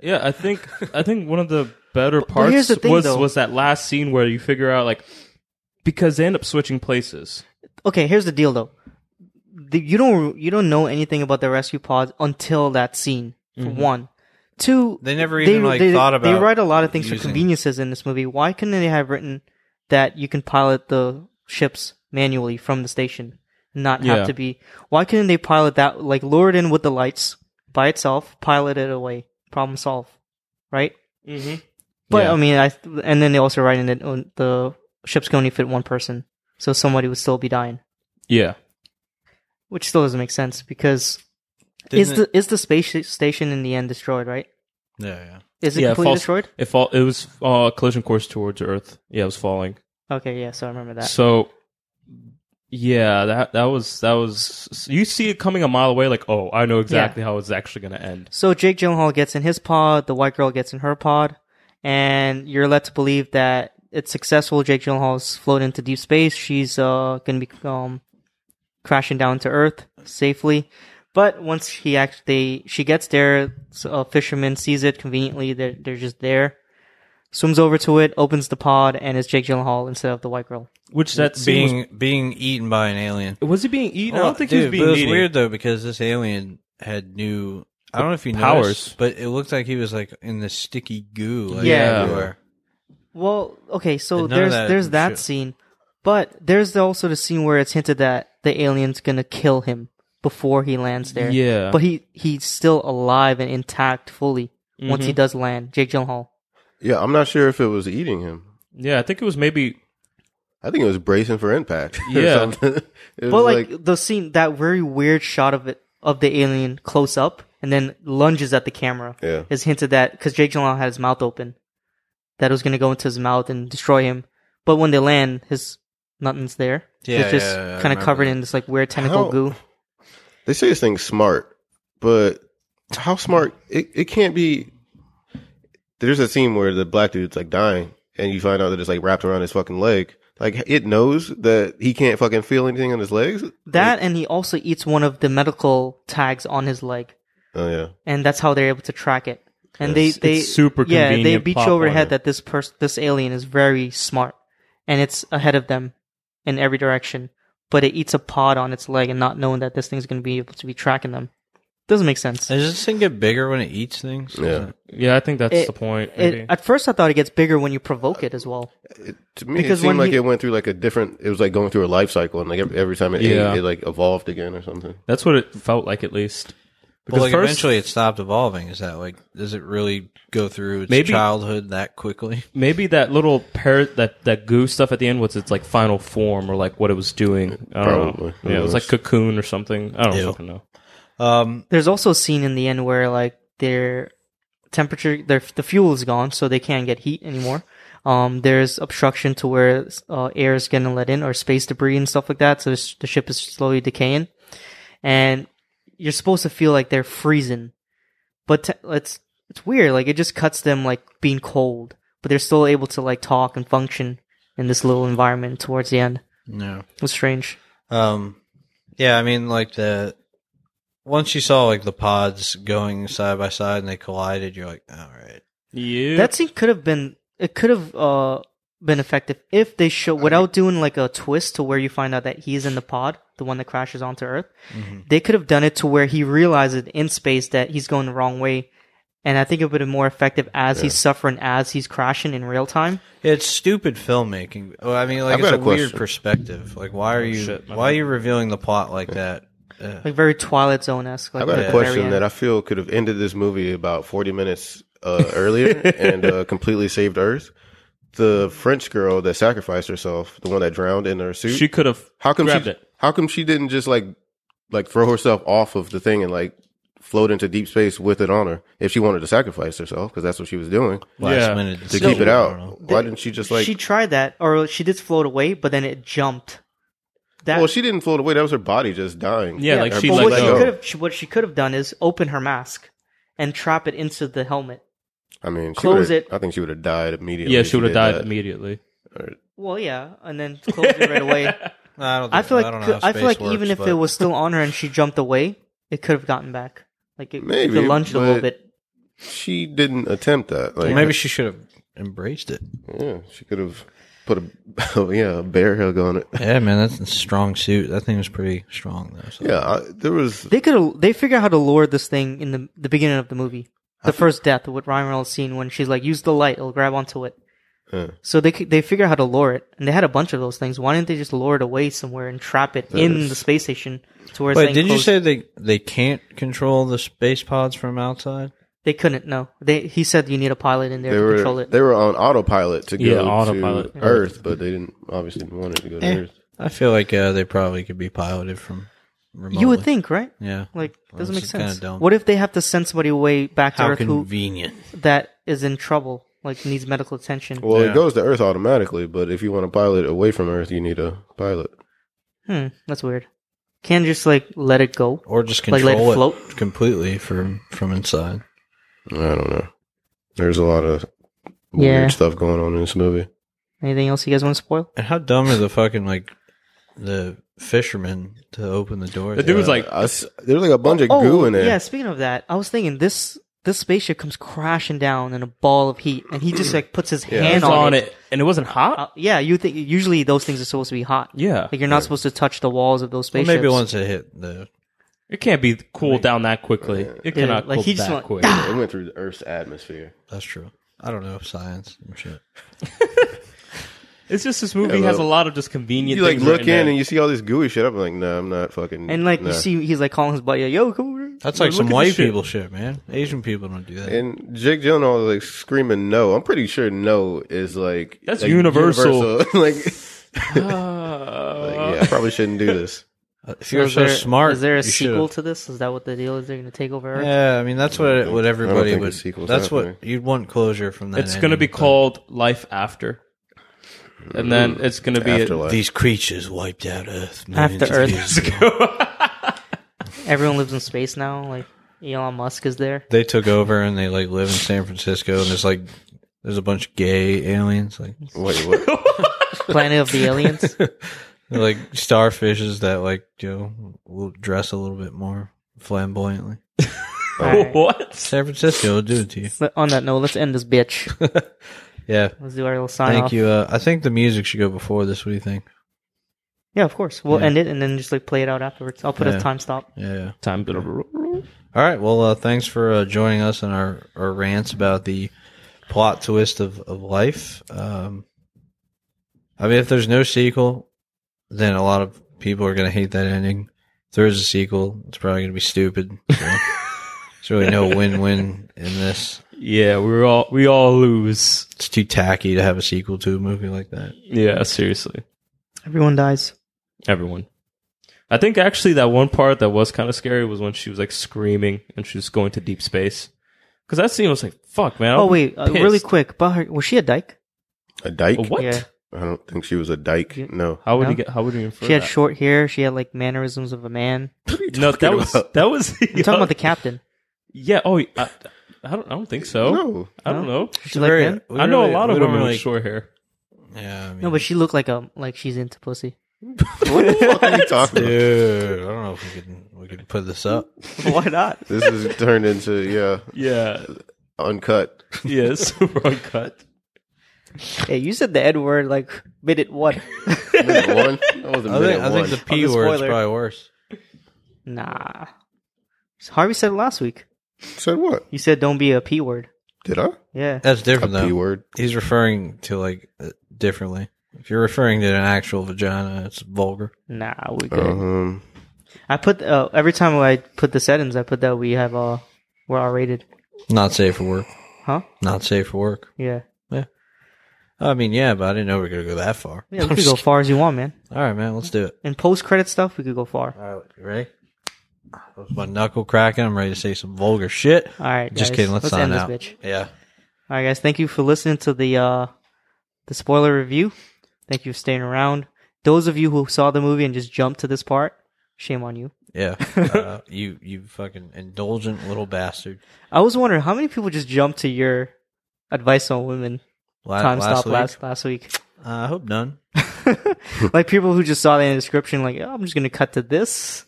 S2: yeah. I think I think one of the better parts
S1: here's the thing,
S2: was
S1: though.
S2: was that last scene where you figure out like because they end up switching places.
S1: okay, here's the deal though. The, you don't you don't know anything about the rescue pods until that scene. For
S3: Mm-hmm.
S1: one, two.
S3: They never even, like, thought
S1: They
S3: about
S1: write a lot of things for
S3: using-
S1: conveniences in this movie. Why couldn't they have written that you can pilot the ships manually from the station, not
S2: Yeah.
S1: have to be? Why couldn't they pilot that like lure it in with the lights by itself, pilot it away, problem solved, right?
S2: Mm-hmm.
S1: But
S2: Yeah.
S1: I mean, I and then they also write in that uh, the ships can only fit one person, so somebody would still be dying
S2: Yeah.
S1: which still doesn't make sense because is
S3: Didn't
S1: the is the space sh- station in the end destroyed? Right?
S3: it- yeah, yeah.
S1: Is it
S2: yeah,
S1: completely
S2: falls-
S1: destroyed?
S2: It fall. It was uh, collision course towards Earth. Yeah, it was falling.
S1: Okay, yeah. So I remember that.
S2: So yeah, that that was that was you see it coming a mile away. Like, oh, I know exactly how it's actually going to end.
S1: So Jake Gyllenhaal gets in his pod, the white girl gets in her pod, and you're led to believe that it's successful. Jake Gyllenhaal's floated into deep space. She's uh gonna be um crashing down to Earth safely. But once he act, they she gets there. s- A fisherman sees it conveniently. They're they're just there. Swims over to it, opens the pod, and it's Jake Gyllenhaal instead of the white girl.
S2: Which that scene
S3: Being being eaten by an alien.
S2: was, was he being eaten? I
S3: Well,
S2: don't think
S3: dude,
S2: he was being
S3: but it was
S2: eaten.
S3: weird though because this alien had new. I don't know if you
S2: Powers.
S3: noticed, but it looked like he was like in this sticky goo. Like,
S1: Yeah.
S3: everywhere.
S1: Well, okay, so
S3: And none of
S1: there's
S3: that
S1: there's that
S3: shit.
S1: scene, but there's the- also the scene where it's hinted that the alien's gonna kill him before he lands there.
S2: Yeah.
S1: but he he's still alive and intact fully once he
S3: Mm-hmm.
S1: does land. Jake Gyllenhaal.
S4: Yeah, I'm not sure if it was eating him.
S2: Yeah, I think it was maybe.
S4: I think it was bracing for impact. or
S2: Yeah.
S4: something. it
S1: But
S4: was
S1: like, the scene, that very weird shot of it of the alien close up and then lunges at the camera
S4: Yeah.
S1: is hinted that because Jake Gyllenhaal had his mouth open, that it was gonna go into his mouth and destroy him. But when they land, his nothing's there.
S3: Yeah,
S1: it's just
S3: yeah, yeah, I
S1: kind of
S3: remember
S1: covered
S3: that.
S1: in this like weird tentacle
S4: How-
S1: goo.
S4: they say this thing's smart, but how smart? It it can't be. There's a scene where the black dude's like dying, and you find out that it's like wrapped around his fucking leg. Like it knows that he can't fucking feel anything on his legs.
S1: That and he also eats one of the medical tags on his leg,
S4: Oh yeah,
S1: and that's how they're able to track it. And
S2: It's-
S1: they they
S2: it's super
S1: yeah they
S2: convenient
S1: beat
S2: plot
S1: you over the head
S2: point.
S1: that this person this alien is very smart, and it's ahead of them in every direction. But it eats a pod on its leg, and not knowing that this thing's going to be able to be tracking them doesn't make sense.
S3: Does this thing get bigger when it eats things?
S4: yeah.
S2: Yeah, I think that's
S1: It-
S2: the point.
S1: It, at first, I thought it gets bigger when you provoke it as well.
S4: It, to me,
S1: Because
S4: it seemed
S1: when
S4: like
S1: he-
S4: it went through like a different. It was like going through a life cycle, and like every, every time it
S2: Yeah.
S4: ate, it like evolved again or something.
S2: that's what it felt like, at least.
S3: Well, like
S2: first-
S3: eventually it stopped evolving. Is that like does it really go through its
S2: Maybe-
S3: childhood that quickly?
S2: Maybe that little pair that that goo stuff at the end was its like final form or like what it was doing. I don't
S4: Probably.
S2: know. Yeah, it was like cocoon or something. I don't
S3: Ew.
S2: fucking know.
S3: Um,
S1: There's also a scene in the end where like their temperature, their the fuel is gone, so they can't get heat anymore. Um, there's obstruction to where uh, air is getting let in or space debris and stuff like that. So this- the ship is slowly decaying, and you're supposed to feel like they're freezing, but t- it's it's weird. Like it just cuts them like being cold, but they're still able to like talk and function in this little environment towards the end.
S3: no.
S1: It was strange.
S3: Um, yeah, I mean, like the once you saw like the pods going side by side and they collided, you're like, all right,
S2: Yeah,
S1: That scene could have been it could have uh been effective if they show without doing like a twist to where you find out that he's in the pod, the one that crashes onto Earth.
S4: Mm-hmm.
S1: They could have done it to where he realizes in space that he's going the wrong way. And I think it would have been more effective as he's suffering, as he's crashing in real time.
S3: it's stupid filmmaking. Well, I mean, like
S4: I've
S3: it's
S4: got
S3: a,
S4: a
S3: weird
S4: question.
S3: perspective. Like, why are
S1: Oh,
S3: you
S2: shit, my
S3: why are
S2: bad.
S3: you revealing the plot like that? Uh,
S1: Like very Twilight Zone esque. Like
S4: I
S1: at
S4: got a
S1: the very
S4: question
S1: end.
S4: that I feel could have ended this movie about 40 minutes uh, earlier and uh, completely saved Earth. The French girl that sacrificed herself, the one that drowned in her suit,
S2: she could have.
S4: how come
S2: grabbed
S4: she,
S2: it?
S4: How come she didn't just like like throw herself off of the thing and like float into deep space with it on her if she wanted to sacrifice herself because that's what she was doing
S3: last
S2: Yeah.
S3: minute
S4: to
S3: decision,
S4: keep it
S3: I don't know.
S4: out. Why didn't she just like?
S1: she tried that, or she did float away, but then it jumped. That
S4: well, she didn't float away. That was her body just dying.
S2: Yeah, like
S4: Her
S2: she
S1: But
S2: let
S1: what
S4: body
S1: she
S2: go.
S1: could have, she, what she could have done is open her mask and trap it into the helmet.
S4: I mean, she
S1: Close
S4: would've-
S1: it.
S4: I think she would have died immediately.
S2: Yeah,
S4: if
S2: she would have
S4: did
S2: died
S4: that.
S2: immediately.
S1: Well, yeah, and then close it right away.
S3: No, I don't. Think,
S1: I feel like
S3: don't
S1: I,
S3: know how
S1: feel
S3: space
S1: like
S3: works,
S1: even if
S3: but-
S1: it was still on her and she jumped away, it could have gotten back. Like it,
S4: Maybe,
S1: it lunged a little
S4: but-
S1: bit.
S4: She didn't attempt that. Like
S3: Well, maybe she should have embraced it.
S4: yeah, she could have put a yeah a bear hug on it.
S3: Yeah, man, that's a strong suit. That thing was pretty strong though. So.
S4: Yeah, I, there was
S1: They could have. They figure out how to lure this thing in the the beginning of the movie. The first death, what Ryan Reynolds scene when she's like, "Use the light, it'll grab onto it."
S4: Yeah.
S1: So they c- they figure out how to lure it, and they had a bunch of those things. Why didn't they just lure it away somewhere and trap it in
S4: is-
S1: the space station? To where it's
S3: Wait, did you
S1: enclosed?
S3: say they they can't control the space pods from outside?
S1: they couldn't? No, they he said you need a pilot in there
S4: they
S1: to
S4: were
S1: control it.
S4: they were on autopilot to go
S2: Yeah, autopilot.
S4: to Earth, but they didn't obviously didn't want it to go to
S3: Eh.
S4: Earth.
S3: I feel like uh, they probably could be piloted from. Remotely.
S1: you would think, right?
S3: yeah.
S1: Like
S3: Well,
S1: doesn't
S3: this
S1: make
S3: is kinda
S1: sense.
S3: dumb.
S1: What if they have to send somebody away back to
S3: How
S1: Earth who
S3: convenient.
S1: that is in trouble, like needs medical attention?
S4: Well,
S3: Yeah.
S4: it goes to Earth automatically, but if you want to pilot away from Earth, you need a pilot.
S1: Hmm, that's weird. Can't just like let it go.
S3: Or just
S1: Like,
S3: control
S1: let it
S3: it
S1: float?
S3: completely from from inside.
S4: I don't know. There's a lot of weird
S1: Yeah.
S4: stuff going on in this movie.
S1: Anything else you guys want to spoil?
S3: And how dumb are the fucking like the fishermen to open the door?
S2: The dude was like,
S4: I s- there's like a bunch
S1: Oh,
S4: of goo in there.
S1: Yeah, speaking of that, I was thinking this this spaceship comes crashing down in a ball of heat, and he just like puts his hand
S2: hands
S1: on,
S2: on
S1: it.
S2: it, and it wasn't hot.
S1: Uh, yeah, you think usually those things are supposed to be hot.
S2: yeah,
S1: Like you're not supposed to touch the walls of those
S3: well,
S1: spaceships.
S3: maybe once it hit the
S2: it can't be cooled down that quickly. It
S1: Yeah,
S2: cannot
S1: like,
S2: cool
S1: he just
S2: that
S1: went,
S2: quick.
S4: It went through the Earth's atmosphere.
S3: that's true. I don't know science and shit.
S2: It's just this movie
S4: Yeah,
S2: has a
S4: but-
S2: lot of just convenient.
S4: You like
S2: things
S4: look in
S2: written
S4: and you see all this gooey shit. I'm like, no, nah, I'm not fucking.
S1: And like
S4: nah.
S1: you see, he's like calling his buddy, like, "Yo, come over." here."
S3: That's like
S2: Look
S3: some
S2: at this
S3: white
S2: shit.
S3: people shit, man. Asian people don't do that.
S4: and Jake Gyllenhaal is like screaming no. I'm pretty sure no is like
S2: That's
S4: like,
S2: universal.
S4: universal. like,
S2: Uh,
S4: like, yeah, I probably shouldn't do this.
S3: Uh, if you're
S1: is
S3: so
S1: there-
S3: smart,
S1: Is there a
S3: you should've-
S1: sequel to this? Is that what the deal is? They're going to take over Earth?
S3: Yeah, I mean that's what what everybody
S4: think
S3: would.
S4: a sequel's
S3: That's
S4: happening.
S3: what you'd want closure from that.
S2: it's going to be
S3: ending, but
S2: called Life After, and then it's going to be
S4: Afterlife.
S3: These creatures wiped out Earth. millions
S1: After
S3: of years
S1: Earth,
S3: ago.
S1: everyone lives in space now. Like Elon Musk is there.
S3: they took over and they like live in San Francisco and there's like there's a bunch of gay aliens like
S4: Wait, what?
S1: Planet of the Aliens.
S3: they're like starfishes that like you know will dress a little bit more flamboyantly.
S1: All right.
S2: what?
S3: San Francisco will do it to you.
S1: So on that note, let's end this bitch.
S3: Yeah.
S1: Let's do our little sign
S3: Thank
S1: off.
S3: you. Uh, I think the music should go before this. What do you think?
S1: Yeah, of course. We'll end it and then just like play it out afterwards. I'll put a
S3: Yeah.
S1: time stop.
S3: Yeah.
S2: Time bit
S3: All right. Well, uh, thanks for uh, joining us in our, our rants about the plot twist of, of life. Um, I mean, if there's no sequel, then a lot of people are going to hate that ending. If there is a sequel, it's probably going to be stupid. So there's really no win win in this.
S2: Yeah, we all we all lose.
S3: It's too tacky to have a sequel to a movie like that.
S2: Yeah, seriously,
S1: Everyone dies.
S2: everyone. I think actually that one part that was kind of scary was when she was like screaming and she was going to deep space. Because that scene was like, "Fuck, man!"
S1: oh
S2: I'm
S1: wait, uh,
S2: pissed.
S1: really quick. But her, was she a dyke?
S4: A dyke?
S2: What?
S1: Yeah.
S4: I don't think she was a dyke.
S1: You-
S4: No.
S2: How would
S1: No?
S2: you get? How would you infer?
S1: She had
S2: that?
S1: short hair. She had like mannerisms of a man.
S2: no, that was
S4: about?
S2: that was.
S1: I'm talking about the captain.
S2: Yeah. Oh, I, I don't. I don't think so.
S4: No.
S2: I don't know.
S1: She like
S3: Very-
S1: men?
S3: we
S2: I know
S3: really-
S2: a lot
S3: we
S2: of
S3: don't
S2: women
S3: really-
S2: with short hair.
S3: Yeah. I mean,
S1: No, but she looked like a like she's into pussy.
S4: What the fuck are you talking about?
S3: dude, I don't know if we can we can put this up.
S1: Why not?
S4: This is turned into yeah,
S2: Yeah.
S4: uncut.
S2: Yeah. Super uncut.
S1: Hey, you said the N word like minute one.
S4: Minute one. That was a
S3: I
S4: minute
S3: think, I
S4: one.
S3: think the P
S1: On the
S3: word's
S1: spoiler.
S3: probably worse.
S1: nah. Harvey said it last week.
S4: Said what?
S1: You said don't be a p word.
S4: Did I?
S1: Yeah.
S3: That's different
S4: A
S3: though.
S4: P word.
S3: He's referring to like uh, differently. If you're referring to an actual vagina, it's vulgar.
S1: Nah, we good.
S4: Um,
S1: I put uh, every time I put the settings, I put that we have uh we're R rated,
S3: Not safe for work.
S1: huh?
S3: Not safe for work.
S1: Yeah,
S3: I mean, yeah, but I didn't know we were gonna go that far.
S1: yeah. We could go far as you want, man.
S3: All right, man, let's do it.
S1: In post credit stuff, we could go far.
S3: All right, you ready? With my knuckle cracking. I'm ready to say some vulgar shit.
S1: All right,
S3: Just
S1: guys,
S3: kidding. Let's, sign
S1: end
S3: out.
S1: this bitch.
S3: Yeah.
S1: All right, guys. Thank you for listening to the uh the spoiler review. Thank you for staying around. Those of you who saw the movie and just jumped to this part, shame on you.
S3: Yeah. Uh, you you fucking indulgent little bastard.
S1: I was wondering how many people just jumped to your advice on women
S3: La-
S1: time stop
S3: Uh, week?
S1: last last week.
S3: Uh, I hope none.
S1: like people who just saw the description, like "Oh, I'm just gonna cut to this.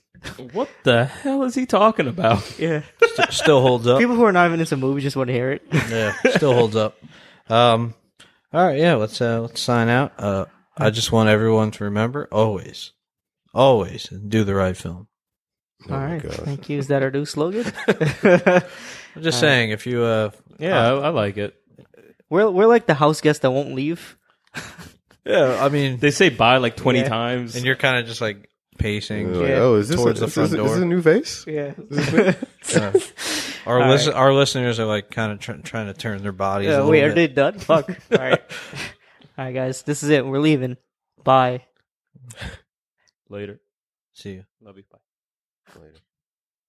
S2: What the hell is he talking about?
S1: Yeah,
S3: St- still holds up.
S1: people who are not even into movies just want to hear it.
S3: yeah, still holds up. Um, all right, yeah, let's uh, let's sign out. Uh, I just want everyone to remember always, always do the right film.
S4: Oh
S1: All
S4: my
S1: right,
S4: gosh.
S1: thank you. Is that our new slogan?
S3: I'm just saying, if you uh,
S2: Yeah, I, I like it.
S1: we're we're like the house guests that won't leave.
S3: yeah, I mean,
S2: They say bye like 20
S1: Yeah.
S2: times.
S3: and you're kind of just like pacing.
S4: They're like,
S1: Yeah.
S4: oh, is this, a,
S3: Towards
S4: is,
S3: the
S4: this,
S3: front
S4: is this
S3: door.
S4: a new face?
S1: Yeah,
S3: Uh, our
S1: All
S3: listen
S1: right.
S3: our listeners are like kind of tr- trying to turn their bodies.
S1: yeah.
S3: a
S1: Wait,
S3: little
S1: are they
S3: bit.
S1: done? Fuck. All right, all right, guys. This is it. We're leaving. Bye.
S2: Later.
S3: See you.
S2: Love you. Bye.
S4: Later.